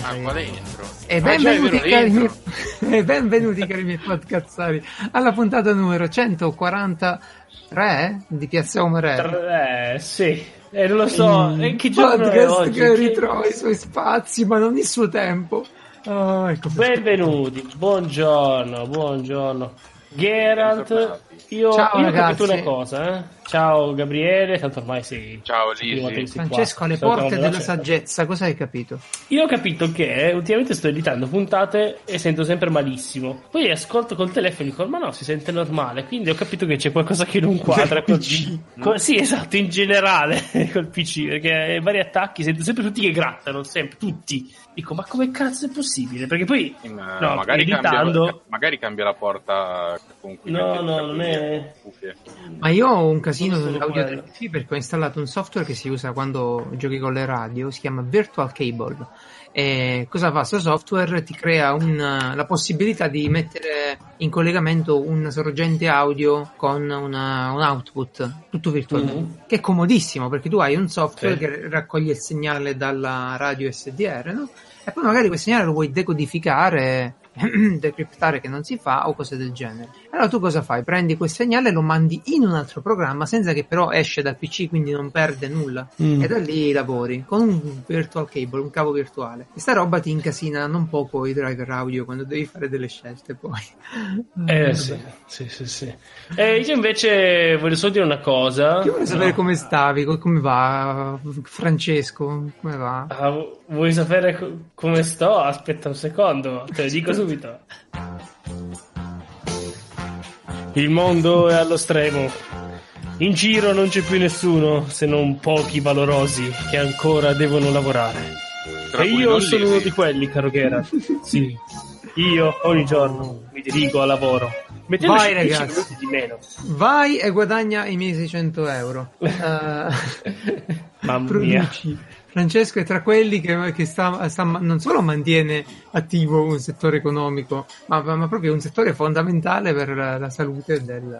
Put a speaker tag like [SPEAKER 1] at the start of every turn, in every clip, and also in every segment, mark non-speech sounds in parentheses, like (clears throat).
[SPEAKER 1] l'acqua dentro.
[SPEAKER 2] E
[SPEAKER 1] Ma c'è il
[SPEAKER 2] benvenuti,
[SPEAKER 1] vero
[SPEAKER 2] cari miei...
[SPEAKER 1] dentro.
[SPEAKER 2] (laughs) e benvenuti cari miei podcazzari alla puntata numero 143 di Piazza Omere.
[SPEAKER 3] Tre, eh, sì, e non lo so, e che giorno è
[SPEAKER 2] podcast
[SPEAKER 3] oggi?
[SPEAKER 2] che
[SPEAKER 3] Che-
[SPEAKER 2] ritrova i suoi spazi ma non il suo tempo. Ah, ecco perché.
[SPEAKER 3] Benvenuti, buongiorno, buongiorno. Geralt,
[SPEAKER 1] Bentornati.
[SPEAKER 3] io,
[SPEAKER 2] Ciao,
[SPEAKER 3] io ho capito
[SPEAKER 2] ragazzi.
[SPEAKER 3] una cosa, eh. Ciao Gabriele, tanto ormai sei...
[SPEAKER 1] Ciao
[SPEAKER 3] sei prima che
[SPEAKER 1] Lisi.
[SPEAKER 3] sei qua.
[SPEAKER 2] Francesco, alle
[SPEAKER 3] Sei tornato
[SPEAKER 2] porte
[SPEAKER 3] dalla
[SPEAKER 2] della
[SPEAKER 3] cena.
[SPEAKER 2] saggezza, cosa hai capito?
[SPEAKER 3] Io ho capito che ultimamente sto editando puntate e sento sempre malissimo. Poi ascolto col telefono e dico: Ma no, si sente normale. Quindi ho capito che c'è qualcosa che non quadra col PC. sì, esatto, in generale (laughs) col PC. Perché vari attacchi sento sempre tutti che grattano, sempre, tutti. Dico: Ma come cazzo è possibile? Perché poi.
[SPEAKER 1] Ma-
[SPEAKER 3] no,
[SPEAKER 1] Eh, magari, cambia,
[SPEAKER 3] editando.
[SPEAKER 1] magari cambia la porta con cui
[SPEAKER 3] No,
[SPEAKER 1] metti
[SPEAKER 3] no,
[SPEAKER 1] tra
[SPEAKER 3] non
[SPEAKER 1] quelle
[SPEAKER 3] è-
[SPEAKER 1] cuffie.
[SPEAKER 2] Ma io ho un casino
[SPEAKER 3] Solo
[SPEAKER 2] sull'audio
[SPEAKER 3] quello.
[SPEAKER 2] del PC perché ho installato un software che si usa quando giochi con le radio, si chiama Virtual Cable. E cosa fa questo software? Ti crea un, eh, la possibilità di mettere in collegamento un sorgente audio con una- un output, tutto virtualmente,
[SPEAKER 3] Mhm.
[SPEAKER 2] che è comodissimo perché tu hai un software
[SPEAKER 3] Sì.
[SPEAKER 2] che raccoglie il segnale dalla radio SDR, no? E poi magari quel segnale lo vuoi decodificare, (clears throat) decriptare che non si fa o cose del genere. Allora tu cosa fai? Prendi quel segnale e lo mandi in un altro programma senza che però esce dal PC, quindi non perde nulla.
[SPEAKER 3] Mm.
[SPEAKER 2] E da lì lavori con un virtual cable, un cavo virtuale. E sta roba ti incasina non poco i driver audio quando devi fare delle scelte poi. (laughs)
[SPEAKER 3] Eh sì, sì, sì, sì. Eh, io invece voglio solo dire una cosa.
[SPEAKER 2] Io voglio sapere
[SPEAKER 3] No.
[SPEAKER 2] come stavi, co- come va Francesco, come va?
[SPEAKER 3] Ah, vu- vuoi sapere co- come sto? Aspetta un secondo, te lo dico subito. Il mondo è allo stremo. In giro non c'è più nessuno se non pochi valorosi che ancora devono lavorare.
[SPEAKER 1] Tra
[SPEAKER 3] e
[SPEAKER 1] cui
[SPEAKER 3] io
[SPEAKER 1] non
[SPEAKER 3] sono
[SPEAKER 1] Lisi.
[SPEAKER 3] uno di quelli, caro Gera.
[SPEAKER 2] (laughs)
[SPEAKER 3] sì. Io ogni giorno mi dirigo al lavoro. Mettendoci
[SPEAKER 2] Vai,
[SPEAKER 3] 10
[SPEAKER 2] ragazzi.
[SPEAKER 3] minuti di meno.
[SPEAKER 2] Vai e guadagna i miei 600 euro. Eh,
[SPEAKER 3] Mamma
[SPEAKER 2] produci. Francesco è tra quelli che, che sta, sta- non solo mantiene attivo un settore economico, ma, ma proprio un settore fondamentale per la, la salute del, del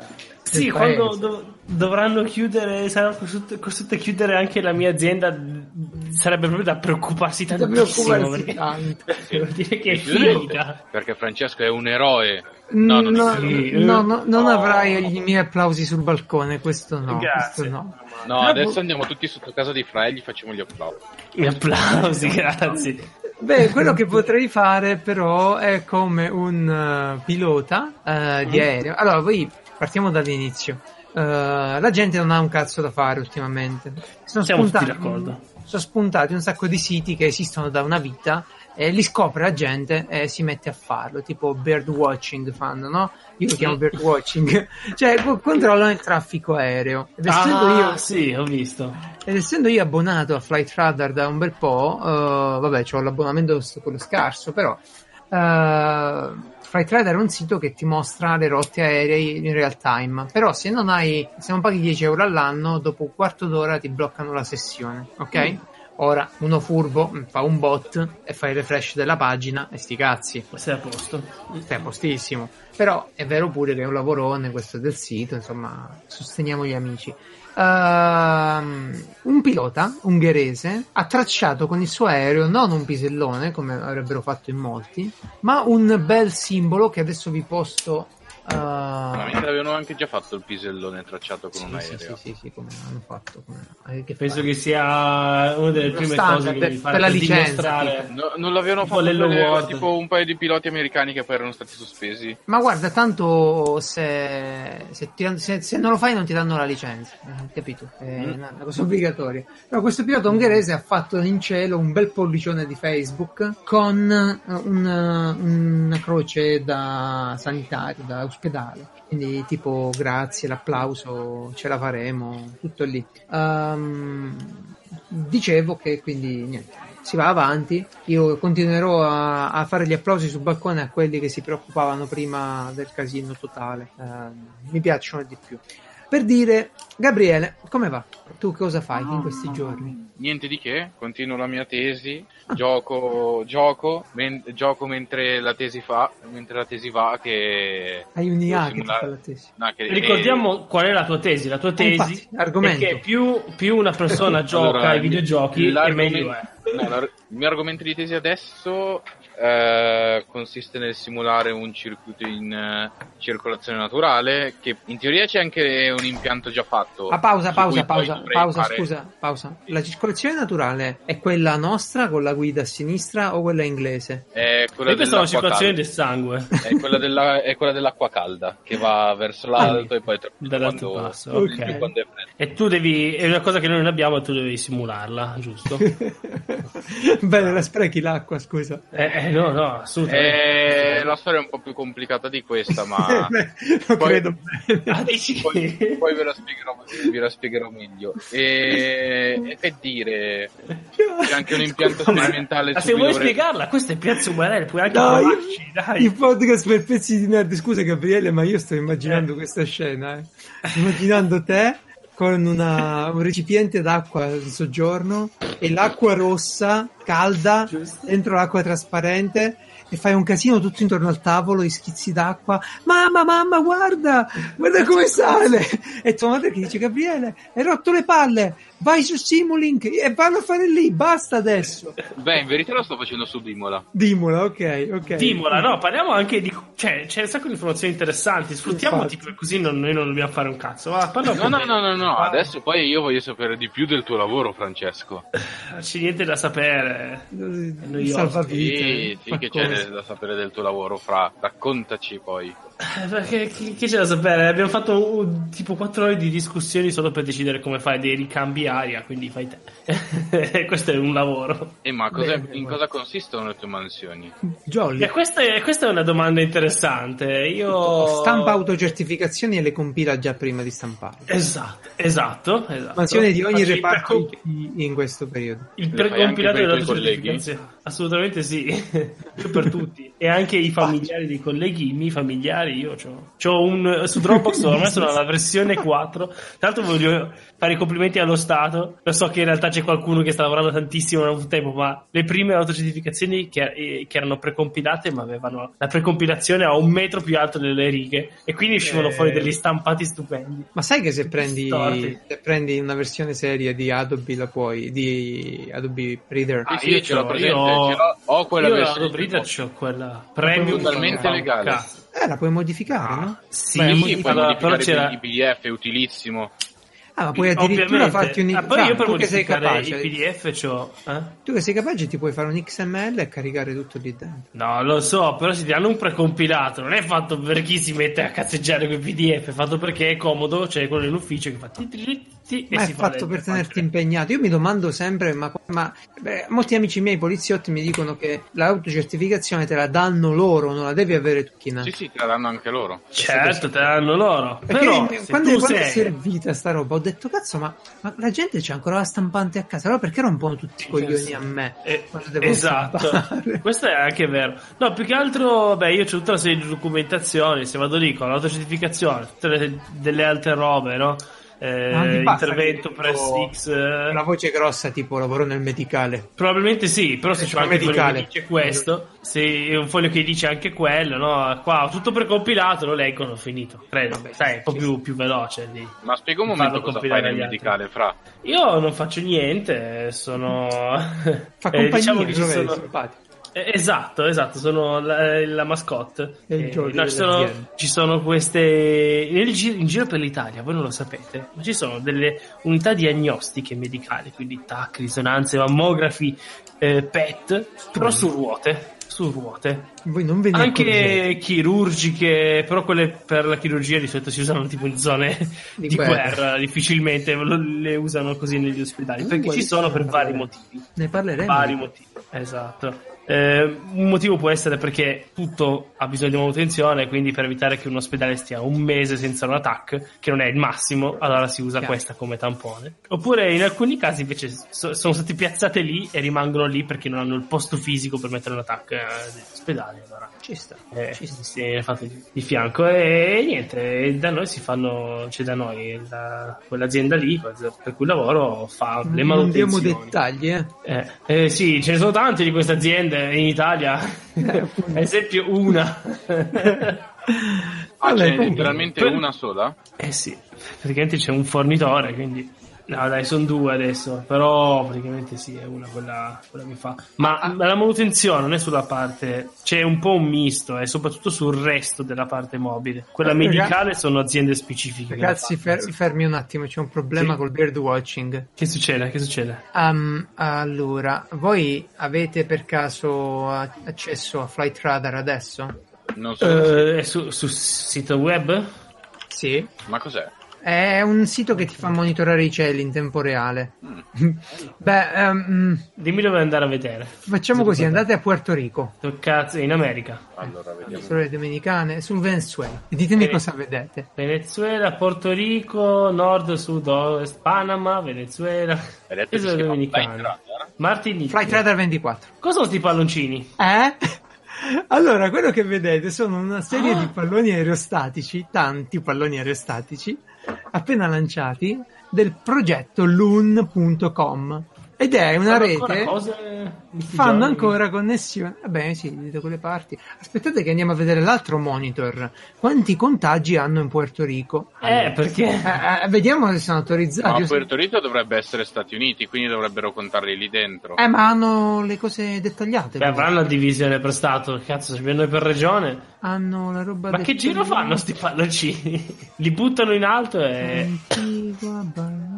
[SPEAKER 2] paese.
[SPEAKER 3] Sì, quando dov- dovranno chiudere, saranno costretto- costrette a chiudere anche la mia azienda, d- sarebbe proprio da preoccuparsi
[SPEAKER 2] Da
[SPEAKER 3] tantissimo.
[SPEAKER 2] preoccuparsi Ah.
[SPEAKER 3] perché
[SPEAKER 2] tanto.
[SPEAKER 3] Devo dire che è
[SPEAKER 1] Perché-
[SPEAKER 3] finita.
[SPEAKER 1] Perché Francesco è un eroe. No, non
[SPEAKER 2] No,
[SPEAKER 1] è vero.
[SPEAKER 3] sì.
[SPEAKER 2] no, no, non
[SPEAKER 1] Oh.
[SPEAKER 2] avrai i miei applausi sul balcone, questo no.
[SPEAKER 3] Grazie.
[SPEAKER 2] Questo no.
[SPEAKER 1] No, adesso andiamo tutti sotto casa di Fra e gli facciamo gli applausi.
[SPEAKER 3] Gli applausi, grazie.
[SPEAKER 2] Beh, quello che potrei fare però è come un eh, pilota eh,
[SPEAKER 3] Mm.
[SPEAKER 2] di aereo. Allora, voi partiamo dall'inizio. Eh, la gente non ha un cazzo da fare ultimamente. Sono
[SPEAKER 3] Siamo tutti
[SPEAKER 2] spuntati-
[SPEAKER 3] d'accordo.
[SPEAKER 2] Sono spuntati un sacco di siti che esistono da una vita e li scopre la gente e si mette a farlo, tipo birdwatching fanno, no? Io lo
[SPEAKER 3] Mm.
[SPEAKER 2] chiamo birdwatching. (laughs) cioè, co- controllano il traffico aereo. Ed essendo
[SPEAKER 3] Ah,
[SPEAKER 2] io
[SPEAKER 3] sì, ho visto.
[SPEAKER 2] ed essendo io abbonato a Flight Radar da un bel po', eh, vabbè, ho l'abbonamento s- quello scarso, però eh, Flight Radar è un sito che ti mostra le rotte aeree in real time. Però se non hai, se non paghi 10 euro all'anno, dopo un quarto d'ora ti bloccano la sessione, ok? Ora uno furbo mm, fa un bot e fa il refresh della pagina e sti cazzi.
[SPEAKER 3] Sei a posto.
[SPEAKER 2] Stai a Cioè, postissimo. Però è vero pure che è un lavorone questo del sito, insomma, sosteniamo gli amici. Ehm, un pilota ungherese ha tracciato con il suo aereo non un pisellone come avrebbero fatto in molti, ma un bel simbolo che adesso vi posto. eh,
[SPEAKER 3] Ah.
[SPEAKER 1] Veramente l'avevano anche già fatto il pisellone tracciato con
[SPEAKER 2] sì,
[SPEAKER 1] un
[SPEAKER 2] sì, sì,
[SPEAKER 1] aereo.
[SPEAKER 2] sì, sì, come hanno fatto. come- eh, che
[SPEAKER 3] Penso
[SPEAKER 2] fai?
[SPEAKER 3] che sia una delle
[SPEAKER 2] Lo
[SPEAKER 3] prime
[SPEAKER 2] standard
[SPEAKER 3] cose che
[SPEAKER 2] per-
[SPEAKER 3] devi fare
[SPEAKER 2] per la licenza,
[SPEAKER 3] dimostrare.
[SPEAKER 1] No, non l'avevano
[SPEAKER 3] Tipo
[SPEAKER 1] fatto
[SPEAKER 3] l'Hello
[SPEAKER 1] vedere,
[SPEAKER 3] World.
[SPEAKER 1] tipo un paio di piloti americani che poi erano stati sospesi.
[SPEAKER 2] Ma guarda, tanto se, se ti- se- se non lo fai non ti danno la licenza, eh, capito? È una, una cosa obbligatoria. Però questo pilota ungherese ha fatto in cielo un bel pollicione di Facebook con eh, una, una croce da sanitario, da ospedale. Quindi tipo grazie, l'applauso, ce la faremo, tutto lì. Ehm, dicevo che quindi niente. Si va avanti, io continuerò a, a fare gli applausi sul balcone a quelli che si preoccupavano prima del casino totale. Ehm, mi piacciono di più. Per dire, Gabriele, come va? Tu cosa fai in questi giorni?
[SPEAKER 1] Niente di che, continuo la mia tesi, (laughs) gioco, gioco, men- gioco mentre la tesi fa, mentre la tesi va che...
[SPEAKER 2] Hai un IA che ti
[SPEAKER 1] simulare-
[SPEAKER 2] fa la tesi.
[SPEAKER 1] No, che- eh,
[SPEAKER 3] Ricordiamo qual è la tua tesi. La tua
[SPEAKER 2] Eh,
[SPEAKER 3] tesi
[SPEAKER 2] infatti, argomento.
[SPEAKER 3] è che più, più una persona gioca
[SPEAKER 1] Allora,
[SPEAKER 3] ai videogiochi, e
[SPEAKER 1] l'argomento-
[SPEAKER 3] meglio è.
[SPEAKER 1] No, la- il mio argomento di tesi adesso eh, consiste nel simulare un circuito in eh, circolazione naturale che in teoria c'è anche un impianto già fatto.
[SPEAKER 2] Ah, pausa,
[SPEAKER 1] su
[SPEAKER 2] pausa,
[SPEAKER 1] cui poi
[SPEAKER 2] pausa,
[SPEAKER 1] dovrei
[SPEAKER 2] pausa,
[SPEAKER 1] fare-
[SPEAKER 2] scusa, pausa. La circolazione naturale è quella nostra con la guida a sinistra o quella
[SPEAKER 1] (laughs)
[SPEAKER 2] inglese?
[SPEAKER 1] È eh, quella,
[SPEAKER 3] Io pensavo
[SPEAKER 1] dell'acqua
[SPEAKER 3] alla circolazione
[SPEAKER 1] calda.
[SPEAKER 3] del sangue.
[SPEAKER 1] È quella della- è quella dell'acqua calda che va verso l'alto
[SPEAKER 3] Ah,
[SPEAKER 1] e poi tra-
[SPEAKER 3] dall'alto
[SPEAKER 1] quando,
[SPEAKER 3] basso, ok.
[SPEAKER 1] più quando è freddo.
[SPEAKER 3] E tu devi. È una cosa che noi non abbiamo e tu devi simularla, (laughs) giusto? eh,
[SPEAKER 2] Bene, la sprechi l'acqua, scusa.
[SPEAKER 3] eh, no, no, assolutamente.
[SPEAKER 1] Eh, la storia è un po' più complicata di questa,
[SPEAKER 3] (laughs)
[SPEAKER 1] ma
[SPEAKER 2] (laughs) Beh, Lo
[SPEAKER 1] Poi-
[SPEAKER 2] credo bene.
[SPEAKER 3] Ah, dici?
[SPEAKER 1] poi, poi ve, la spiegherò, ve la spiegherò meglio. E, e per dire, c'è anche un impianto
[SPEAKER 3] Ah, (laughs) ma-
[SPEAKER 1] sperimentale
[SPEAKER 3] ma
[SPEAKER 1] su
[SPEAKER 3] se
[SPEAKER 1] cui
[SPEAKER 3] vuoi
[SPEAKER 1] dovrei-
[SPEAKER 3] spiegarla, questo è Piazza Umarelli, puoi anche
[SPEAKER 2] No,
[SPEAKER 3] provarci, dai.
[SPEAKER 2] il podcast per pezzi di nerd. Scusa, Gabriele, ma io sto immaginando questa scena. eh. Sto immaginando te con una- un recipiente d'acqua in soggiorno e l'acqua rossa calda
[SPEAKER 3] Giusto.
[SPEAKER 2] dentro l'acqua trasparente. E fai un casino tutto intorno al tavolo, gli schizzi d'acqua. Mamma, mamma, guarda, guarda come sale! E tua madre che dice: Gabriele, hai rotto le palle, vai su Simulink e vanno a fare lì, basta adesso.
[SPEAKER 1] Beh, in verità lo sto facendo su Dimola.
[SPEAKER 2] Dimola, ok, ok.
[SPEAKER 3] Stimola, no, parliamo anche di. Cioè, c'è un sacco di informazioni interessanti. Sfruttiamo,
[SPEAKER 2] Infatti.
[SPEAKER 3] tipo, così non- noi non dobbiamo fare un cazzo. Va, parla
[SPEAKER 1] No,
[SPEAKER 3] con
[SPEAKER 1] no,
[SPEAKER 3] me.
[SPEAKER 1] no, no, no,
[SPEAKER 3] Ah,
[SPEAKER 1] adesso poi io voglio sapere di più del tuo lavoro,
[SPEAKER 3] (laughs)
[SPEAKER 1] Francesco.
[SPEAKER 3] Non c'è niente da sapere.
[SPEAKER 2] Il
[SPEAKER 3] York.
[SPEAKER 1] Sì,
[SPEAKER 2] salvavite.
[SPEAKER 1] sì, che c'è Ecco. da- da sapere del tuo lavoro, Fra. Raccontaci poi.
[SPEAKER 3] Eh, Perché chi, chi c'è da sapere? Abbiamo fatto uh, tipo 4 ore di discussioni solo per decidere come fare dei ricambi aria, quindi fai te. (laughs) Questo è un lavoro.
[SPEAKER 1] E ma cosa-
[SPEAKER 2] Bene,
[SPEAKER 1] in
[SPEAKER 2] guarda.
[SPEAKER 1] cosa consistono le tue mansioni?
[SPEAKER 3] E
[SPEAKER 2] Jolly.
[SPEAKER 3] questa è, questa è una domanda interessante. Io...
[SPEAKER 2] Stampa autocertificazioni e le compila già prima di stampare.
[SPEAKER 3] Esatto, esatto. esatto.
[SPEAKER 2] Mansione di ogni
[SPEAKER 3] Faccio il
[SPEAKER 2] reparto
[SPEAKER 3] precom-
[SPEAKER 2] IT in questo periodo.
[SPEAKER 3] Il
[SPEAKER 1] Lo fai anche
[SPEAKER 3] precompilato
[SPEAKER 1] per i
[SPEAKER 3] della
[SPEAKER 1] tuoi colleghi?
[SPEAKER 3] certificazione. Assolutamente sì, (laughs) Io per tutti. E anche i familiari dei colleghi, i miei familiari, io c'ho, c'ho un... Su Dropbox ormai sono alla versione 4. Tra l'altro voglio fare i complimenti allo Stato. Lo so che in realtà c'è qualcuno che sta lavorando tantissimo da un tempo, ma le prime autocertificazioni che, eh, che erano precompilate, ma avevano la precompilazione a un metro più alto delle righe. E quindi uscivano
[SPEAKER 2] Eh.
[SPEAKER 3] fuori degli stampati stupendi.
[SPEAKER 2] Ma sai che se prendi,
[SPEAKER 3] Storti.
[SPEAKER 2] se prendi una versione seria di Adobe la puoi, di Adobe Reader,
[SPEAKER 1] Ah,
[SPEAKER 3] Ah,
[SPEAKER 1] sì,
[SPEAKER 3] io
[SPEAKER 1] ce l'ho
[SPEAKER 3] c'ho-
[SPEAKER 1] presente,
[SPEAKER 3] io-
[SPEAKER 1] ce l'ho- ho quella
[SPEAKER 3] io
[SPEAKER 1] versione
[SPEAKER 3] la Dobreeder
[SPEAKER 1] di-
[SPEAKER 3] c'ho quella premium
[SPEAKER 1] Totalmente
[SPEAKER 3] che fa un
[SPEAKER 1] legale.
[SPEAKER 3] cazzo.
[SPEAKER 2] eh, la puoi modificare, no?
[SPEAKER 3] Sì,
[SPEAKER 1] Beh, sì, puoi
[SPEAKER 3] allora, però c'era
[SPEAKER 1] modificare i PDF, è utilissimo.
[SPEAKER 2] Ah, ma puoi addirittura
[SPEAKER 3] Ovviamente.
[SPEAKER 2] farti un
[SPEAKER 3] Ah, poi io
[SPEAKER 2] Fra,
[SPEAKER 3] per
[SPEAKER 2] tu che sei
[SPEAKER 3] modificare
[SPEAKER 2] capace,
[SPEAKER 3] i PDF c'ho eh?
[SPEAKER 2] tu che sei capace ti puoi fare un XML e caricare tutto lì dentro.
[SPEAKER 3] No, lo so, però si danno un precompilato, non è fatto per chi si mette a cazzeggiare con i PDF, è fatto perché è comodo, c'è quello dell'ufficio che fa ti, ti, ti, ti, e
[SPEAKER 2] Ma è
[SPEAKER 3] si fa
[SPEAKER 2] fatto
[SPEAKER 3] leggere.
[SPEAKER 2] per tenerti impegnato. Io mi domando sempre, ma, ma- beh, molti amici miei poliziotti mi dicono che l'autocertificazione te la danno loro, non la devi avere tu,
[SPEAKER 3] Eh.
[SPEAKER 2] China.
[SPEAKER 1] Sì, sì, te la danno anche loro.
[SPEAKER 3] Certo, te danno loro.
[SPEAKER 2] Perché
[SPEAKER 3] Però
[SPEAKER 2] mi-
[SPEAKER 3] se
[SPEAKER 2] quando,
[SPEAKER 3] tu
[SPEAKER 2] quando è
[SPEAKER 3] sei
[SPEAKER 2] servita sta roba ho detto cazzo ma, ma la gente c'è ancora la stampante a casa allora perché rompono tutti i coglioni a me
[SPEAKER 3] Eh,
[SPEAKER 2] quando devo
[SPEAKER 3] esatto,
[SPEAKER 2] stampare?
[SPEAKER 3] questo è anche vero. No, più che altro, beh, io ho tutta una serie di documentazioni. Se vado lì con l'autocertificazione, tutte le- delle altre robe, no? Eh,
[SPEAKER 2] Non ti basta
[SPEAKER 3] intervento
[SPEAKER 2] Ah, che
[SPEAKER 3] press
[SPEAKER 2] dico
[SPEAKER 3] X. eh,
[SPEAKER 2] una voce grossa tipo lavoro nel medicale
[SPEAKER 3] Probabilmente sì, però se c'è anche un foglio che
[SPEAKER 2] medicale.
[SPEAKER 3] dice questo, se è un foglio che dice anche quello, no? Qua ho tutto precompilato, lo leggono, ho finito. Credo,
[SPEAKER 2] Vabbè,
[SPEAKER 3] sai, un po'
[SPEAKER 2] sì,
[SPEAKER 3] più, più veloce lì.
[SPEAKER 1] Ma spiega un
[SPEAKER 3] Mi
[SPEAKER 1] momento
[SPEAKER 3] fanno
[SPEAKER 1] cosa fai
[SPEAKER 3] compilare
[SPEAKER 1] nel
[SPEAKER 3] gli altri.
[SPEAKER 1] medicale, Fra.
[SPEAKER 3] Io non faccio niente, sono.
[SPEAKER 2] fa
[SPEAKER 3] (laughs) eh,
[SPEAKER 2] compagnia
[SPEAKER 3] diciamo che ci
[SPEAKER 2] lo vedi,
[SPEAKER 3] sono.
[SPEAKER 2] simpatico.
[SPEAKER 3] Eh, Esatto, esatto, sono la, la mascotte.
[SPEAKER 2] È il
[SPEAKER 3] Eh,
[SPEAKER 2] giorno
[SPEAKER 3] no, ci, sono,
[SPEAKER 2] dell'azienda.
[SPEAKER 3] ci sono queste. nel gi- in giro per l'Italia, voi non lo sapete, ma ci sono delle unità diagnostiche medicali, quindi TAC, risonanze, mammografi, eh, PET, però su ruote. Su ruote,
[SPEAKER 2] voi non ve ne accorgete
[SPEAKER 3] anche chirurgiche, però quelle per la chirurgia di solito si usano tipo in zone
[SPEAKER 2] Di
[SPEAKER 3] di,
[SPEAKER 2] guerra.
[SPEAKER 3] guerra. difficilmente lo- le usano così negli ospedali,
[SPEAKER 2] Uh,
[SPEAKER 3] perché ci sono per vari
[SPEAKER 2] guarda.
[SPEAKER 3] motivi
[SPEAKER 2] ne parleremo
[SPEAKER 3] vari motivi. Esatto. Eh, un motivo può essere perché tutto ha bisogno di manutenzione, quindi per evitare che un ospedale stia un mese senza un attack, che non è il massimo, allora si usa
[SPEAKER 2] Chiaro.
[SPEAKER 3] questa come tampone. Oppure in alcuni casi invece so- sono state piazzate lì e rimangono lì perché non hanno il posto fisico per mettere un attack eh, nell'ospedale. Allora
[SPEAKER 2] ci sta
[SPEAKER 3] eh,
[SPEAKER 2] ci sta.
[SPEAKER 3] sì, è fatto di, di fianco e niente da noi si fanno c'è da noi la- quell'azienda lì per cui lavoro fa le
[SPEAKER 2] non diamo
[SPEAKER 3] manutenzioni
[SPEAKER 2] dettagli eh.
[SPEAKER 3] eh, eh, sì, ce ne sono tante di queste aziende in Italia.
[SPEAKER 2] Eh,
[SPEAKER 3] Ad (laughs) esempio, una.
[SPEAKER 2] (laughs)
[SPEAKER 1] Ah,
[SPEAKER 2] Vabbè,
[SPEAKER 1] c'è
[SPEAKER 2] comunque.
[SPEAKER 1] Ah, letteralmente
[SPEAKER 3] Per-
[SPEAKER 1] una sola?
[SPEAKER 3] eh sì, praticamente c'è un fornitore, quindi No, dai, sono due adesso, però praticamente sì, è una quella, quella che fa. Ma
[SPEAKER 1] Ah.
[SPEAKER 3] la manutenzione non è sulla parte, c'è un po' un misto, e soprattutto sul resto della parte mobile. Quella
[SPEAKER 2] Eh, Ragazzi-
[SPEAKER 3] medicale sono aziende specifiche. che la
[SPEAKER 2] Ragazzi,
[SPEAKER 3] fanno.
[SPEAKER 2] fer- fermi un attimo, c'è un problema
[SPEAKER 3] Sì.
[SPEAKER 2] col bird watching.
[SPEAKER 3] Che succede? Che succede?
[SPEAKER 2] Ehm, allora, voi avete per caso a- accesso a Flight Radar adesso?
[SPEAKER 1] Non so,
[SPEAKER 3] Eh, è su, su sito web?
[SPEAKER 2] Sì.
[SPEAKER 1] ma cos'è?
[SPEAKER 2] È un sito che ti fa monitorare i cieli in tempo reale.
[SPEAKER 3] Mm.
[SPEAKER 2] (laughs) Beh, ehm,
[SPEAKER 3] Dimmi dove andare a vedere.
[SPEAKER 2] facciamo così, andate a Puerto Rico,
[SPEAKER 3] Dove Cazzo, in America.
[SPEAKER 1] Allora, vediamo.
[SPEAKER 2] sulle domenicane, sul Venezuela. e Ditemi
[SPEAKER 3] Sì.
[SPEAKER 2] cosa vedete.
[SPEAKER 3] Venezuela, Porto Rico, nord, sud, ovest, Panama, Venezuela,
[SPEAKER 1] Hai detto che si
[SPEAKER 3] Isola
[SPEAKER 1] chiama eh?
[SPEAKER 3] Dominicana,
[SPEAKER 1] Flight Radar?
[SPEAKER 3] Martinique.
[SPEAKER 2] Flight Radar 24.
[SPEAKER 3] Cosa sono sti palloncini?
[SPEAKER 2] Eh? (laughs) Allora, quello che vedete sono una serie
[SPEAKER 3] Ah.
[SPEAKER 2] di palloni aerostatici, tanti palloni aerostatici, appena lanciati, del progetto loon.com. Ed è una
[SPEAKER 3] Fanno ancora
[SPEAKER 2] rete...
[SPEAKER 3] cose
[SPEAKER 2] Fanno
[SPEAKER 3] mitigioni?
[SPEAKER 2] ancora connessione. Vabbè, sì, da quelle parti. Aspettate che andiamo a vedere l'altro monitor. Quanti contagi hanno in Puerto Rico?
[SPEAKER 3] Eh, perché?
[SPEAKER 2] Eh, eh, vediamo se sono
[SPEAKER 1] Ma
[SPEAKER 3] Ah,
[SPEAKER 2] autorizzati. Io so-
[SPEAKER 1] Puerto Rico dovrebbe essere Stati Uniti, quindi dovrebbero contarli lì dentro.
[SPEAKER 2] Eh, ma hanno le cose dettagliate.
[SPEAKER 3] Beh,
[SPEAKER 2] quindi.
[SPEAKER 3] avranno la divisione per stato, cazzo, ci noi per regione.
[SPEAKER 2] Hanno la roba
[SPEAKER 3] Ma che giro fanno sti palloncini? (laughs) Li buttano in alto e...
[SPEAKER 2] Beh,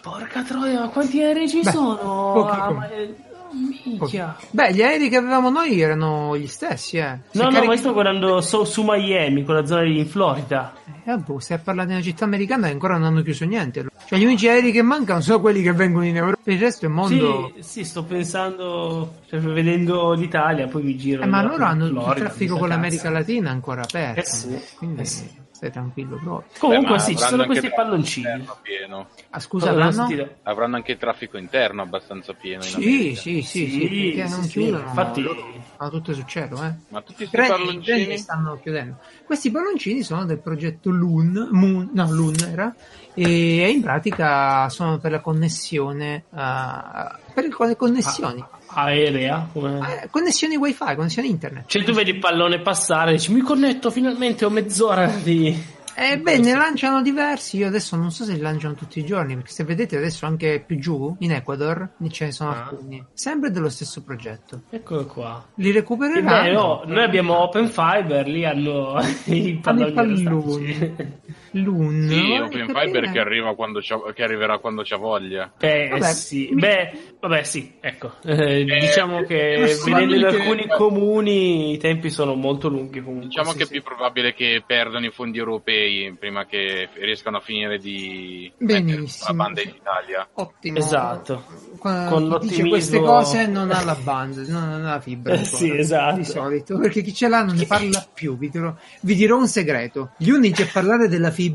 [SPEAKER 3] Porca troia, ma quanti aerei ci
[SPEAKER 2] Mm. Beh,
[SPEAKER 3] sono?
[SPEAKER 2] pochi
[SPEAKER 3] Ah,
[SPEAKER 2] come.
[SPEAKER 3] ma è- oh, minchia.
[SPEAKER 2] gli aerei che avevamo noi erano gli stessi, eh. Se
[SPEAKER 3] No, no,
[SPEAKER 2] carichi-
[SPEAKER 3] ma io sto guardando so- su Miami, quella zona lì in Florida.
[SPEAKER 2] Eh, boh, stai a parlare di una città americana che ancora non hanno chiuso niente. Cioè, gli unici aerei che mancano sono quelli che vengono in Europa. Per il resto è mondo.
[SPEAKER 3] Sì, sì, sto pensando, cioè, vedendo l'Italia, poi mi giro.
[SPEAKER 2] Eh, ma
[SPEAKER 3] in-
[SPEAKER 2] loro hanno
[SPEAKER 3] in Florida,
[SPEAKER 2] il traffico
[SPEAKER 3] mi
[SPEAKER 2] con
[SPEAKER 3] sa
[SPEAKER 2] l'America
[SPEAKER 3] cazzo.
[SPEAKER 2] Latina ancora aperto.
[SPEAKER 3] Eh sì,
[SPEAKER 2] Quindi
[SPEAKER 3] eh sì.
[SPEAKER 2] stai tranquillo proprio.
[SPEAKER 3] Comunque,
[SPEAKER 1] Beh, ma
[SPEAKER 3] sì, ci
[SPEAKER 1] avranno
[SPEAKER 3] sono
[SPEAKER 1] anche
[SPEAKER 3] questi
[SPEAKER 1] traffico
[SPEAKER 3] palloncini.
[SPEAKER 1] interno pieno.
[SPEAKER 2] Ah, Eh, scusa,
[SPEAKER 3] Allora,
[SPEAKER 2] l'hanno?
[SPEAKER 3] sentite,
[SPEAKER 1] Avranno anche il traffico interno abbastanza pieno. in
[SPEAKER 2] Sì,
[SPEAKER 1] America.
[SPEAKER 2] sì, sì, sì,
[SPEAKER 3] Sì,
[SPEAKER 2] perché
[SPEAKER 3] sì,
[SPEAKER 2] non
[SPEAKER 3] sì,
[SPEAKER 2] chiudono.
[SPEAKER 3] infatti-
[SPEAKER 2] loro Hanno tutto sul cielo, eh.
[SPEAKER 1] Ma tutti
[SPEAKER 2] I
[SPEAKER 1] questi
[SPEAKER 2] treni- i treni
[SPEAKER 1] palloncini?
[SPEAKER 2] stanno chiudendo. Questi palloncini sono del progetto Loon, Moon, no, Loon era, e in pratica sono per la connessione, eh, per le quali connessioni,
[SPEAKER 3] aerea. come-
[SPEAKER 1] Ah.
[SPEAKER 2] Eh, connessioni wifi, connessioni internet.
[SPEAKER 3] Cioè, tu vedi il pallone passare e dici, mi connetto finalmente, ho mezz'ora di...
[SPEAKER 2] Ebbene, ne lanciano diversi, io adesso non so se li lanciano tutti i giorni, perché se vedete adesso anche più giù, in Ecuador, ce ne sono
[SPEAKER 3] Ah.
[SPEAKER 2] alcuni, sempre dello stesso progetto.
[SPEAKER 3] Eccolo qua.
[SPEAKER 2] Li
[SPEAKER 3] Eh,
[SPEAKER 2] recupereranno.
[SPEAKER 3] no, noi abbiamo Open Fiber, lì hanno (laughs) i
[SPEAKER 2] Hanno
[SPEAKER 3] palloni.
[SPEAKER 2] i palloni.
[SPEAKER 3] aerostatici.
[SPEAKER 2] L'un.
[SPEAKER 1] Sì,
[SPEAKER 2] guarda
[SPEAKER 1] Open
[SPEAKER 2] che
[SPEAKER 1] Fiber
[SPEAKER 2] carina.
[SPEAKER 1] che, arriva quando c'ha- che arriverà quando c'ha voglia.
[SPEAKER 3] Eh
[SPEAKER 2] Vabbè,
[SPEAKER 3] sì,
[SPEAKER 2] mi-
[SPEAKER 3] beh, vabbè sì, ecco, Eh,
[SPEAKER 1] Eh,
[SPEAKER 3] diciamo che vedendo in
[SPEAKER 1] personalmente-
[SPEAKER 3] alcuni comuni i tempi sono molto lunghi comunque.
[SPEAKER 1] Diciamo
[SPEAKER 3] sì,
[SPEAKER 1] che è
[SPEAKER 3] sì.
[SPEAKER 1] più probabile che perdano i fondi europei prima che riescano a finire di
[SPEAKER 2] Benissimo.
[SPEAKER 1] mettere la banda in Italia.
[SPEAKER 2] Ottimo.
[SPEAKER 3] Esatto.
[SPEAKER 2] Quando
[SPEAKER 3] Con
[SPEAKER 2] chi dice
[SPEAKER 3] l'ottimismo-
[SPEAKER 2] queste cose non ha la banda, non non ha la fibra.
[SPEAKER 3] Eh, (laughs) sì, esatto.
[SPEAKER 2] Di solito, perché chi ce l'ha non ne parla più. Vi dirò, vi dirò un segreto: gli unici a parlare della fibra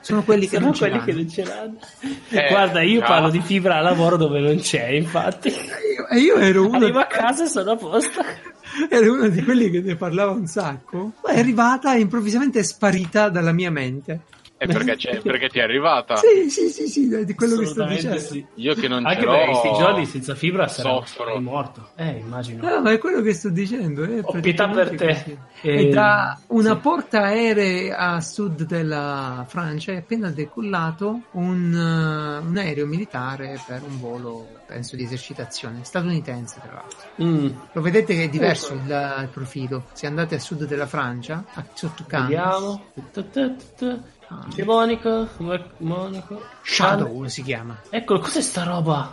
[SPEAKER 2] sono quelli che
[SPEAKER 3] Sono
[SPEAKER 2] non ce
[SPEAKER 3] quelli
[SPEAKER 2] l'hanno.
[SPEAKER 3] che non ce l'hanno.
[SPEAKER 1] Eh,
[SPEAKER 3] Guarda, io
[SPEAKER 1] già.
[SPEAKER 3] parlo di fibra al lavoro dove non c'è, infatti.
[SPEAKER 2] E io ero uno,
[SPEAKER 3] Arrivo a casa e sono a posto.
[SPEAKER 2] ero uno di quelli che ne parlava un sacco. Poi è arrivata e improvvisamente è sparita dalla mia mente.
[SPEAKER 1] E perché, c'è- perché ti è arrivata?
[SPEAKER 2] Sì, sì, sì, sì, di quello che sto
[SPEAKER 3] Ah. Assolutamente
[SPEAKER 2] dicendo.
[SPEAKER 3] sì.
[SPEAKER 1] Io che non
[SPEAKER 3] Anche
[SPEAKER 1] ce l'ho...
[SPEAKER 3] perché questi giorni senza fibra sarei,
[SPEAKER 1] soffro.
[SPEAKER 3] sarei morto. Eh, immagino.
[SPEAKER 2] No, ma è quello che sto dicendo. eh,
[SPEAKER 3] Ho pietà per
[SPEAKER 2] praticamente
[SPEAKER 3] te.
[SPEAKER 2] così. È
[SPEAKER 3] Eh,
[SPEAKER 2] da una
[SPEAKER 3] sì.
[SPEAKER 2] porta aerea a sud della Francia è appena decollato un, eh, un aereo militare per un volo, penso, di esercitazione statunitense, tra l'altro.
[SPEAKER 3] Mm,
[SPEAKER 2] Lo vedete che è diverso il, il profilo. Se andate a sud della Francia, a, sotto Cannes,
[SPEAKER 3] Vediamo. Tu, tu, tu, tu.
[SPEAKER 2] Ah.
[SPEAKER 3] C'è Monaco, Mo- Monaco.
[SPEAKER 2] Shadow si chiama.
[SPEAKER 3] Eccolo, cos'è sta roba?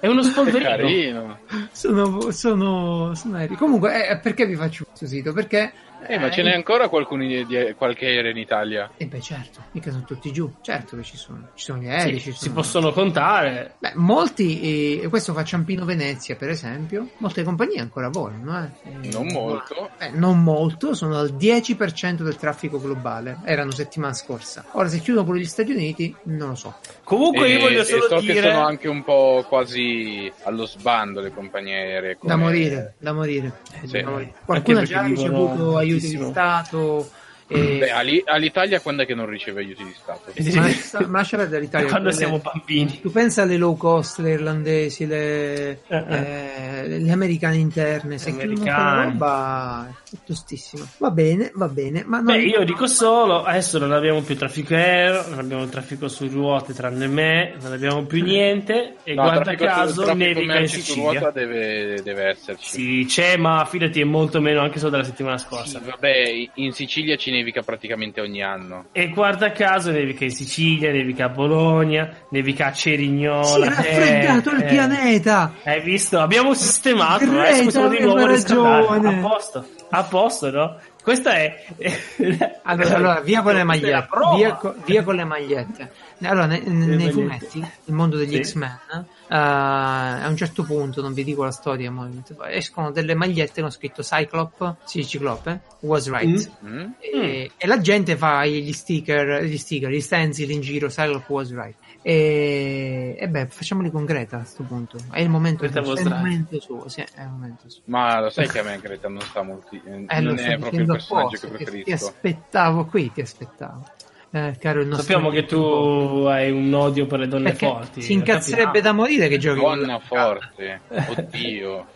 [SPEAKER 3] È uno spolverino.
[SPEAKER 1] Carino.
[SPEAKER 2] (laughs) sono, sono, sono aerei. Comunque, eh, perché vi faccio questo sito? Perché...
[SPEAKER 1] Eh, ma ce n'è ancora qualcuno di, di- qualche aereo in Italia?
[SPEAKER 2] E beh, certo, mica sono tutti giù. Certo che ci sono. Ci sono gli
[SPEAKER 3] Sì,
[SPEAKER 2] aerei, ci sono...
[SPEAKER 3] Eh, si possono contare.
[SPEAKER 2] Beh, molti, eh, e questo fa Ciampino Venezia per esempio, molte compagnie ancora volano. Eh. Eh,
[SPEAKER 1] Non molto.
[SPEAKER 2] eh, non molto, sono al 10% del traffico globale, erano settimana scorsa. Ora se chiudono pure gli Stati Uniti, non lo so.
[SPEAKER 3] Comunque
[SPEAKER 1] e,
[SPEAKER 3] io voglio
[SPEAKER 1] e
[SPEAKER 3] solo
[SPEAKER 1] Eh, so
[SPEAKER 3] dire
[SPEAKER 1] che sono anche un po' quasi allo sbando le compagnie aeree. come-
[SPEAKER 2] Da morire, da morire.
[SPEAKER 1] Sì.
[SPEAKER 2] da morire.
[SPEAKER 3] Anche
[SPEAKER 2] Qualcuno ha
[SPEAKER 3] perché
[SPEAKER 2] già
[SPEAKER 3] vivono
[SPEAKER 2] ricevuto aiuti di
[SPEAKER 3] tantissimo.
[SPEAKER 2] Stato, eh,
[SPEAKER 3] Mm.
[SPEAKER 2] E-
[SPEAKER 1] Eh, Beh, all'i- all'Italia quando è che non riceve aiuti di Stato?
[SPEAKER 3] Sì, sì.
[SPEAKER 2] Ma lascia, ma lascia perdere l'Italia.
[SPEAKER 3] Quando
[SPEAKER 2] Le-
[SPEAKER 3] siamo bambini.
[SPEAKER 2] Tu pensa alle low cost, le irlandesi, le,
[SPEAKER 3] Eh,
[SPEAKER 2] eh, le americane interne, se
[SPEAKER 3] Americane.
[SPEAKER 2] chiudono quella roba è tostissimo. Va bene, va bene, ma non-
[SPEAKER 3] Beh, io dico solo, adesso non abbiamo più traffico aereo, non abbiamo traffico su ruote tranne me, non abbiamo più niente e
[SPEAKER 1] No,
[SPEAKER 3] guarda
[SPEAKER 1] traffico-
[SPEAKER 3] caso
[SPEAKER 1] traffico
[SPEAKER 3] nevica in
[SPEAKER 1] merci su ruota
[SPEAKER 3] Sicilia.
[SPEAKER 1] deve, deve esserci.
[SPEAKER 3] Sì, c'è, ma fidati è molto meno anche solo della settimana scorsa.
[SPEAKER 1] Sì, vabbè, in Sicilia ci nevica praticamente ogni anno.
[SPEAKER 3] E guarda caso nevica in Sicilia, nevica a Bologna, nevica a Cerignola.
[SPEAKER 2] si è raffreddato
[SPEAKER 3] eh,
[SPEAKER 2] il
[SPEAKER 3] eh.
[SPEAKER 2] pianeta!
[SPEAKER 3] Hai visto? Abbiamo sistemato, eh,
[SPEAKER 2] Greta,
[SPEAKER 3] scusa, di
[SPEAKER 2] che
[SPEAKER 3] nuovo riscaldare.
[SPEAKER 2] ragione.
[SPEAKER 3] A posto, a posto, no? Questa è...
[SPEAKER 2] Allora, allora, via con le
[SPEAKER 3] Questa è la
[SPEAKER 2] magliette,
[SPEAKER 3] prova.
[SPEAKER 2] via, co- via con le magliette. Allora, ne- nei
[SPEAKER 3] magliette.
[SPEAKER 2] fumetti, nel mondo degli
[SPEAKER 3] Sì.
[SPEAKER 2] X-Men, eh, a un certo punto, non vi dico la storia, ma escono delle magliette con scritto Cyclope, sì, Ciclope, was right.
[SPEAKER 3] Mm.
[SPEAKER 1] Mm?
[SPEAKER 2] E, e la gente fa gli sticker, gli sticker, gli stencil in giro, Cyclope was right. E, e beh, facciamoli con Greta a questo punto. È il momento,
[SPEAKER 3] Greta
[SPEAKER 2] giusto,
[SPEAKER 3] was
[SPEAKER 2] è il
[SPEAKER 3] right.
[SPEAKER 2] momento suo, sì, è il momento suo.
[SPEAKER 1] Ma lo sai che a me Greta non sta molto. eh,
[SPEAKER 2] Eh, lo
[SPEAKER 1] non
[SPEAKER 2] sto
[SPEAKER 1] è proprio il
[SPEAKER 2] dicendo
[SPEAKER 1] personaggio
[SPEAKER 2] apposta,
[SPEAKER 1] che
[SPEAKER 2] ti-
[SPEAKER 1] preferisco.
[SPEAKER 2] Ti aspettavo qui, ti aspettavo. Eh, caro il nostro
[SPEAKER 3] Sappiamo che tu hai un odio per le donne
[SPEAKER 2] Perché
[SPEAKER 3] forti.
[SPEAKER 2] si incazzerebbe
[SPEAKER 3] capiamo.
[SPEAKER 2] da morire che giochi. con
[SPEAKER 1] Donna
[SPEAKER 2] la-
[SPEAKER 1] forte,
[SPEAKER 2] (laughs)
[SPEAKER 1] oddio. Io-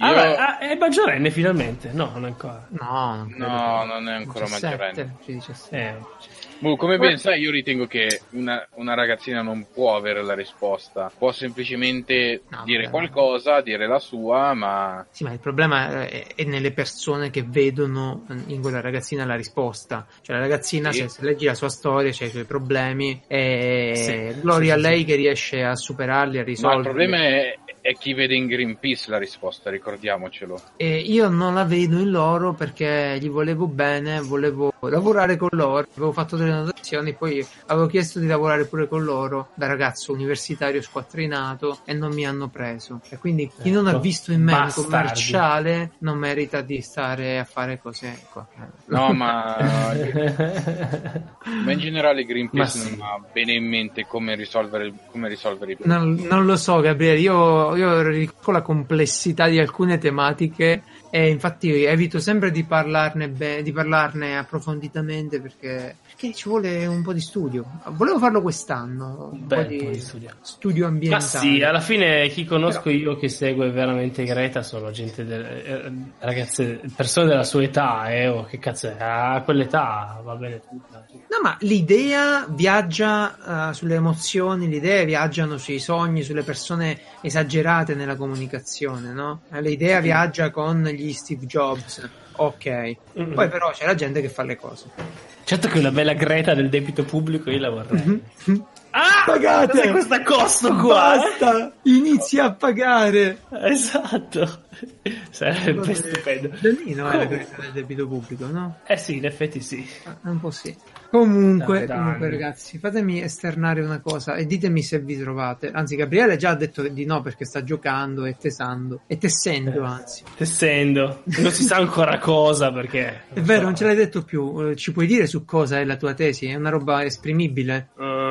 [SPEAKER 3] Allora, ah, è maggiorenne finalmente? No, non ancora.
[SPEAKER 2] No, non credo.
[SPEAKER 1] No, non è ancora
[SPEAKER 2] 17,
[SPEAKER 1] maggiorenne.
[SPEAKER 2] sì, 17.
[SPEAKER 3] Eh,
[SPEAKER 1] Boh, come ben sai, io ritengo che una, una ragazzina non può avere la risposta. Può semplicemente
[SPEAKER 2] No,
[SPEAKER 1] dire
[SPEAKER 2] vabbè.
[SPEAKER 1] qualcosa, dire la sua, ma
[SPEAKER 2] Sì, ma il problema eh, è, è nelle persone che vedono eh, in quella ragazzina la risposta. Cioè, la ragazzina,
[SPEAKER 1] Sì.
[SPEAKER 2] se, se leggi la sua storia, c'è i suoi problemi, e
[SPEAKER 3] Sì,
[SPEAKER 2] gloria
[SPEAKER 3] sì,
[SPEAKER 2] a
[SPEAKER 3] sì,
[SPEAKER 2] lei
[SPEAKER 3] sì.
[SPEAKER 2] che riesce a superarli, a
[SPEAKER 1] No, il
[SPEAKER 2] risolverli.
[SPEAKER 1] problema è, è chi vede in Greenpeace la risposta, ricordiamocelo.
[SPEAKER 2] E io non la vedo in loro perché gli volevo bene, volevo lavorare con loro, avevo fatto delle notazioni, poi avevo chiesto di lavorare pure con loro da ragazzo universitario squattrinato e non mi hanno preso. E quindi chi non ha
[SPEAKER 3] Ecco,
[SPEAKER 2] visto in me un
[SPEAKER 3] bastardi.
[SPEAKER 2] commerciale non merita di stare a fare cose ecco. qua.
[SPEAKER 1] No, ma,
[SPEAKER 2] (laughs)
[SPEAKER 1] ma in generale
[SPEAKER 3] Ma
[SPEAKER 1] Greenpeace
[SPEAKER 3] sì.
[SPEAKER 1] non ha bene in mente come risolvere, come risolvere i problemi.
[SPEAKER 2] Non, non lo so, Gabriele. Io, io riconosco la complessità di alcune tematiche e infatti evito sempre di parlarne, be- di parlarne approfonditamente perché, perché ci vuole un po' di studio. Volevo farlo quest'anno, un
[SPEAKER 3] Bel
[SPEAKER 2] po' di
[SPEAKER 3] po' di studio.
[SPEAKER 2] studio
[SPEAKER 3] Ma
[SPEAKER 2] ambientale.
[SPEAKER 3] sì, alla fine chi conosco io che segue veramente Greta sono gente, de- eh, ragazze, persone della sua età, eh, o che cazzo è, a quell'età va bene tutta.
[SPEAKER 2] No, ma l'idea viaggia eh, sulle emozioni, le idee viaggiano sui sogni, sulle persone esagerate nella comunicazione, no? Eh, L'idea viaggia con gli Steve Jobs, ok.
[SPEAKER 3] Mm.
[SPEAKER 2] Poi però c'è la gente che fa le cose.
[SPEAKER 3] Certo che una bella Greta del debito pubblico io la vorrei. (laughs)
[SPEAKER 2] Mm-hmm.
[SPEAKER 3] Ah!
[SPEAKER 2] Pagate!
[SPEAKER 3] Cos'è questo accosto qua? eh?
[SPEAKER 2] Basta! Inizia a pagare!
[SPEAKER 3] Esatto, sarebbe stupendo.
[SPEAKER 2] Danino era
[SPEAKER 3] Comunque-
[SPEAKER 2] questo del debito pubblico, no?
[SPEAKER 3] Eh sì, in effetti sì.
[SPEAKER 2] Ah, Un po' sì. Comunque,
[SPEAKER 3] Dai, dai.
[SPEAKER 2] comunque, ragazzi, fatemi esternare una cosa e ditemi se vi trovate. Anzi, Gabriele già ha detto di no perché sta giocando e tesando. E
[SPEAKER 3] Eh,
[SPEAKER 2] tessendo, anzi.
[SPEAKER 3] Essendo, non si sa ancora cosa perché...
[SPEAKER 2] È vero, non ce l'hai detto più. Eh, Ci puoi dire su cosa è la tua tesi? È una roba esprimibile?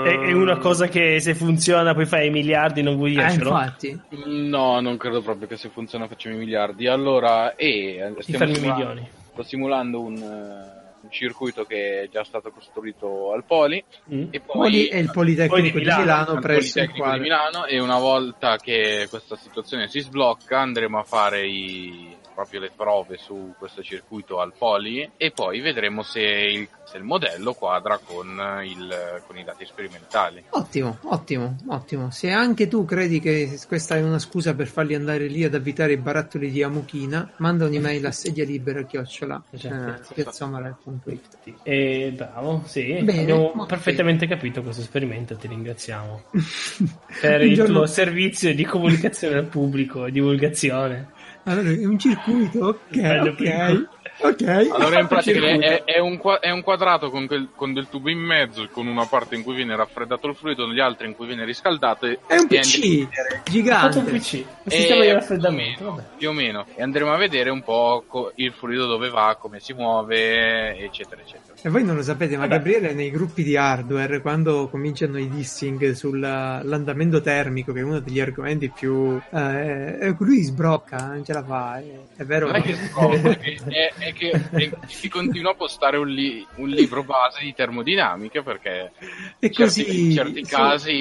[SPEAKER 3] È, è una cosa che se funziona poi fai i miliardi, non vuoi
[SPEAKER 2] Ah,
[SPEAKER 3] dircelo.
[SPEAKER 2] infatti.
[SPEAKER 1] Ehm, No, non credo proprio che se funziona facciamo i miliardi. Allora, e
[SPEAKER 3] Ti fermi i
[SPEAKER 1] simula-
[SPEAKER 3] milioni.
[SPEAKER 1] sto simulando un, eh, un circuito che è già stato costruito al Poli.
[SPEAKER 3] Mm.
[SPEAKER 1] E poi
[SPEAKER 2] Poli è il Politecnico
[SPEAKER 3] poi
[SPEAKER 2] di
[SPEAKER 3] di
[SPEAKER 2] Milano,
[SPEAKER 3] Milano,
[SPEAKER 1] al
[SPEAKER 2] presso il
[SPEAKER 1] Politecnico
[SPEAKER 2] quale...
[SPEAKER 1] di Milano e una volta che questa situazione si sblocca andremo a fare i- proprio le prove su questo circuito al poli e poi vedremo se il, se il modello quadra con, il- con i dati sperimentali.
[SPEAKER 2] Ottimo, ottimo, ottimo. Se anche tu credi che questa è una scusa per farli andare lì ad avvitare i barattoli di Amuchina, manda un'email a sedia libera chiocciola eh,
[SPEAKER 3] Certo.
[SPEAKER 2] piazzamara.it.
[SPEAKER 3] E bravo, sì,
[SPEAKER 2] Bene,
[SPEAKER 3] abbiamo
[SPEAKER 2] molto
[SPEAKER 3] perfettamente capito questo esperimento, ti ringraziamo (laughs)
[SPEAKER 2] (laughs)
[SPEAKER 3] per
[SPEAKER 2] Un
[SPEAKER 3] il
[SPEAKER 2] giorno-
[SPEAKER 3] tuo servizio di comunicazione al pubblico e divulgazione.
[SPEAKER 2] Allora, è un circuito, ok,
[SPEAKER 3] Bello
[SPEAKER 2] ok.
[SPEAKER 3] piccolo.
[SPEAKER 2] Ok.
[SPEAKER 1] Allora in
[SPEAKER 3] Fatto il
[SPEAKER 1] pratica è,
[SPEAKER 3] circuito.
[SPEAKER 1] è un, qua- è un quadrato con, quel- con del tubo in mezzo e con una parte in cui viene raffreddato il fluido, gli altri in cui viene riscaldato. e-
[SPEAKER 2] È un
[SPEAKER 1] e andiamo-
[SPEAKER 2] PC
[SPEAKER 3] Ho fatto
[SPEAKER 2] gigante.
[SPEAKER 3] un PC,
[SPEAKER 1] Eh,
[SPEAKER 3] un sistema di
[SPEAKER 1] più o
[SPEAKER 3] raffreddamento.
[SPEAKER 1] meno,
[SPEAKER 3] vabbè.
[SPEAKER 1] Più o meno. E andremo a vedere un po' co- il fluido dove va, come si muove, eccetera, eccetera.
[SPEAKER 2] E voi non lo sapete, ma
[SPEAKER 1] Eh
[SPEAKER 3] Vabbè.
[SPEAKER 2] Gabriele nei gruppi di hardware, quando cominciano i dissing sull'andamento termico, che è uno degli argomenti eh, (laughs) più... eh, lui sbrocca, non ce la fa. È, è vero.
[SPEAKER 1] Non è che scopre, è, è è che è-
[SPEAKER 2] (laughs)
[SPEAKER 1] si continua a postare un, li- un libro base di termodinamica perché
[SPEAKER 2] E
[SPEAKER 1] in certi,
[SPEAKER 2] così-
[SPEAKER 1] in certi
[SPEAKER 2] sì.
[SPEAKER 1] casi...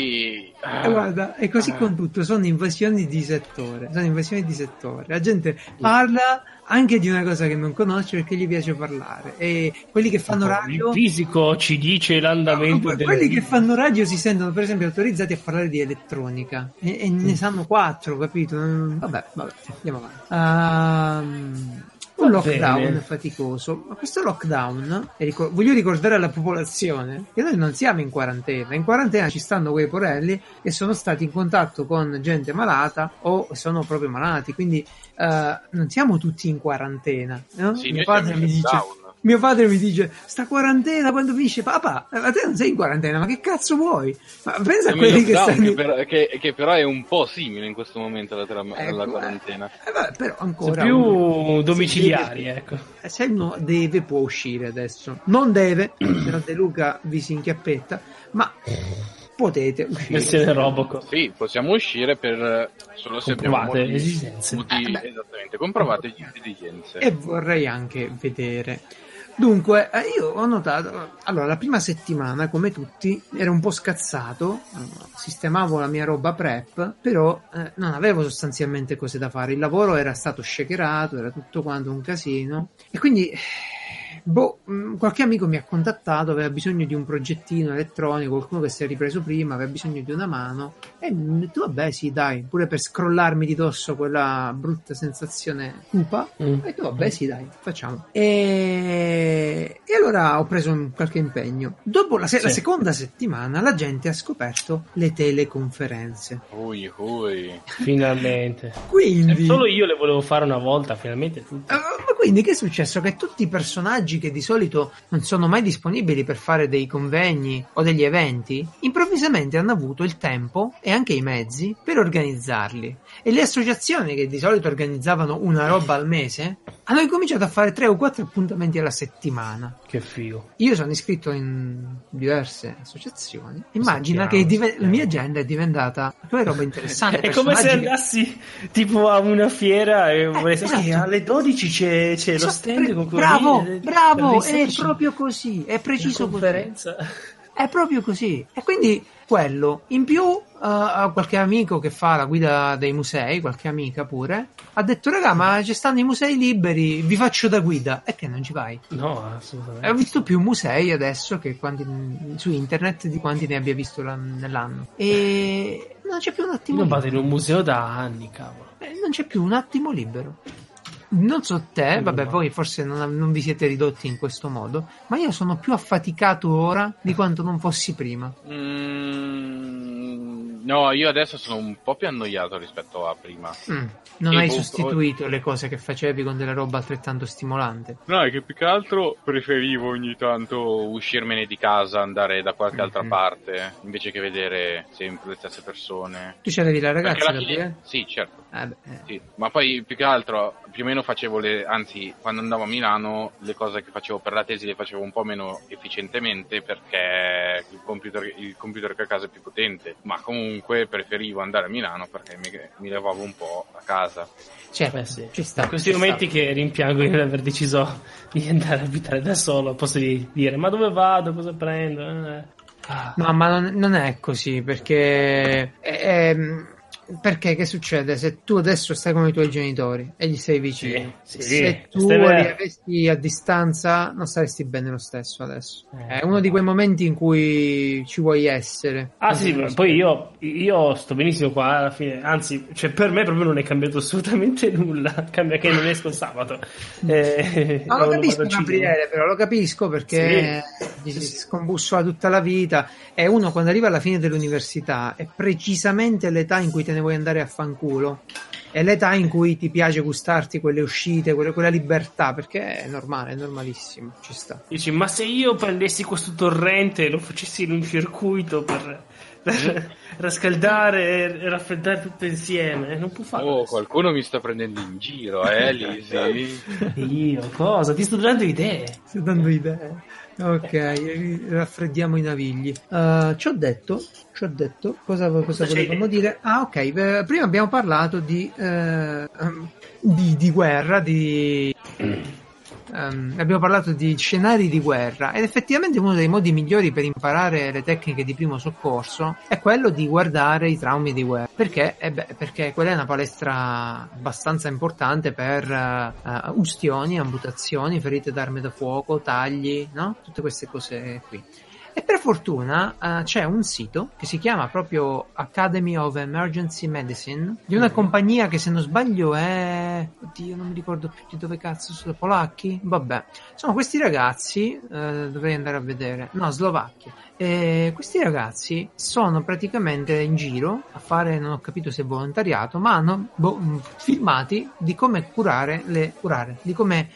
[SPEAKER 2] E guarda, è così
[SPEAKER 1] Ah.
[SPEAKER 2] con tutto, sono invasioni di settore, sono invasioni di settore. La gente parla anche di una cosa che non conosce perché gli piace parlare e quelli che fanno radio
[SPEAKER 3] Il fisico ci dice l'andamento
[SPEAKER 2] Que-
[SPEAKER 3] del
[SPEAKER 2] quelli che fanno radio si sentono per esempio autorizzati a parlare di elettronica e, e ne sanno quattro capito Mm, vabbè vabbè andiamo avanti Ehm, un
[SPEAKER 3] Va
[SPEAKER 2] lockdown
[SPEAKER 3] bene.
[SPEAKER 2] faticoso ma questo lockdown e ricor- voglio ricordare alla popolazione che noi non siamo in quarantena in quarantena ci stanno quei porelli che sono stati in contatto con gente malata o sono proprio malati quindi eh, non siamo tutti in quarantena no?
[SPEAKER 1] Sì,
[SPEAKER 2] mio
[SPEAKER 1] noi
[SPEAKER 2] padre
[SPEAKER 1] siamo
[SPEAKER 2] mi
[SPEAKER 1] in
[SPEAKER 2] dice
[SPEAKER 1] lockdown.
[SPEAKER 2] mio padre mi dice: Sta quarantena quando finisce, papà, ma te non sei in quarantena, ma che cazzo vuoi? Ma pensa a
[SPEAKER 1] Siamo
[SPEAKER 2] (laughs)
[SPEAKER 1] in
[SPEAKER 2] quelli che
[SPEAKER 1] lockdown,
[SPEAKER 2] stanno.
[SPEAKER 1] che, però, che- che però è un po' simile in questo momento alla, tra- alla
[SPEAKER 2] Ecco, eh.
[SPEAKER 1] quarantena.
[SPEAKER 2] Eh, vabbè, però
[SPEAKER 3] sono
[SPEAKER 2] ancora. uno-
[SPEAKER 3] più domiciliari,
[SPEAKER 2] Sì,
[SPEAKER 3] ecco.
[SPEAKER 2] eh, Se uno deve, può uscire adesso. Non deve, (clears throat) se no De Luca vi si inchiappetta, ma potete uscire.
[SPEAKER 3] Versione Robocop.
[SPEAKER 1] Sì, possiamo uscire per solo se abbiamo
[SPEAKER 3] Comprovate
[SPEAKER 1] motivi-
[SPEAKER 3] esigenze.
[SPEAKER 1] motivi-
[SPEAKER 2] Eh, beh. Eh.
[SPEAKER 1] esattamente, comprovate le esigenze.
[SPEAKER 2] E vorrei anche vedere. Dunque, eh, io ho notato, allora la prima settimana, come tutti, ero un po' scazzato, eh, sistemavo la mia roba prep, però eh, non avevo sostanzialmente cose da fare, il lavoro era stato shakerato, era tutto quanto un casino e quindi eh, boh, mh, qualche amico mi ha contattato, aveva bisogno di un progettino elettronico, qualcuno che si è ripreso prima, aveva bisogno di una mano e mi ho detto vabbè sì dai, pure per scrollarmi di dosso quella brutta sensazione cupa
[SPEAKER 3] Mm.
[SPEAKER 2] ho detto, vabbè, sì, dai, facciamo. E... e allora ho preso un- qualche impegno. Dopo la, se- la
[SPEAKER 3] Sì.
[SPEAKER 2] seconda settimana, la gente ha scoperto le teleconferenze.
[SPEAKER 1] Ui, ui.
[SPEAKER 3] Finalmente.
[SPEAKER 2] Quindi.
[SPEAKER 3] Solo io le volevo fare una volta, finalmente tutte.
[SPEAKER 2] Eh, Ma quindi che è successo? Che tutti i personaggi che di solito non sono mai disponibili per fare dei convegni o degli eventi, improvvisamente hanno avuto il tempo e anche i mezzi per organizzarli. E le associazioni che di solito organizzavano una roba al mese hanno incominciato a fare tre o quattro appuntamenti alla settimana.
[SPEAKER 3] Che figo.
[SPEAKER 2] Io sono iscritto in diverse associazioni. Immagina
[SPEAKER 3] Sappiamo,
[SPEAKER 2] che dive-
[SPEAKER 3] sappiamo.
[SPEAKER 2] la mia agenda è diventata una
[SPEAKER 3] (laughs)
[SPEAKER 2] roba interessante.
[SPEAKER 3] È come se
[SPEAKER 2] personaggi che-
[SPEAKER 3] andassi tipo a una fiera e volessi
[SPEAKER 2] esatto.
[SPEAKER 3] Eh, "Sì, alle 12 c'è, c'è lo
[SPEAKER 2] Esatto,
[SPEAKER 3] stand
[SPEAKER 2] pre-
[SPEAKER 3] con quello
[SPEAKER 2] bravo,
[SPEAKER 3] lì, eh,
[SPEAKER 2] bravo,
[SPEAKER 3] per
[SPEAKER 2] è
[SPEAKER 3] riserci,
[SPEAKER 2] proprio così, è preciso così.
[SPEAKER 3] la conferenza.
[SPEAKER 2] È proprio così. E quindi quello. In più, eh, a qualche amico che fa la guida dei musei, qualche amica pure, ha detto: Raga, ma ci stanno i musei liberi, vi faccio da guida. E che non ci vai?
[SPEAKER 3] No,
[SPEAKER 2] Eh, Ho
[SPEAKER 3] assolutamente.
[SPEAKER 2] visto più musei adesso che quanti- su internet di quanti ne abbia visto l'an- nell'anno. E non c'è più un
[SPEAKER 3] Io
[SPEAKER 2] attimo
[SPEAKER 3] non
[SPEAKER 2] libero.
[SPEAKER 3] vado in un museo da anni, cavolo.
[SPEAKER 2] Eh, Non c'è più un attimo libero. Non so te, vabbè,
[SPEAKER 3] No.
[SPEAKER 2] voi forse non, non vi siete ridotti in questo modo, ma io sono più affaticato ora di quanto non fossi prima.
[SPEAKER 1] Mm, no, io adesso sono un po' più annoiato rispetto a prima.
[SPEAKER 2] Mm, Non
[SPEAKER 1] Sì,
[SPEAKER 2] hai
[SPEAKER 1] boh,
[SPEAKER 2] sostituito le cose che facevi con della roba altrettanto stimolante.
[SPEAKER 1] No, è che più che altro preferivo ogni tanto uscirmene di casa, andare da qualche altra
[SPEAKER 2] Mhm.
[SPEAKER 1] parte, invece che vedere sempre le stesse persone.
[SPEAKER 2] Tu c'avevi la
[SPEAKER 1] Perché
[SPEAKER 2] ragazza,
[SPEAKER 1] alla fine-
[SPEAKER 2] Gabriele?
[SPEAKER 1] Sì, certo.
[SPEAKER 2] Eh, beh, eh.
[SPEAKER 1] Sì, ma poi più che altro più o meno facevo le, anzi quando andavo a Milano le cose che facevo per la tesi le facevo un po' meno efficientemente perché il computer, il computer che ho a casa è più potente, ma comunque preferivo andare a Milano perché mi, mi levavo un po' a casa.
[SPEAKER 2] Certo,
[SPEAKER 3] Beh, sì.
[SPEAKER 2] ci sta.
[SPEAKER 3] In questi
[SPEAKER 2] ci
[SPEAKER 3] momenti che rimpiango di non aver deciso di andare a abitare da solo, posso di- dire ma dove vado, cosa prendo? Eh. Ah.
[SPEAKER 2] No, ma non, non è così perché. ehm, perché che succede? Se tu adesso stai con i tuoi genitori e gli stai vicino,
[SPEAKER 3] Sì, sì,
[SPEAKER 2] se tu
[SPEAKER 3] stai
[SPEAKER 2] li
[SPEAKER 3] bene.
[SPEAKER 2] avessi a distanza non saresti bene lo stesso adesso.
[SPEAKER 3] Eh.
[SPEAKER 2] è uno di quei momenti in cui ci vuoi essere.
[SPEAKER 3] Ah
[SPEAKER 2] Non
[SPEAKER 3] sì,
[SPEAKER 2] so
[SPEAKER 3] ma
[SPEAKER 2] se-
[SPEAKER 3] poi io, io sto benissimo qua alla fine, anzi, cioè per me proprio non è cambiato (laughs) assolutamente nulla, cambia che non esco il (laughs) sabato. Eh, (laughs)
[SPEAKER 2] Ma lo
[SPEAKER 3] non
[SPEAKER 2] capisco
[SPEAKER 3] vado al
[SPEAKER 2] Gabriele, però lo capisco perché gli si scombussola tutta la vita e uno quando arriva alla fine dell'università è precisamente l'età in cui te ne vuoi andare a fanculo, è l'età in cui ti piace gustarti quelle uscite, quelle- quella libertà, perché è normale, è normalissimo, ci sta.
[SPEAKER 3] cinema. Dici, ma se io prendessi questo torrente e lo facessi in un circuito per, (laughs) per rascaldare e raffreddare tutto insieme, eh, non può farlo.
[SPEAKER 1] Oh,
[SPEAKER 3] adesso.
[SPEAKER 1] qualcuno mi sta prendendo in giro, (laughs) eh, Lisi.
[SPEAKER 3] (laughs) Io cosa? Ti sto dando idee.
[SPEAKER 2] Sto dando idee. Eh, Ok, raffreddiamo i navigli. Eh, ci ho detto, ci ho detto cosa, cosa
[SPEAKER 3] c'hai
[SPEAKER 2] volevamo
[SPEAKER 3] detto?
[SPEAKER 2] dire. Ah, ok. eh, prima abbiamo parlato di, eh, ehm, di, di guerra, di, ehm, abbiamo parlato di scenari di guerra ed effettivamente uno dei modi migliori per imparare le tecniche di primo soccorso è quello di guardare i traumi di guerra. Perché? Eh beh, perché quella è una palestra abbastanza importante per eh, eh, ustioni, amputazioni, ferite d'arme da fuoco, tagli, no? Tutte queste cose qui. E per fortuna eh, c'è un sito che si chiama proprio Academy of Emergency Medicine di una compagnia che se non sbaglio è... Oddio, non mi ricordo più di dove cazzo sono, polacchi? Vabbè. Sono questi ragazzi, eh, dovrei andare a vedere, no, slovacchi. E Eh, questi ragazzi sono praticamente in giro a fare, non ho capito se volontariato, ma hanno boh, mh, filmati di come curare le curare, di come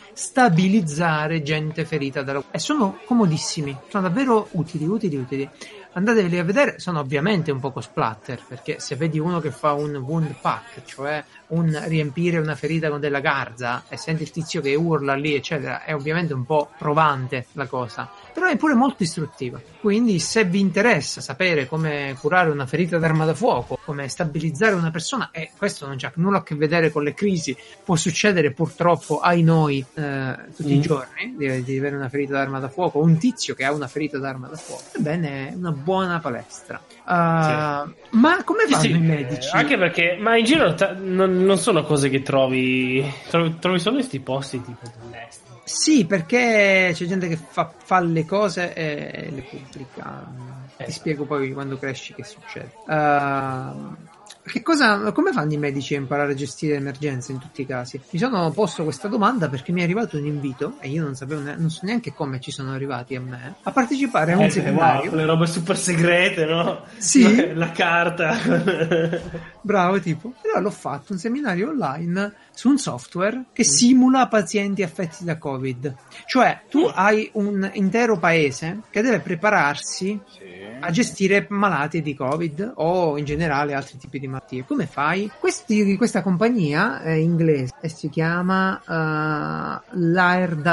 [SPEAKER 2] stabilizzare gente ferita dalla e sono comodissimi, sono davvero utili, utili, utili. Andateveli a vedere, sono ovviamente un poco splatter, perché se vedi uno che fa un wound pack, cioè un riempire una ferita con della garza e senti il tizio che urla lì, eccetera, è ovviamente un po' provante la cosa, però è pure molto istruttiva. Quindi se vi interessa sapere come curare una ferita d'arma da fuoco, come stabilizzare una persona, e questo non c'ha nulla a che vedere con le crisi, può succedere purtroppo ai noi eh, tutti i
[SPEAKER 3] Mm.
[SPEAKER 2] giorni di, di avere una ferita d'arma da fuoco, o un tizio che ha una ferita d'arma da fuoco, ebbene è una buona palestra. Ah, Ma come
[SPEAKER 3] Sì,
[SPEAKER 2] fanno
[SPEAKER 3] sì,
[SPEAKER 2] i medici?
[SPEAKER 3] eh, Anche perché, ma in giro ta- non, non sono cose che trovi, trovi, trovi solo in questi posti tipo dell'est.
[SPEAKER 2] Sì, perché c'è gente che fa, fa le cose e le pubblica. Ti
[SPEAKER 3] Esatto.
[SPEAKER 2] spiego poi quando cresci che succede. Ehm, che cosa, come fanno i medici a imparare a gestire emergenze in tutti i casi? Mi sono posto questa domanda perché mi è arrivato un invito, e io non sapevo ne- non so neanche come ci sono arrivati a me, a partecipare a un
[SPEAKER 3] Eh, wow,
[SPEAKER 2] seminario.
[SPEAKER 3] le robe super segrete, no?
[SPEAKER 2] Sì.
[SPEAKER 3] La carta. (laughs)
[SPEAKER 2] Bravo, tipo. Allora l'ho fatto un seminario online su un software che simula pazienti affetti da Covid. Cioè, tu hai un intero paese che deve prepararsi
[SPEAKER 1] Sì.
[SPEAKER 2] a gestire malati di Covid o in generale altri tipi di malattie. Come fai? Questi- questa compagnia è inglese e si chiama eh,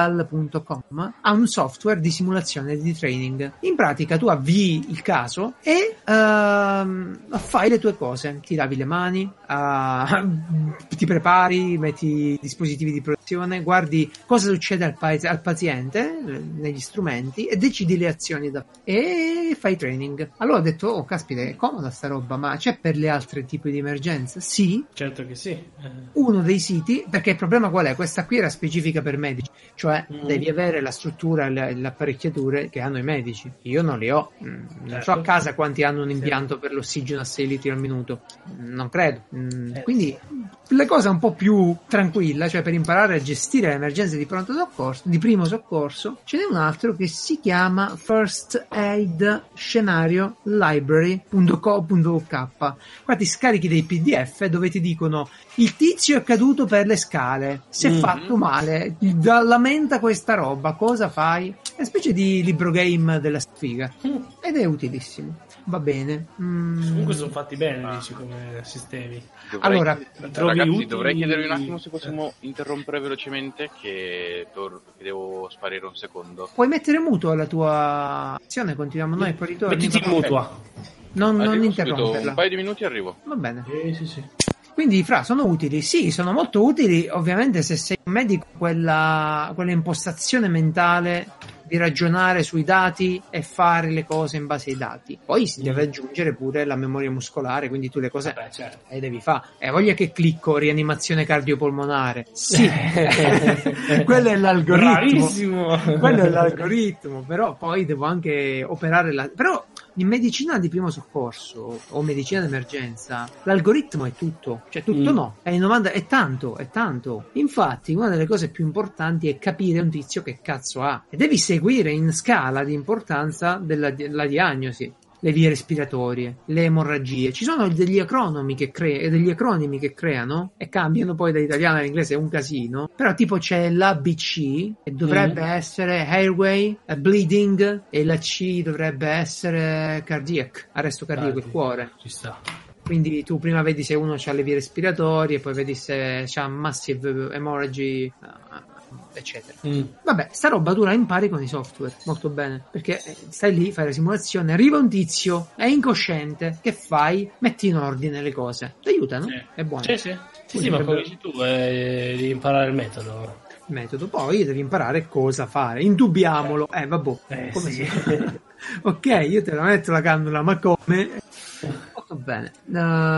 [SPEAKER 2] lairdal.com. Ha un software di simulazione e di training. In pratica tu avvii il caso e ehm, fai le tue cose. Ti lavi le mani, ah, (laughs) ti prepari, metti dispositivi di protezione, guardi cosa succede al, paese- al paziente eh, negli strumenti e decidi le azioni da e fai training. Allora ho detto, oh caspita, è comoda sta roba, ma c'è per le altre tipi di emergenza? Sì,
[SPEAKER 3] certo che sì. Eh,
[SPEAKER 2] uno dei siti, perché il problema qual è? Questa qui era specifica per medici, cioè
[SPEAKER 3] Mm.
[SPEAKER 2] devi avere la struttura e le, le apparecchiature che hanno i medici. Io non le ho, Mm, non so
[SPEAKER 3] Certo.
[SPEAKER 2] a casa quanti hanno un
[SPEAKER 3] Sì.
[SPEAKER 2] impianto per l'ossigeno a 6 litri al minuto, Mm, non credo. Mm,
[SPEAKER 3] Eh,
[SPEAKER 2] Quindi la cosa un po' più tranquilla, cioè per imparare a gestire le emergenze di pronto soccorso, di primo soccorso, ce n'è un altro che si chiama First Aid Scenario Library.co.k. Qua ti scarichi dei PDF dove ti dicono il tizio è caduto per le scale, si è
[SPEAKER 3] Mhm.
[SPEAKER 2] fatto male, ti da- lamenta questa roba, cosa fai? È una specie di libro game della sfiga
[SPEAKER 3] mm.
[SPEAKER 2] ed è utilissimo. Va bene. Mm.
[SPEAKER 3] Comunque sono fatti bene, dici, come sistemi.
[SPEAKER 1] Dovrei-
[SPEAKER 2] Allora,
[SPEAKER 3] trovi
[SPEAKER 1] Ah. ragazzi,
[SPEAKER 3] utili-
[SPEAKER 1] dovrei chiedervi un attimo se
[SPEAKER 2] Eh.
[SPEAKER 3] Eh.
[SPEAKER 1] possiamo interrompere velocemente che, tor- che devo sparire un secondo.
[SPEAKER 2] Puoi mettere muto la tua azione, continuiamo noi, poi ritorni.
[SPEAKER 3] Mettiti in
[SPEAKER 2] Va-
[SPEAKER 3] mutua.
[SPEAKER 2] Non, non
[SPEAKER 1] Arrivo subito,
[SPEAKER 2] interromperla.
[SPEAKER 1] un paio di minuti arrivo.
[SPEAKER 2] Va bene.
[SPEAKER 3] Eh, sì, sì.
[SPEAKER 2] Quindi, Fra, sono utili? Sì, sono molto utili. Ovviamente, se sei un medico, quella, quella impostazione mentale di ragionare sui dati e fare le cose in base ai dati. Poi si deve aggiungere pure la memoria muscolare, quindi tu le cose
[SPEAKER 3] Vabbè, certo.
[SPEAKER 2] e devi fare. E voglia che clicco rianimazione cardiopolmonare.
[SPEAKER 3] (laughs)
[SPEAKER 2] Sì, (laughs) quello è l'algoritmo.
[SPEAKER 3] (laughs) Bravissimo.
[SPEAKER 2] quello è l'algoritmo, però poi devo anche operare la... Però in medicina di primo soccorso o medicina d'emergenza l'algoritmo è tutto, cioè tutto
[SPEAKER 3] Mm.
[SPEAKER 2] no, è, il 90 è tanto, è tanto. Infatti una delle cose più importanti è capire un tizio che cazzo ha e devi seguire in scala di importanza della di- la diagnosi. Le vie respiratorie, le emorragie, ci sono degli acronimi che, cre- degli acronimi che creano e cambiano poi da italiano all'inglese, è un casino. Però, tipo, c'è l'ABC e dovrebbe
[SPEAKER 3] Mm.
[SPEAKER 2] essere airway, eh, bleeding e la C dovrebbe essere cardiac, arresto cardiaco, il
[SPEAKER 3] Dai,
[SPEAKER 2] cuore.
[SPEAKER 3] Ci sta.
[SPEAKER 2] Quindi tu prima vedi se uno ha le vie respiratorie, poi vedi se ha massive hemorrhage, eh, eccetera.
[SPEAKER 3] Mm.
[SPEAKER 2] Vabbè, sta roba tu la impari con i software, molto bene, perché eh, stai lì, fai la simulazione, arriva un tizio, è incosciente, che fai? Metti in ordine le cose, ti aiutano,
[SPEAKER 3] Sì.
[SPEAKER 2] è buono.
[SPEAKER 3] Sì, sì. Sì, sì, ma come dici tu, eh, devi imparare il metodo.
[SPEAKER 2] metodo, poi devi imparare cosa fare. Indubbiamolo. Eh, vabbè.
[SPEAKER 3] Eh,
[SPEAKER 2] come
[SPEAKER 3] sì. (laughs)
[SPEAKER 2] si- ok, io te la metto la cannula, ma come? Molto bene.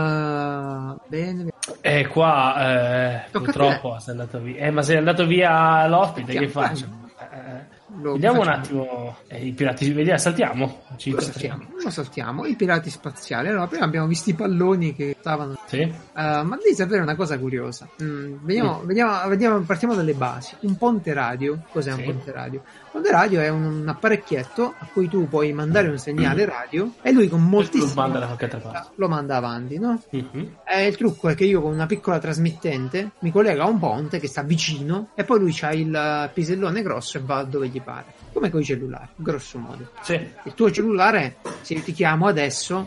[SPEAKER 2] No, bene. bene.
[SPEAKER 3] E qua eh,
[SPEAKER 2] Tocca a te.
[SPEAKER 3] purtroppo sei andato via. Eh, ma sei andato via l'ospite, che
[SPEAKER 2] Che
[SPEAKER 3] faccio? Eh,
[SPEAKER 2] Lo
[SPEAKER 3] vediamo un
[SPEAKER 2] facciamo.
[SPEAKER 3] attimo. Eh, I pirati, vediamo, saltiamo. Ci
[SPEAKER 2] Lo saltiamo, lo saltiamo. I pirati spaziali. Allora, prima abbiamo visto i palloni che stavano.
[SPEAKER 3] Sì.
[SPEAKER 2] Eh, ma devi sapere una cosa curiosa. Mm, vediamo, vediamo- vediamo- partiamo dalle basi. Un ponte radio. Cos'è
[SPEAKER 3] Sì.
[SPEAKER 2] un ponte radio? Un ponte radio è un, un apparecchietto a cui tu puoi mandare un segnale radio e lui con moltissimi.
[SPEAKER 3] manda da qualche altra parte.
[SPEAKER 2] Lo manda avanti, no?
[SPEAKER 3] Mhm.
[SPEAKER 2] Eh, il trucco è che io con una piccola trasmittente mi collego a un ponte che sta vicino e poi lui c'ha il eh, pisellone grosso e va dove gli pare. Come con i cellulari, grosso modo
[SPEAKER 3] Sì. Eh,
[SPEAKER 2] il tuo cellulare, se io ti chiamo adesso,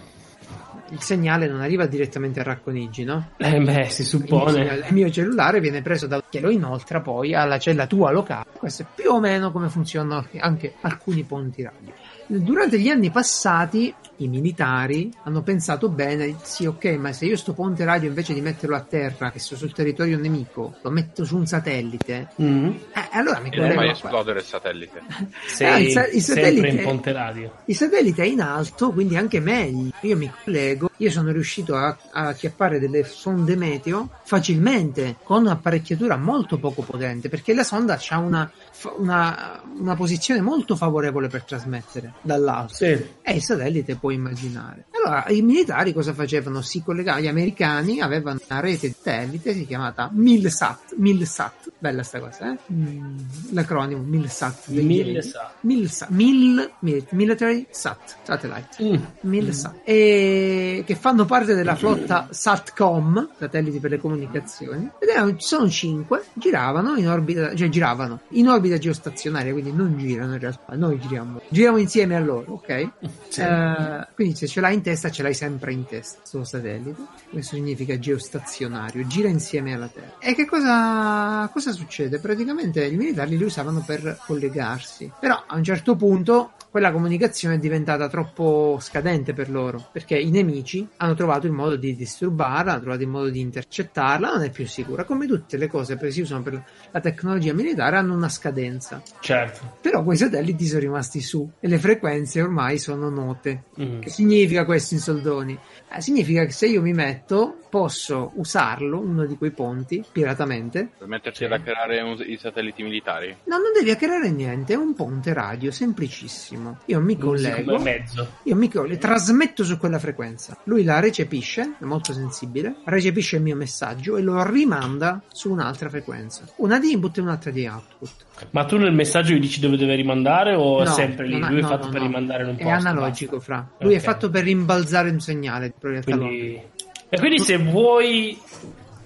[SPEAKER 2] il segnale non arriva direttamente a Racconigi, no?
[SPEAKER 3] Eh, beh, si
[SPEAKER 2] Il
[SPEAKER 3] suppone.
[SPEAKER 2] segnale- il mio cellulare viene preso da che lo inoltra poi alla cella tua locale. Questo è più o meno come funzionano anche alcuni ponti radio. Durante gli anni passati i militari hanno pensato bene, sì ok, ma se io sto ponte radio invece di metterlo a terra, che sto sul territorio nemico, lo metto su un satellite,
[SPEAKER 3] Mm.
[SPEAKER 2] eh, allora mi
[SPEAKER 1] E non fai
[SPEAKER 2] collego qua.
[SPEAKER 1] esplodere il satellite.
[SPEAKER 2] Ah,
[SPEAKER 3] Sei
[SPEAKER 2] il sa- il
[SPEAKER 3] sempre in
[SPEAKER 2] satellite-
[SPEAKER 3] Ponte Radio.
[SPEAKER 2] Il satellite è in alto, quindi anche meglio. Io mi collego, io sono riuscito a, a acchiappare delle sonde meteo facilmente, con un'apparecchiatura molto poco potente, perché la sonda ha una, fa- una- una posizione molto favorevole per trasmettere dall'alto.
[SPEAKER 3] Sì.
[SPEAKER 2] E il satellite puoi immaginare. Allora, i militari cosa facevano? Si collegavano, gli americani avevano una rete di satellite si chiamata Milsat, Milsat, bella sta cosa, eh? Mm, L'acronimo Milsat. degli
[SPEAKER 3] Mille
[SPEAKER 2] alieni.
[SPEAKER 3] sa.
[SPEAKER 2] Milsa- Mil, Mil- Military Sat, Satellite.
[SPEAKER 3] Mm.
[SPEAKER 2] Milsat, e che fanno parte della flotta SATCOM, satelliti per le comunicazioni, ed erano, sono cinque, giravano in orbita, cioè giravano in orbita geostazionaria, quindi non girano in realtà, noi giriamo, giriamo insieme a loro, ok?
[SPEAKER 3] Sì.
[SPEAKER 2] Eh, quindi se ce l'hai in testa, ce l'hai sempre in testa, sto satellite, questo significa geostazionario, gira insieme alla Terra. E che cosa, cosa succede? Praticamente i militari li usavano per collegarsi, però a un certo punto quella comunicazione è diventata troppo scadente per loro perché i nemici hanno trovato il modo di disturbarla, hanno trovato il modo di intercettarla, non è più sicura. Come tutte le cose che si usano per la tecnologia militare hanno una scadenza,
[SPEAKER 3] Certo.
[SPEAKER 2] però quei satelliti sono rimasti su e le frequenze ormai sono note.
[SPEAKER 3] Mm.
[SPEAKER 2] Che significa questo in soldoni? Eh, significa che se io mi metto posso usarlo, uno di quei ponti, piratamente,
[SPEAKER 1] Per metterti
[SPEAKER 3] Sì.
[SPEAKER 1] ad creare i satelliti militari.
[SPEAKER 2] No, non devi creare niente, è un ponte radio semplicissimo. Io mi
[SPEAKER 3] Come
[SPEAKER 2] collego,
[SPEAKER 3] mezzo.
[SPEAKER 2] io mi collego, trasmetto su quella frequenza. Lui la recepisce, è molto sensibile, recepisce il mio messaggio e lo rimanda su un'altra frequenza. Una di input e un'altra di output.
[SPEAKER 3] Ma tu nel messaggio gli dici dove deve rimandare o è
[SPEAKER 2] No,
[SPEAKER 3] Oh, sempre lì?
[SPEAKER 2] non ha-
[SPEAKER 3] Lui è
[SPEAKER 2] no,
[SPEAKER 3] fatto
[SPEAKER 2] no,
[SPEAKER 3] per
[SPEAKER 2] no.
[SPEAKER 3] rimandare in un
[SPEAKER 2] È
[SPEAKER 3] posto.
[SPEAKER 2] analogico,
[SPEAKER 3] basta.
[SPEAKER 2] fra. Lui
[SPEAKER 3] Ok.
[SPEAKER 2] è fatto per rimbalzare un segnale. in realtà lo-
[SPEAKER 3] Quindi... E quindi se vuoi...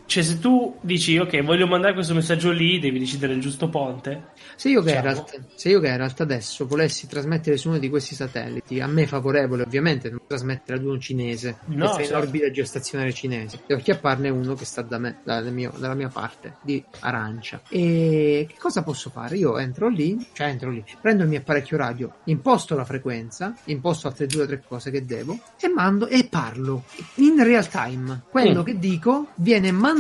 [SPEAKER 3] Cioè se tu dici ok voglio mandare questo messaggio lì devi decidere il giusto ponte.
[SPEAKER 2] Se io,
[SPEAKER 3] diciamo-
[SPEAKER 2] Geralt, se io Geralt adesso volessi trasmettere su uno di questi satelliti, a me favorevole ovviamente, non trasmettere ad uno cinese,
[SPEAKER 3] No,
[SPEAKER 2] che sta in
[SPEAKER 3] certo.
[SPEAKER 2] orbita geostazionaria cinese, devo acchiapparne uno che sta da me, dal mio- dalla mia parte, di arancia. E che cosa posso fare? Io entro lì, cioè entro lì, prendo il mio apparecchio radio, imposto la frequenza, imposto altre due o tre cose che devo, e mando e parlo in real time. Quello
[SPEAKER 3] Mm.
[SPEAKER 2] che dico viene mandato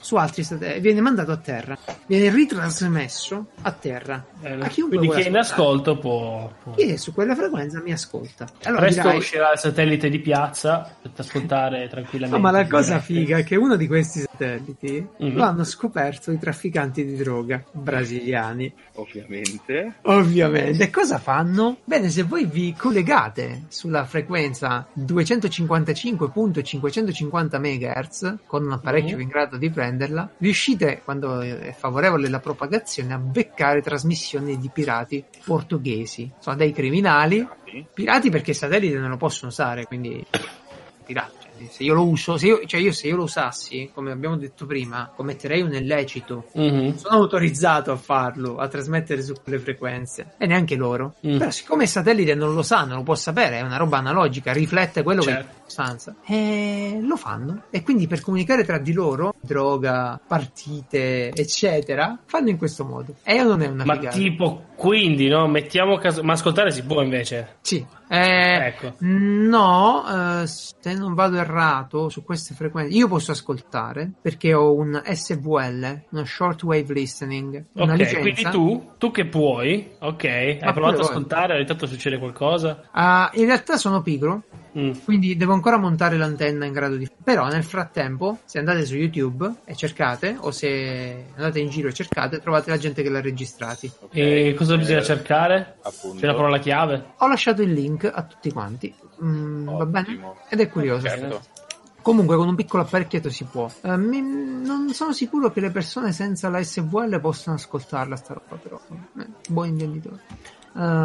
[SPEAKER 2] su altri satelliti, viene mandato a terra viene ritrasmesso a terra
[SPEAKER 3] Eh,
[SPEAKER 2] a Ah, chiunque
[SPEAKER 3] quindi
[SPEAKER 2] vuole
[SPEAKER 3] chi è in
[SPEAKER 2] ascoltare.
[SPEAKER 3] ascolto può... può-
[SPEAKER 2] Chi è su quella frequenza mi ascolta. Allora
[SPEAKER 3] Presto
[SPEAKER 2] dirai-
[SPEAKER 3] uscirà il satellite di piazza per ascoltare tranquillamente.
[SPEAKER 2] No, Ah, ma la cosa
[SPEAKER 3] Dirette.
[SPEAKER 2] figa è che uno di questi satelliti
[SPEAKER 3] Mm.
[SPEAKER 2] lo hanno scoperto i trafficanti di droga brasiliani.
[SPEAKER 1] Ovviamente.
[SPEAKER 2] Ovviamente. E cosa fanno? Bene, se voi vi collegate sulla frequenza 255.550 MHz con un apparecchio
[SPEAKER 3] Mhm.
[SPEAKER 2] in grado di prenderla, riuscite, quando è favorevole la propagazione, a beccare trasmissioni di pirati portoghesi. Sono dei criminali pirati perché i satellite non lo possono usare, quindi (coughs) pirati. Cioè, Se io lo uso, se io, cioè io se io lo usassi, come abbiamo detto prima, commetterei un illecito.
[SPEAKER 3] Mhm.
[SPEAKER 2] Sono autorizzato a farlo, a trasmettere su quelle frequenze e neanche loro.
[SPEAKER 3] Mm.
[SPEAKER 2] Però siccome il satellite non lo sa, non lo può sapere, è una roba analogica, riflette quello che è
[SPEAKER 3] Certo.
[SPEAKER 2] in sostanza. E lo fanno. E quindi per comunicare tra di loro, droga, partite, eccetera, fanno in questo modo. E non è una
[SPEAKER 3] Ma
[SPEAKER 2] figata.
[SPEAKER 3] tipo Quindi, no, mettiamo caso... Ma ascoltare si può invece.
[SPEAKER 2] Sì, eh,
[SPEAKER 3] Ecco.
[SPEAKER 2] no, eh, se non vado errato su queste frequenze, io posso ascoltare perché ho un SVL, uno shortwave listening, una
[SPEAKER 3] ok,
[SPEAKER 2] licenza.
[SPEAKER 3] quindi tu, tu che puoi, ok,
[SPEAKER 2] Ma
[SPEAKER 3] hai provato
[SPEAKER 2] pure
[SPEAKER 3] ad
[SPEAKER 2] voi.
[SPEAKER 3] ascoltare, ogni tanto succede qualcosa.
[SPEAKER 2] Ah, in realtà sono pigro,
[SPEAKER 3] Mm.
[SPEAKER 2] quindi devo ancora montare l'antenna in grado di. Però nel frattempo, se andate su YouTube e cercate, o se andate in giro e cercate, trovate la gente che l'ha registrati.
[SPEAKER 1] Ok,
[SPEAKER 3] E cosa bisogna
[SPEAKER 1] eh,
[SPEAKER 3] cercare?
[SPEAKER 1] Appunto.
[SPEAKER 3] C'è la parola chiave?
[SPEAKER 2] Ho lasciato il link a tutti quanti. Mm, va bene?
[SPEAKER 1] Ottimo.
[SPEAKER 2] Ed è curioso.
[SPEAKER 1] Certo.
[SPEAKER 2] Comunque con un piccolo apparecchietto si può. Eh, mi- non sono sicuro che le persone senza la SVL possano ascoltarla sta roba, però. eh, buon intenditore.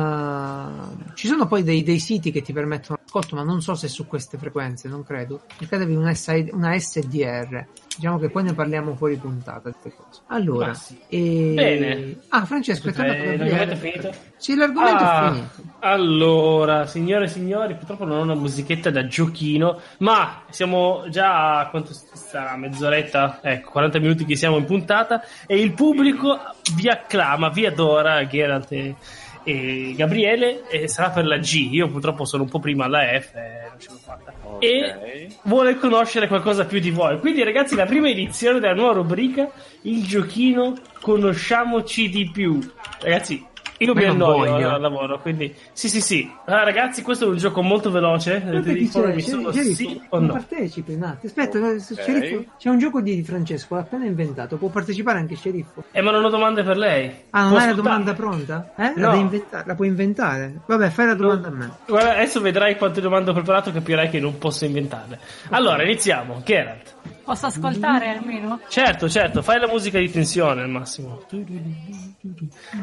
[SPEAKER 2] Eh, ci sono poi dei, dei siti che ti permettono l'ascolto, ma non so se su queste frequenze, non credo. Cercatevi una, SI una SDR. Diciamo che poi ne parliamo fuori puntata queste cose. Allora,
[SPEAKER 3] Ah, sì.
[SPEAKER 2] e-
[SPEAKER 3] Bene.
[SPEAKER 2] Ah, Francesco, è
[SPEAKER 3] Scusa,
[SPEAKER 2] tornato
[SPEAKER 3] eh,
[SPEAKER 2] Gabriele.
[SPEAKER 3] l'argomento è finito?
[SPEAKER 2] Sì, l'argomento
[SPEAKER 3] Ah,
[SPEAKER 2] è finito.
[SPEAKER 3] Allora, signore e signori, purtroppo non ho una musichetta da giochino, ma siamo già a quanto sarà mezz'oretta, ecco, 40 minuti che siamo in puntata e il pubblico vi acclama, vi adora Geralt e, e Gabriele e sarà per la G. Io purtroppo sono un po' prima alla F, eh, non ce l'ho fatta.
[SPEAKER 1] Ok.
[SPEAKER 3] E vuole conoscere qualcosa più di voi. Quindi ragazzi, la prima edizione della nuova rubrica, il giochino conosciamoci di più. Ragazzi, io
[SPEAKER 2] Ma
[SPEAKER 3] mi
[SPEAKER 2] io non
[SPEAKER 3] annoio
[SPEAKER 2] voglio.
[SPEAKER 3] al lavoro, quindi sì, sì, sì. Ah, ragazzi, questo è un gioco molto veloce. Dovete rispondere solo sì o
[SPEAKER 2] non
[SPEAKER 3] no.
[SPEAKER 2] partecipi un attimo. Aspetta,
[SPEAKER 1] Ok.
[SPEAKER 2] se- sceriffo, c'è un gioco di Francesco, l'ha appena inventato. Può partecipare anche sceriffo.
[SPEAKER 3] Eh, ma non ho domande per lei.
[SPEAKER 2] Ah, non
[SPEAKER 3] Può
[SPEAKER 2] hai la
[SPEAKER 3] ascoltare?
[SPEAKER 2] domanda pronta? Eh? La,
[SPEAKER 3] No.
[SPEAKER 2] devi inventare- la puoi inventare? Vabbè, fai la domanda a me.
[SPEAKER 3] Guarda, adesso vedrai quante domande ho preparato, capirai che non posso inventarle. Allora, iniziamo. Geralt.
[SPEAKER 4] Posso ascoltare almeno?
[SPEAKER 3] Certo, certo, fai la musica di tensione al massimo.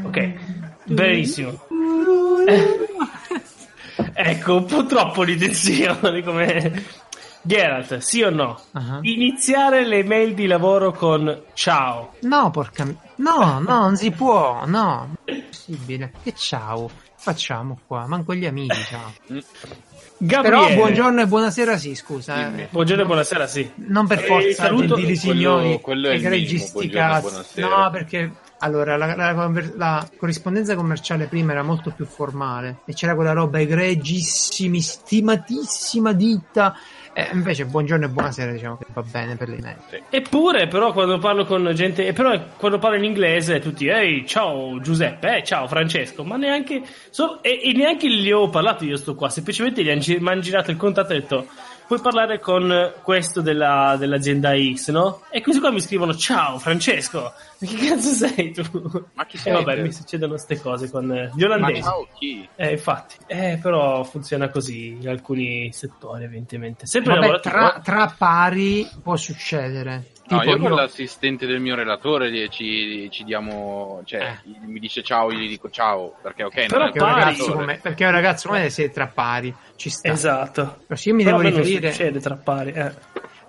[SPEAKER 3] Ok, benissimo.
[SPEAKER 2] Eh.
[SPEAKER 3] Ecco, un po' troppo di tensione come... Geralt, sì o no?
[SPEAKER 2] Ah.
[SPEAKER 3] Iniziare le mail di lavoro con ciao.
[SPEAKER 2] No, porca. mi- No, no, non si può. No, non è possibile. Che ciao. Facciamo qua, manco gli amici. Ciao.
[SPEAKER 3] Gabriele.
[SPEAKER 2] Però buongiorno e buonasera, sì, scusa.
[SPEAKER 1] Dimmi.
[SPEAKER 2] eh.
[SPEAKER 3] Buongiorno e buonasera, sì.
[SPEAKER 2] Non per
[SPEAKER 3] Eh,
[SPEAKER 2] forza,
[SPEAKER 3] saluto-
[SPEAKER 2] gentili
[SPEAKER 1] quello-
[SPEAKER 2] signori,
[SPEAKER 1] quello è il
[SPEAKER 2] egregi
[SPEAKER 1] minimo,
[SPEAKER 2] sti
[SPEAKER 1] buongiorno,
[SPEAKER 2] cazzi.
[SPEAKER 1] buonasera.
[SPEAKER 2] No, perché allora la, la conver- la corrispondenza commerciale prima era molto più formale e c'era quella roba egregissimi, stimatissima ditta. Eh, invece, buongiorno e buonasera, diciamo che va bene per le email.
[SPEAKER 3] Eppure, però, quando parlo con gente, e però quando parlo in inglese, tutti, ehi, ciao Giuseppe, eh, ciao Francesco, ma neanche, so- e, e neanche gli ho parlato io sto qua, semplicemente gli han gi- mi hanno girato il contatto e ho detto, puoi parlare con questo della- dell'azienda X, no? E così qua mi scrivono, ciao Francesco, (laughs) ma che cazzo sei tu?
[SPEAKER 1] Ma chi
[SPEAKER 3] E
[SPEAKER 1] sei?
[SPEAKER 3] vabbè, mi succedono ste cose con eh, gli
[SPEAKER 1] Ma
[SPEAKER 3] olandesi.
[SPEAKER 1] ciao chi?
[SPEAKER 3] Eh, infatti, eh, però funziona così in alcuni settori, evidentemente. Sempre
[SPEAKER 2] Vabbè,
[SPEAKER 3] lavorativo, eh.
[SPEAKER 2] tra, tra pari può succedere.
[SPEAKER 1] No,
[SPEAKER 2] Tipo,
[SPEAKER 1] io con
[SPEAKER 2] io-
[SPEAKER 1] l'assistente del mio relatore gli- ci, ci diamo, cioè, mi dice ciao, io gli dico ciao, perché ok,
[SPEAKER 3] Eh. Però
[SPEAKER 1] non è
[SPEAKER 2] perché, un
[SPEAKER 3] pari.
[SPEAKER 2] ragazzo
[SPEAKER 1] relatore.
[SPEAKER 2] come, perché un ragazzo come te sei tra pari, ci sta.
[SPEAKER 3] Esatto.
[SPEAKER 2] Però se io mi
[SPEAKER 3] Però a
[SPEAKER 2] devo
[SPEAKER 3] me non
[SPEAKER 2] riferire.
[SPEAKER 3] succede tra pari. eh.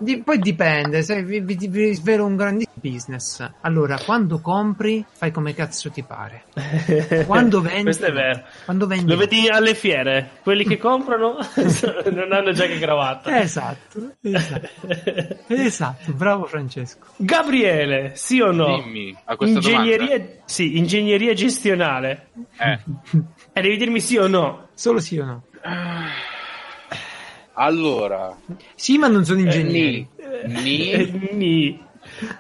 [SPEAKER 2] Di- poi dipende, se vi, vi, vi svelo un grandissimo business. Allora, quando compri, fai come cazzo ti pare. (laughs) Quando vendi,
[SPEAKER 3] Questo è
[SPEAKER 2] no.
[SPEAKER 3] vero.
[SPEAKER 2] Quando vendi,
[SPEAKER 3] Lo
[SPEAKER 2] no.
[SPEAKER 3] vedi alle fiere, quelli che comprano (laughs) non hanno giacca e cravatta.
[SPEAKER 2] Esatto, esatto, esatto, bravo Francesco.
[SPEAKER 3] (laughs) Gabriele, sì o no?
[SPEAKER 1] Dimmi a questa
[SPEAKER 3] Ingegneria, sì, ingegneria gestionale.
[SPEAKER 1] domanda. Eh,
[SPEAKER 3] E devi dirmi sì o no.
[SPEAKER 2] Solo sì o no?
[SPEAKER 1] allora,
[SPEAKER 2] Sì, ma non sono ingegneri.
[SPEAKER 1] ni, ni,
[SPEAKER 3] Eh, ni.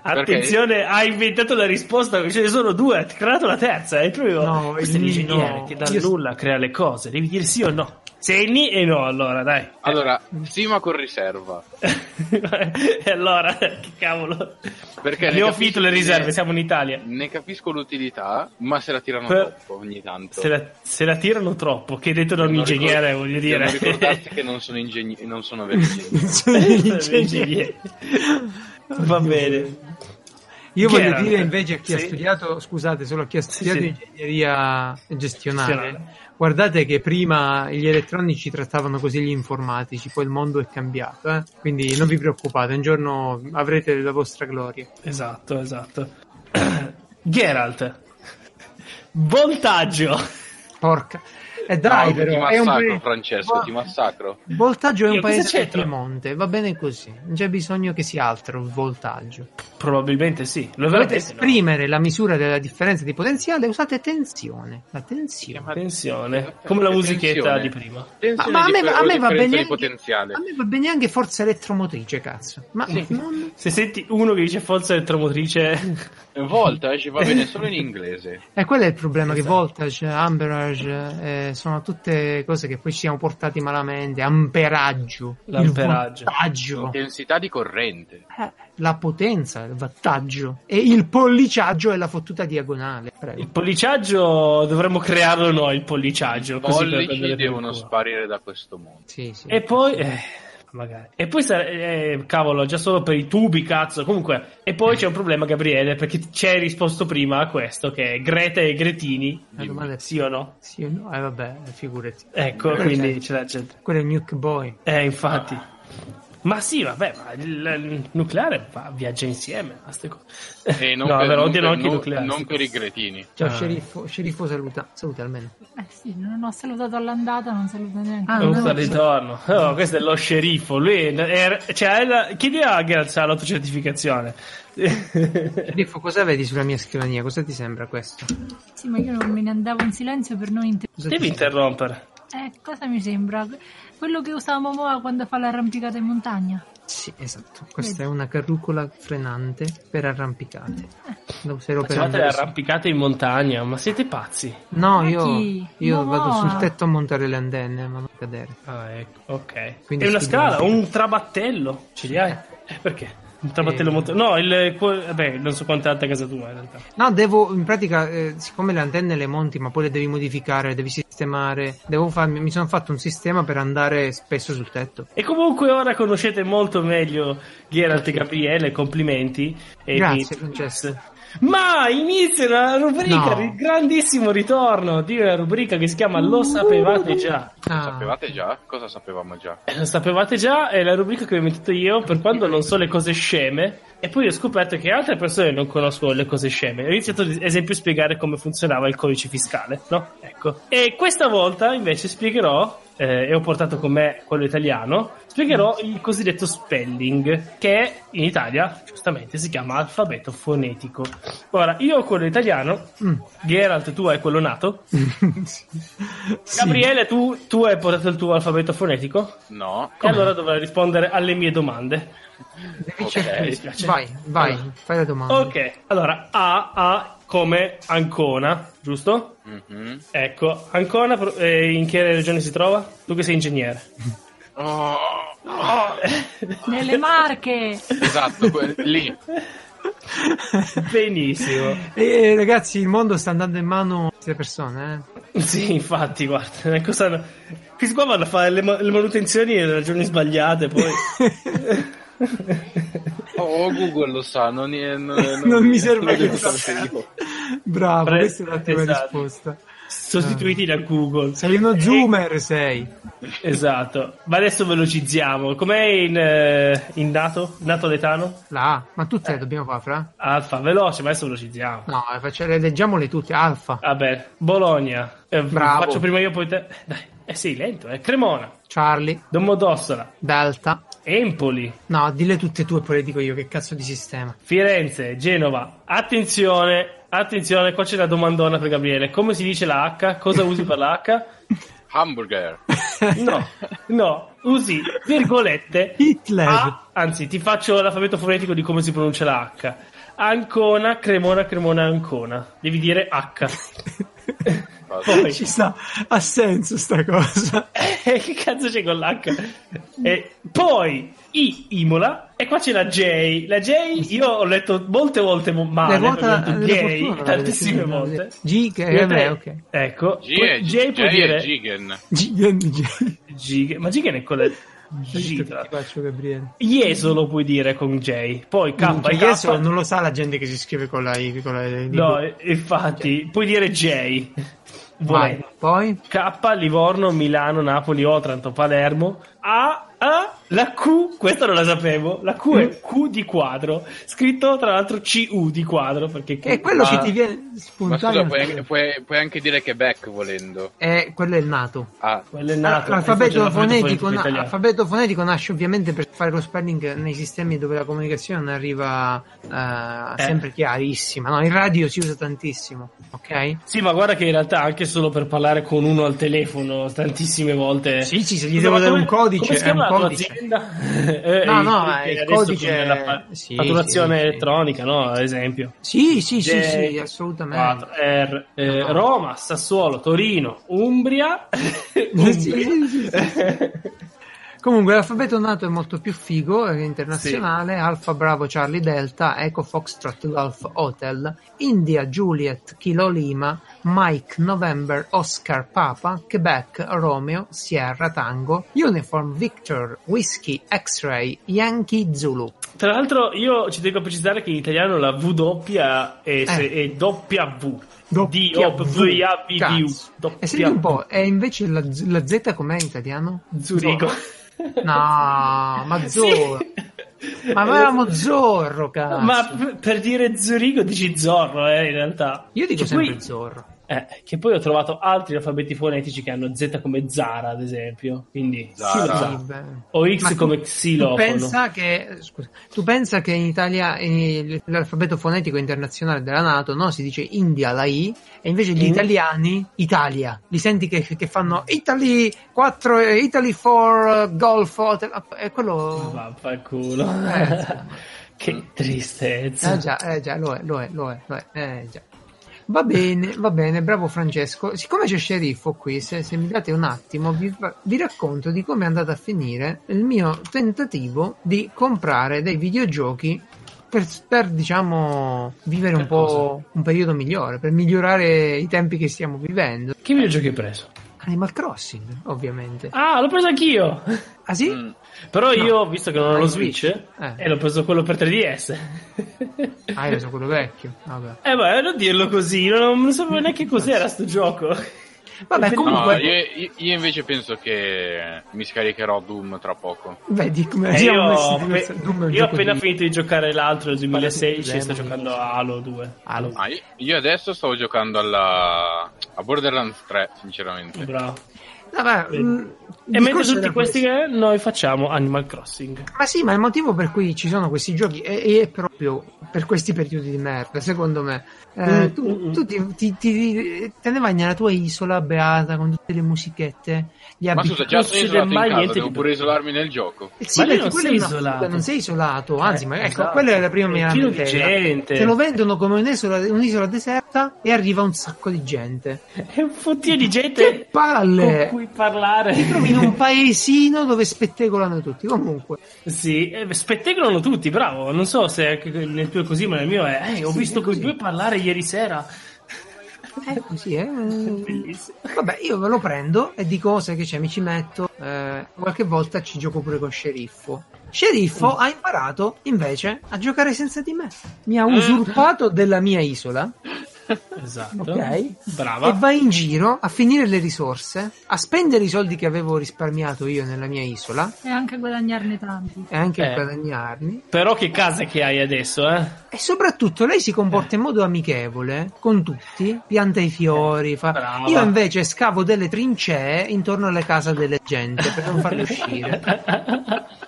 [SPEAKER 3] Attenzione, hai inventato la risposta, ce ne sono due, hai creato la terza. E tu
[SPEAKER 2] No,
[SPEAKER 3] questo è
[SPEAKER 2] il ni
[SPEAKER 3] l'ingegnere
[SPEAKER 2] no.
[SPEAKER 3] che dal
[SPEAKER 2] Io-
[SPEAKER 3] nulla crea le cose. Devi dire sì o no. Se è ni e no, allora dai.
[SPEAKER 1] allora, sì ma con riserva,
[SPEAKER 3] (laughs) e allora, che cavolo.
[SPEAKER 1] perché ne
[SPEAKER 3] Abbiamo
[SPEAKER 1] capisco-
[SPEAKER 3] finito le riserve,
[SPEAKER 1] ne-
[SPEAKER 3] siamo in Italia.
[SPEAKER 1] Ne capisco l'utilità, ma se la tirano
[SPEAKER 3] Per-
[SPEAKER 1] troppo ogni tanto.
[SPEAKER 3] Se la, se la tirano troppo, che è detto da un
[SPEAKER 1] Per non
[SPEAKER 3] ingegnere,
[SPEAKER 1] ricor-
[SPEAKER 3] voglio
[SPEAKER 1] per non ricordarsi
[SPEAKER 3] dire.
[SPEAKER 1] che non sono ingegneri, non sono veri ingegneri.
[SPEAKER 2] Non sono ingegneri.
[SPEAKER 3] (laughs) Va bene.
[SPEAKER 2] Io voglio
[SPEAKER 3] Chiaro.
[SPEAKER 2] dire invece a chi ha
[SPEAKER 3] Sì.
[SPEAKER 2] studiato, scusate, solo a chi ha studiato
[SPEAKER 3] sì.
[SPEAKER 2] ingegneria gestionale.
[SPEAKER 3] Gestionale.
[SPEAKER 2] Guardate che prima gli elettronici trattavano così gli informatici, poi il mondo è cambiato, eh? quindi non vi preoccupate, un giorno avrete la vostra gloria.
[SPEAKER 3] Esatto, esatto. (clears throat) Geralt. Voltaggio.
[SPEAKER 2] Porca. E dai,
[SPEAKER 1] No, ti
[SPEAKER 2] però, è un
[SPEAKER 1] massacro,
[SPEAKER 2] pre-
[SPEAKER 1] Francesco,
[SPEAKER 2] Ma-
[SPEAKER 1] ti massacro.
[SPEAKER 2] Voltaggio è un
[SPEAKER 3] Io, cosa
[SPEAKER 2] paese del
[SPEAKER 3] c'entra?
[SPEAKER 2] Piemonte, va bene così, non c'è bisogno che sia altro il voltaggio.
[SPEAKER 3] Probabilmente sì.
[SPEAKER 2] Dovete
[SPEAKER 3] Lo veramente no.
[SPEAKER 2] esprimere la misura della differenza di potenziale, usate tensione, la tensione.
[SPEAKER 3] Attenzione, come la musichetta
[SPEAKER 1] Attenzione.
[SPEAKER 3] di prima.
[SPEAKER 2] Ma,
[SPEAKER 1] Attenzione
[SPEAKER 2] ma a
[SPEAKER 1] di
[SPEAKER 2] me,
[SPEAKER 1] per-
[SPEAKER 2] a me va
[SPEAKER 1] differenza
[SPEAKER 2] bene
[SPEAKER 1] di
[SPEAKER 2] anche,
[SPEAKER 1] potenziale.
[SPEAKER 2] a me va bene anche forza elettromotrice, cazzo. Ma non-
[SPEAKER 3] Se senti uno che dice forza elettromotrice,
[SPEAKER 1] Voltage eh, va bene solo in inglese.
[SPEAKER 2] E quello eh, è il problema, che
[SPEAKER 3] Esatto.
[SPEAKER 2] voltage, amperage, eh, sono tutte cose che poi ci siamo portati malamente, amperaggio, il
[SPEAKER 3] L'amperaggio.
[SPEAKER 2] voltaggio,
[SPEAKER 1] Intensità di corrente.
[SPEAKER 2] eh, la potenza, il wattaggio, e il polliciaggio è la fottuta diagonale, prego.
[SPEAKER 3] (laughs) il polliciaggio dovremmo crearlo noi. Il polliciaggio,
[SPEAKER 1] I
[SPEAKER 3] così per
[SPEAKER 1] pollici
[SPEAKER 3] prendere più
[SPEAKER 1] devono
[SPEAKER 3] cura.
[SPEAKER 1] sparire da questo mondo.
[SPEAKER 2] Sì, sì.
[SPEAKER 3] E poi, eh, magari. E poi, sare- eh, cavolo, già solo per i tubi, cazzo. Comunque, e poi c'è un problema, Gabriele, perché ci hai risposto prima a questo, che è Greta e Gretini,
[SPEAKER 2] La domanda Eh, è
[SPEAKER 3] sì o no?
[SPEAKER 2] sì o no? Eh vabbè, figurati.
[SPEAKER 3] Ecco,
[SPEAKER 2] Perché?
[SPEAKER 3] quindi c'è la gente.
[SPEAKER 2] Quello è il nuke boy.
[SPEAKER 3] Eh, infatti. Ma sì, vabbè, ma il, il nucleare va- viaggia insieme a ste cose.
[SPEAKER 1] E Eh, non
[SPEAKER 3] (laughs) no,
[SPEAKER 1] per,
[SPEAKER 3] però
[SPEAKER 1] non per-
[SPEAKER 3] odiano anche i
[SPEAKER 1] non-
[SPEAKER 3] nucleari.
[SPEAKER 1] non per i gretini.
[SPEAKER 2] Ciao
[SPEAKER 3] Ah.
[SPEAKER 2] sceriffo, sceriffo saluta, saluta almeno.
[SPEAKER 4] Eh sì, non ho salutato all'andata, non saluto neanche.
[SPEAKER 2] Ah,
[SPEAKER 3] non
[SPEAKER 2] no,
[SPEAKER 3] sta al
[SPEAKER 2] sì.
[SPEAKER 3] ritorno. Oh, questo è lo sceriffo. Lui è- è- cioè, è la- chiedi a Gertz l'autocertificazione. (laughs)
[SPEAKER 2] Sceriffo, cosa vedi sulla mia scrivania? Cosa ti sembra questo? Cosa
[SPEAKER 4] Sì, ma io non me ne andavo in silenzio per non inter-
[SPEAKER 2] ti
[SPEAKER 3] Devi
[SPEAKER 2] sembra?
[SPEAKER 3] interrompere.
[SPEAKER 4] Eh, cosa mi sembra? Quello che usava Momoa quando fa l'arrampicata in montagna.
[SPEAKER 2] Sì, esatto. Questa è una carrucola frenante per arrampicate. La userò per
[SPEAKER 3] Facevate le
[SPEAKER 2] andare su-
[SPEAKER 3] arrampicate in montagna, ma siete pazzi.
[SPEAKER 2] No,
[SPEAKER 4] Ma
[SPEAKER 2] io,
[SPEAKER 4] chi?
[SPEAKER 2] io
[SPEAKER 4] No,
[SPEAKER 2] vado
[SPEAKER 4] no.
[SPEAKER 2] sul tetto a montare le antenne, ma non cadere.
[SPEAKER 3] Ah, ecco, ok.
[SPEAKER 2] Quindi
[SPEAKER 3] è una
[SPEAKER 2] studiamo.
[SPEAKER 3] scala, un trabattello. Ce li hai? Eh, perché? Un trabattello
[SPEAKER 2] Eh.
[SPEAKER 3] molto... No, il... que- Vabbè, non so quanto è alta casa tua, in realtà.
[SPEAKER 2] No, devo, in pratica, eh, siccome le antenne le monti, ma poi le devi modificare, le devi sistemare, devo farmi, mi sono fatto un sistema per andare spesso sul tetto.
[SPEAKER 3] E comunque ora conoscete molto meglio Geralt e Gabriele, complimenti. E
[SPEAKER 2] Grazie,
[SPEAKER 3] vi-
[SPEAKER 2] Francesco.
[SPEAKER 3] Ma inizia una rubrica,
[SPEAKER 2] No.
[SPEAKER 3] il grandissimo ritorno di una rubrica che si chiama Lo sapevate già.
[SPEAKER 2] Ah,
[SPEAKER 1] Sapevate già? Cosa sapevamo già?
[SPEAKER 3] Eh, Lo sapevate già, è la rubrica che ho inventato io per quando non so le cose sceme e poi ho scoperto che altre persone non conoscono le cose sceme. Ho iniziato ad esempio a spiegare come funzionava il codice fiscale, no? Ecco. E questa volta invece spiegherò, eh, e ho portato con me quello italiano, spiegherò
[SPEAKER 2] Mm.
[SPEAKER 3] il cosiddetto spelling, che in Italia giustamente si chiama alfabeto fonetico. Ora, io ho quello italiano,
[SPEAKER 2] mm.
[SPEAKER 3] Geralt tu hai quello nato,
[SPEAKER 2] (laughs) Sì.
[SPEAKER 3] Gabriele tu, tu hai portato il tuo alfabeto fonetico?
[SPEAKER 1] No.
[SPEAKER 3] E allora dovrà rispondere alle mie domande.
[SPEAKER 2] Devi
[SPEAKER 1] Ok.
[SPEAKER 2] cercare-
[SPEAKER 3] Mi dispiace.
[SPEAKER 2] Vai, vai,
[SPEAKER 3] Allora.
[SPEAKER 2] fai la domanda.
[SPEAKER 3] Ok, allora A, A come Ancona, giusto?
[SPEAKER 2] Eh.
[SPEAKER 1] Mhm.
[SPEAKER 3] Ecco, Ancona pro- eh, in che regione si trova? Tu che sei ingegnere.
[SPEAKER 1] Oh,
[SPEAKER 4] Nelle marche!
[SPEAKER 1] esatto, que- lì.
[SPEAKER 3] Benissimo.
[SPEAKER 2] Eh, ragazzi, il mondo sta andando in mano a queste persone, eh.
[SPEAKER 3] (laughs) Sì, infatti, guarda, cosa... questi qua vanno a fare le, ma- le manutenzioni nelle ragioni sbagliate, poi...
[SPEAKER 1] Oh, Google lo sa, non, è- Eh, non,
[SPEAKER 2] (laughs) non mi serve che
[SPEAKER 1] lo sapevo.
[SPEAKER 2] Bravo,
[SPEAKER 3] Pre-
[SPEAKER 2] questa è l'ottima
[SPEAKER 3] esatto. Eh.
[SPEAKER 2] risposta.
[SPEAKER 3] Sostituiti da Google.
[SPEAKER 2] Sei uno zoomer, sei.
[SPEAKER 3] Esatto, ma adesso velocizziamo. Com'è in, eh, in nato? Nato letano?
[SPEAKER 2] La A, ma
[SPEAKER 3] Eh.
[SPEAKER 2] tutte le dobbiamo fare, fra?
[SPEAKER 3] Alfa, veloce, ma adesso velocizziamo.
[SPEAKER 2] No, eh, faccia- le leggiamole tutte, alfa.
[SPEAKER 3] Vabbè, Bologna. Eh,
[SPEAKER 2] Bravo.
[SPEAKER 3] Faccio prima io poi te. Dai, eh sì, lento, eh. Cremona,
[SPEAKER 2] Charlie,
[SPEAKER 3] Domodossola,
[SPEAKER 2] Delta.
[SPEAKER 3] Empoli,
[SPEAKER 2] No, dille tutte e due, poi le dico io che cazzo di (laughs) sistema.
[SPEAKER 3] Firenze, Genova. Attenzione, attenzione, qua c'è la domandona per Gabriele. Come si dice la H? Cosa usi per la H?
[SPEAKER 1] Hamburger.
[SPEAKER 3] No, no, usi virgolette.
[SPEAKER 2] (laughs) Hitler.
[SPEAKER 3] A, anzi, ti faccio l'alfabeto fonetico di come si pronuncia la H. Ancona, Cremona, Cremona, Ancona. Devi dire H. Poi-
[SPEAKER 2] Ci sta, ha senso sta cosa.
[SPEAKER 3] Eh, che cazzo c'è con l'H? E poi I Imola e qua c'è la J. La J io ho letto molte volte mo- male, perché ho detto
[SPEAKER 2] della
[SPEAKER 3] J
[SPEAKER 2] fortuna,
[SPEAKER 3] tantissime
[SPEAKER 2] della-
[SPEAKER 3] volte.
[SPEAKER 2] G, che-
[SPEAKER 3] Io
[SPEAKER 2] eh, beh,
[SPEAKER 3] tre-
[SPEAKER 2] ok.
[SPEAKER 3] Ecco,
[SPEAKER 1] G
[SPEAKER 3] poi
[SPEAKER 1] è
[SPEAKER 3] J,
[SPEAKER 1] G-
[SPEAKER 3] può
[SPEAKER 1] J è
[SPEAKER 3] dire
[SPEAKER 1] Gigan.
[SPEAKER 2] G, G.
[SPEAKER 3] G, ma G è con la G.
[SPEAKER 2] Ti
[SPEAKER 3] tra-
[SPEAKER 2] faccio Gabriele.
[SPEAKER 3] Iesolo puoi dire con J. Poi K,
[SPEAKER 2] Minchia,
[SPEAKER 3] K-
[SPEAKER 2] adesso non lo sa la gente che si scrive con la I. Con la,
[SPEAKER 3] No, eh, infatti, puoi dire J.
[SPEAKER 2] vai.
[SPEAKER 3] Volendo.
[SPEAKER 2] Poi?
[SPEAKER 3] K, Livorno, Milano, Napoli, Otranto, Palermo. A, A, La Q, questa non la sapevo, la Q è Q di quadro, scritto tra l'altro CU di quadro, perché
[SPEAKER 2] Che è Eh, quello
[SPEAKER 1] Ma-
[SPEAKER 2] che ti viene
[SPEAKER 1] Ma scusa,
[SPEAKER 2] spontaneo.
[SPEAKER 1] puoi anche, puoi- puoi anche dire che Beck volendo.
[SPEAKER 2] Eh, quello è il nato.
[SPEAKER 1] Ah,
[SPEAKER 3] quello è
[SPEAKER 2] Ah,
[SPEAKER 3] nato.
[SPEAKER 2] L'alfabeto
[SPEAKER 3] infatti,
[SPEAKER 2] fonetico,
[SPEAKER 3] l'alfabeto
[SPEAKER 2] na-
[SPEAKER 3] italiano.
[SPEAKER 2] l'alfabeto fonetico nasce ovviamente per fare lo spelling nei sistemi dove la comunicazione non arriva eh,
[SPEAKER 3] Eh.
[SPEAKER 2] sempre chiarissima. No, in radio si usa tantissimo, ok?
[SPEAKER 3] Sì, ma guarda che in realtà anche solo per parlare con uno al telefono tantissime volte.
[SPEAKER 2] Sì, sì, se gli
[SPEAKER 3] Scusa,
[SPEAKER 2] devo
[SPEAKER 3] ma
[SPEAKER 2] dare
[SPEAKER 3] come-
[SPEAKER 2] un codice,
[SPEAKER 3] come si
[SPEAKER 2] è un
[SPEAKER 3] chiama la tua
[SPEAKER 2] codice.
[SPEAKER 3] azienda? (laughs) Eh,
[SPEAKER 2] No, no,
[SPEAKER 3] che
[SPEAKER 2] è il
[SPEAKER 3] adesso
[SPEAKER 2] codice-
[SPEAKER 3] con la fa-
[SPEAKER 2] sì,
[SPEAKER 3] fatturazione
[SPEAKER 2] sì, sì.
[SPEAKER 3] elettronica, no? Ad esempio.
[SPEAKER 2] Sì, sì, sì,
[SPEAKER 3] J,
[SPEAKER 2] sì, assolutamente.
[SPEAKER 3] 4R, eh,
[SPEAKER 2] No.
[SPEAKER 3] Roma, Sassuolo, Torino,
[SPEAKER 2] (laughs)
[SPEAKER 3] Umbria. Umbria.
[SPEAKER 2] Sì, sì, sì, Comunque l'alfabeto nato è molto più figo, è internazionale, Alfa Bravo Charlie Delta, Eco Foxtrot Golf Hotel, India Juliet Kilo Lima, Mike November Oscar Papa, Quebec Romeo, Sierra Tango, Uniform Victor, Whiskey X-Ray, Yankee Zulu.
[SPEAKER 3] (laughs) Tra l'altro, io ci tengo a precisare che in italiano la W
[SPEAKER 2] Eh.
[SPEAKER 3] è, se- è W. D O V A B D U.
[SPEAKER 2] Cazzo. E senti un po', e invece la, la Z com'è in italiano?
[SPEAKER 3] Zurigo.
[SPEAKER 2] No,
[SPEAKER 3] (laughs)
[SPEAKER 2] ma Zorro.
[SPEAKER 3] Sì.
[SPEAKER 2] Ma avevamo Zorro, cazzo.
[SPEAKER 3] Ma per- per dire Zurigo dici Zorro, eh, in realtà. Cioè,
[SPEAKER 2] Io dico
[SPEAKER 3] Che
[SPEAKER 2] sempre
[SPEAKER 3] poi-
[SPEAKER 2] Zorro.
[SPEAKER 3] eh, che poi ho trovato altri alfabeti fonetici che hanno Z come Zara, ad esempio. Quindi
[SPEAKER 1] Zara.
[SPEAKER 3] Zara.
[SPEAKER 2] Sì, beh.
[SPEAKER 3] O X
[SPEAKER 2] Ma tu-
[SPEAKER 3] come
[SPEAKER 2] Tu
[SPEAKER 3] xilofono.
[SPEAKER 2] pensa, che, scusa, tu pensa che in Italia eh, l'alfabeto fonetico internazionale della Nato no? si dice India la I e invece gli
[SPEAKER 3] Mm.
[SPEAKER 2] italiani Italia li senti che, che fanno Italy 4 eh, Italy for eh, Golf Hotel ah, è quello
[SPEAKER 3] Vaffanculo.
[SPEAKER 2] Eh, insomma.
[SPEAKER 3] (laughs) che tristezza.
[SPEAKER 2] eh già, eh già lo è lo è lo è, lo è eh già. va bene va bene bravo Francesco siccome c'è sceriffo qui se, se mi date un attimo vi, fa- vi racconto di come è andato a finire il mio tentativo di comprare dei videogiochi per, per, diciamo vivere un
[SPEAKER 3] Per
[SPEAKER 2] po' un periodo migliore per migliorare i tempi che stiamo vivendo
[SPEAKER 3] Che videogiochi hai preso?
[SPEAKER 2] Animal Crossing ovviamente
[SPEAKER 3] Ah, l'ho preso anch'io. (laughs)
[SPEAKER 2] ah sì?
[SPEAKER 1] mm.
[SPEAKER 3] Però
[SPEAKER 2] No.
[SPEAKER 3] io, visto che non ho
[SPEAKER 2] Hai
[SPEAKER 3] lo
[SPEAKER 2] il
[SPEAKER 3] Switch,
[SPEAKER 2] Switch.
[SPEAKER 3] e
[SPEAKER 2] Eh.
[SPEAKER 3] l'ho preso quello per 3DS.
[SPEAKER 2] ah io sono quello vecchio vabbè
[SPEAKER 3] (laughs) Eh beh, non dirlo così, non, non sapevo neanche cos'era sto gioco.
[SPEAKER 2] Eh, Vabbè,
[SPEAKER 1] No,
[SPEAKER 2] comunque,
[SPEAKER 1] io, io- io invece penso che mi scaricherò Doom tra poco.
[SPEAKER 2] vedi come
[SPEAKER 3] Eh,
[SPEAKER 2] siamo
[SPEAKER 3] io
[SPEAKER 2] messi
[SPEAKER 3] appe-
[SPEAKER 2] diversi. Doom è un
[SPEAKER 3] io ho
[SPEAKER 2] gioco
[SPEAKER 3] appena
[SPEAKER 2] di-
[SPEAKER 3] finito di giocare l'altro del 2016 e sto
[SPEAKER 2] Demon.
[SPEAKER 3] giocando a Halo 2.
[SPEAKER 2] Halo.
[SPEAKER 1] Ah, io, io adesso stavo giocando alla a Borderlands 3, sinceramente.
[SPEAKER 3] Bravo.
[SPEAKER 2] Vabbè,
[SPEAKER 3] Vedi.
[SPEAKER 2] mh,
[SPEAKER 3] E
[SPEAKER 2] mm, discorso
[SPEAKER 3] mentre tutti
[SPEAKER 2] era
[SPEAKER 3] questi
[SPEAKER 2] questo.
[SPEAKER 3] che noi facciamo Animal Crossing.
[SPEAKER 2] Ma sì, ma il motivo per cui ci sono questi giochi è, è proprio per questi periodi di merda, secondo me. Eh,
[SPEAKER 3] Mm,
[SPEAKER 2] tu
[SPEAKER 3] mm,
[SPEAKER 2] tu ti, ti- ti- te ne vai nella tua isola beata con tutte le musichette, gli
[SPEAKER 1] Ma
[SPEAKER 2] abiti.
[SPEAKER 1] scusa, già
[SPEAKER 3] non
[SPEAKER 1] sono
[SPEAKER 3] succede
[SPEAKER 1] isolato in
[SPEAKER 3] mai
[SPEAKER 1] casa,
[SPEAKER 3] niente
[SPEAKER 1] devo
[SPEAKER 3] di-
[SPEAKER 1] pure isolarmi nel gioco.
[SPEAKER 2] Eh sì,
[SPEAKER 3] Ma lì
[SPEAKER 2] perché
[SPEAKER 3] non
[SPEAKER 2] quella
[SPEAKER 3] sei
[SPEAKER 2] è una fuga,
[SPEAKER 3] isolato.
[SPEAKER 2] non sei isolato, anzi,
[SPEAKER 3] Eh,
[SPEAKER 2] ma ecco,
[SPEAKER 3] esatto.
[SPEAKER 2] quella è la prima
[SPEAKER 3] È
[SPEAKER 2] mia
[SPEAKER 3] pieno di
[SPEAKER 2] lamentela.
[SPEAKER 3] gente.
[SPEAKER 2] Te lo vendono come un'isola, un'isola deserta e arriva un sacco di gente.
[SPEAKER 3] È un fottio di gente
[SPEAKER 2] Che palle!
[SPEAKER 3] con cui parlare.
[SPEAKER 2] In un paesino dove spettegolano tutti, comunque.
[SPEAKER 3] Sì, eh, spettegolano tutti, bravo. Non so se anche nel tuo è così, ma nel mio è. Eh, ho
[SPEAKER 2] Sì,
[SPEAKER 3] visto
[SPEAKER 2] è
[SPEAKER 3] quei
[SPEAKER 2] così.
[SPEAKER 3] due parlare ieri sera.
[SPEAKER 2] È così, eh.
[SPEAKER 3] Bellissimo.
[SPEAKER 2] Vabbè, io ve lo prendo e dico "Oh, sai che c'è, mi ci metto. eh, qualche volta ci gioco pure con sceriffo. Sceriffo ha imparato invece a giocare senza di me. Mi ha usurpato della mia isola
[SPEAKER 3] Esatto.
[SPEAKER 2] Ok. e
[SPEAKER 3] Brava.
[SPEAKER 2] Ah, va in giro a finire le risorse, a spendere i soldi che avevo risparmiato io nella mia isola
[SPEAKER 4] E anche guadagnarne tanti.
[SPEAKER 2] e anche
[SPEAKER 3] Eh.
[SPEAKER 2] a guadagnarmi.
[SPEAKER 3] Però che casa che hai adesso, eh?
[SPEAKER 2] E soprattutto lei si comporta in modo amichevole con tutti, pianta i fiori. fa-
[SPEAKER 3] Eh, Brava.
[SPEAKER 2] Io invece scavo delle trincee intorno alle case delle gente per non farle uscire.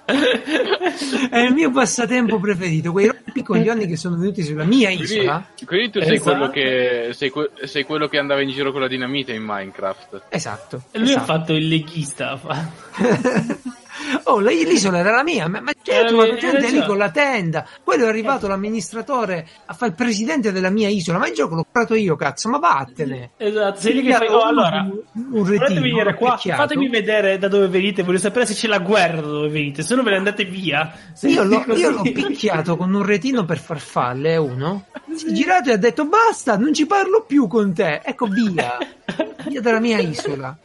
[SPEAKER 2] È il mio passatempo preferito, quei rompicoglioni che sono venuti sulla mia
[SPEAKER 1] Quindi,
[SPEAKER 2] isola.
[SPEAKER 1] quindi tu sei
[SPEAKER 3] Esatto.
[SPEAKER 1] quello, che, sei, que- sei quello che andava in giro con la dinamite in Minecraft.
[SPEAKER 2] Esatto.
[SPEAKER 3] (laughs) Lui ha
[SPEAKER 2] esatto.
[SPEAKER 3] fatto il leghista. fa.
[SPEAKER 2] (laughs) oh, la- l'isola era la mia, ma, ma c'era
[SPEAKER 3] Eh,
[SPEAKER 2] trovata
[SPEAKER 3] eh,
[SPEAKER 2] gente lì
[SPEAKER 3] già. Eh.
[SPEAKER 2] con la tenda. Poi è arrivato l'amministratore a fare il presidente della mia isola. Ma il gioco l'ho comprato io, cazzo, ma vattene.
[SPEAKER 3] Esatto, sei lì
[SPEAKER 2] Mi
[SPEAKER 3] che
[SPEAKER 2] ha
[SPEAKER 3] fai.
[SPEAKER 2] dato
[SPEAKER 3] Oh, allora,
[SPEAKER 2] un- un
[SPEAKER 3] volete
[SPEAKER 2] retino,
[SPEAKER 3] venire qua?
[SPEAKER 2] picchiato.
[SPEAKER 3] Fatemi vedere da dove venite. Voglio sapere se c'è la guerra da dove venite. Se no, ve ne andate via. Se
[SPEAKER 2] Io l'ho,
[SPEAKER 3] così-
[SPEAKER 2] io l'ho
[SPEAKER 3] (laughs)
[SPEAKER 2] picchiato con un retino per farfalle, uno. Si è girato e ha
[SPEAKER 3] (laughs)
[SPEAKER 2] detto basta, non ci parlo più con te. Ecco, via. Via dalla mia isola.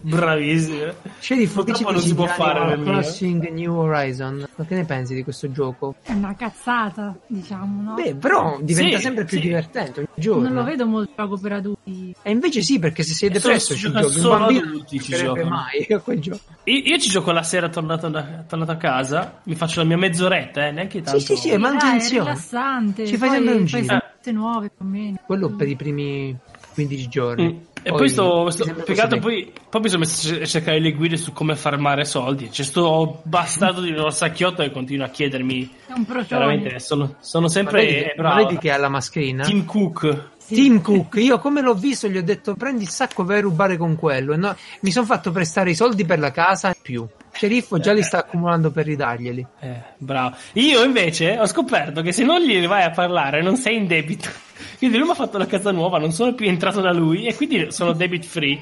[SPEAKER 3] Bravissimo.
[SPEAKER 2] Sceriffo, che ci
[SPEAKER 3] Purtroppo non si può
[SPEAKER 2] consigliare
[SPEAKER 3] fare nel
[SPEAKER 2] Animal
[SPEAKER 3] mio.
[SPEAKER 2] Crossing New Horizon? Ma che ne pensi di questo gioco?
[SPEAKER 4] È una cazzata, diciamo, no?
[SPEAKER 2] Beh, però diventa
[SPEAKER 3] Sì,
[SPEAKER 2] sempre più
[SPEAKER 3] sì.
[SPEAKER 2] divertente ogni giorno.
[SPEAKER 4] non lo vedo molto gioco per adulti.
[SPEAKER 2] E invece sì, perché se sei
[SPEAKER 3] E
[SPEAKER 2] depresso
[SPEAKER 3] solo-
[SPEAKER 2] ci
[SPEAKER 3] gioca
[SPEAKER 2] giochi, un
[SPEAKER 3] solo
[SPEAKER 2] bambino non
[SPEAKER 3] adulti ci
[SPEAKER 2] giocherebbe
[SPEAKER 3] giocano.
[SPEAKER 2] mai (laughs) a quel gioco.
[SPEAKER 3] Io, io ci gioco la sera tornato, da- tornato a casa, mi faccio la mia mezz'oretta, eh, neanche tanto.
[SPEAKER 2] sì, sì, è manutenzione.
[SPEAKER 4] Dai, è rilassante.
[SPEAKER 2] Ci fai
[SPEAKER 4] poi
[SPEAKER 2] sempre un
[SPEAKER 4] fai
[SPEAKER 2] giro.
[SPEAKER 4] sette nuove più o meno.
[SPEAKER 2] Quello per i primi 15 giorni.
[SPEAKER 3] Mm. E poi sto, sto
[SPEAKER 2] sempre
[SPEAKER 3] peccato,
[SPEAKER 2] così.
[SPEAKER 3] poi, poi mi sono messo a cercare le guide su come farmare soldi. C'è sto bastardo di Rossacchiotto che continua a chiedermi.
[SPEAKER 4] È un procione.
[SPEAKER 3] Veramente, sono, sono
[SPEAKER 2] Ma
[SPEAKER 3] sempre
[SPEAKER 2] vedi,
[SPEAKER 3] eh,
[SPEAKER 2] ma
[SPEAKER 3] bravo.
[SPEAKER 2] vedi che ha la mascherina?
[SPEAKER 3] Tim Cook.
[SPEAKER 4] Sì.
[SPEAKER 2] Tim Cook, io come l'ho visto gli ho detto prendi il sacco vai a rubare con quello. E no, mi sono fatto prestare i soldi per la casa e più. Sceriffo già li sta accumulando per ridarglieli.
[SPEAKER 3] Eh, bravo. Io invece ho scoperto che se non gli vai a parlare non sei in debito. (laughs) Quindi lui mi ha fatto la casa nuova, non sono più entrato da lui e quindi sono debit free.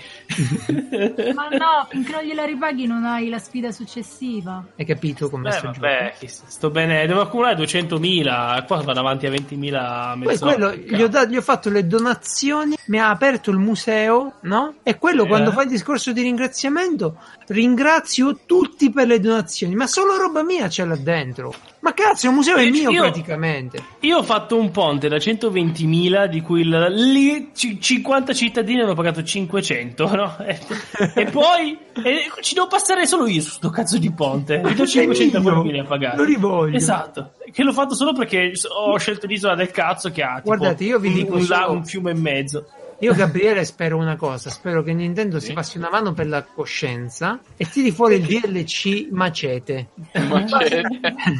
[SPEAKER 4] Ma no, finché non gliela ripaghi non hai la sfida successiva.
[SPEAKER 2] Hai capito come
[SPEAKER 3] Beh,
[SPEAKER 2] sto
[SPEAKER 3] Eh, vabbè, chi- sto bene, devo accumulare 200.000, qua vado avanti a 20.000 a
[SPEAKER 2] Poi
[SPEAKER 3] mezz'ora.
[SPEAKER 2] quello gli ho, da- gli ho fatto le donazioni, mi ha aperto il museo, no? E quello
[SPEAKER 3] Eh.
[SPEAKER 2] quando fa il discorso di ringraziamento, ringrazio tutti per le donazioni, ma solo roba mia c'è là dentro. Ma cazzo, il museo è
[SPEAKER 3] Io-
[SPEAKER 2] mio
[SPEAKER 3] io-
[SPEAKER 2] praticamente.
[SPEAKER 3] Io ho fatto un ponte da 120.000 di cui il- lì ci- 50 cittadini hanno pagato 500, (laughs) no? E, e poi e ci devo passare solo io su sto cazzo di ponte.
[SPEAKER 2] (laughs) Ma
[SPEAKER 3] Li do
[SPEAKER 2] che
[SPEAKER 3] 500
[SPEAKER 2] figlio!
[SPEAKER 3] bambini a pagare.
[SPEAKER 2] Lo rivoglio.
[SPEAKER 3] Esatto. Che l'ho fatto solo perché s- ho scelto l'isola del cazzo che ha tipo,
[SPEAKER 2] Guardate, io vi
[SPEAKER 3] un-
[SPEAKER 2] dico
[SPEAKER 3] un,
[SPEAKER 2] solo-
[SPEAKER 3] la- un fiume e mezzo. (laughs)
[SPEAKER 2] Io, Gabriele, spero una cosa: spero che Nintendo si passi una mano per la coscienza e tiri fuori il DLC
[SPEAKER 3] (laughs)
[SPEAKER 2] Macete.
[SPEAKER 3] Eh.
[SPEAKER 1] Ma c'è-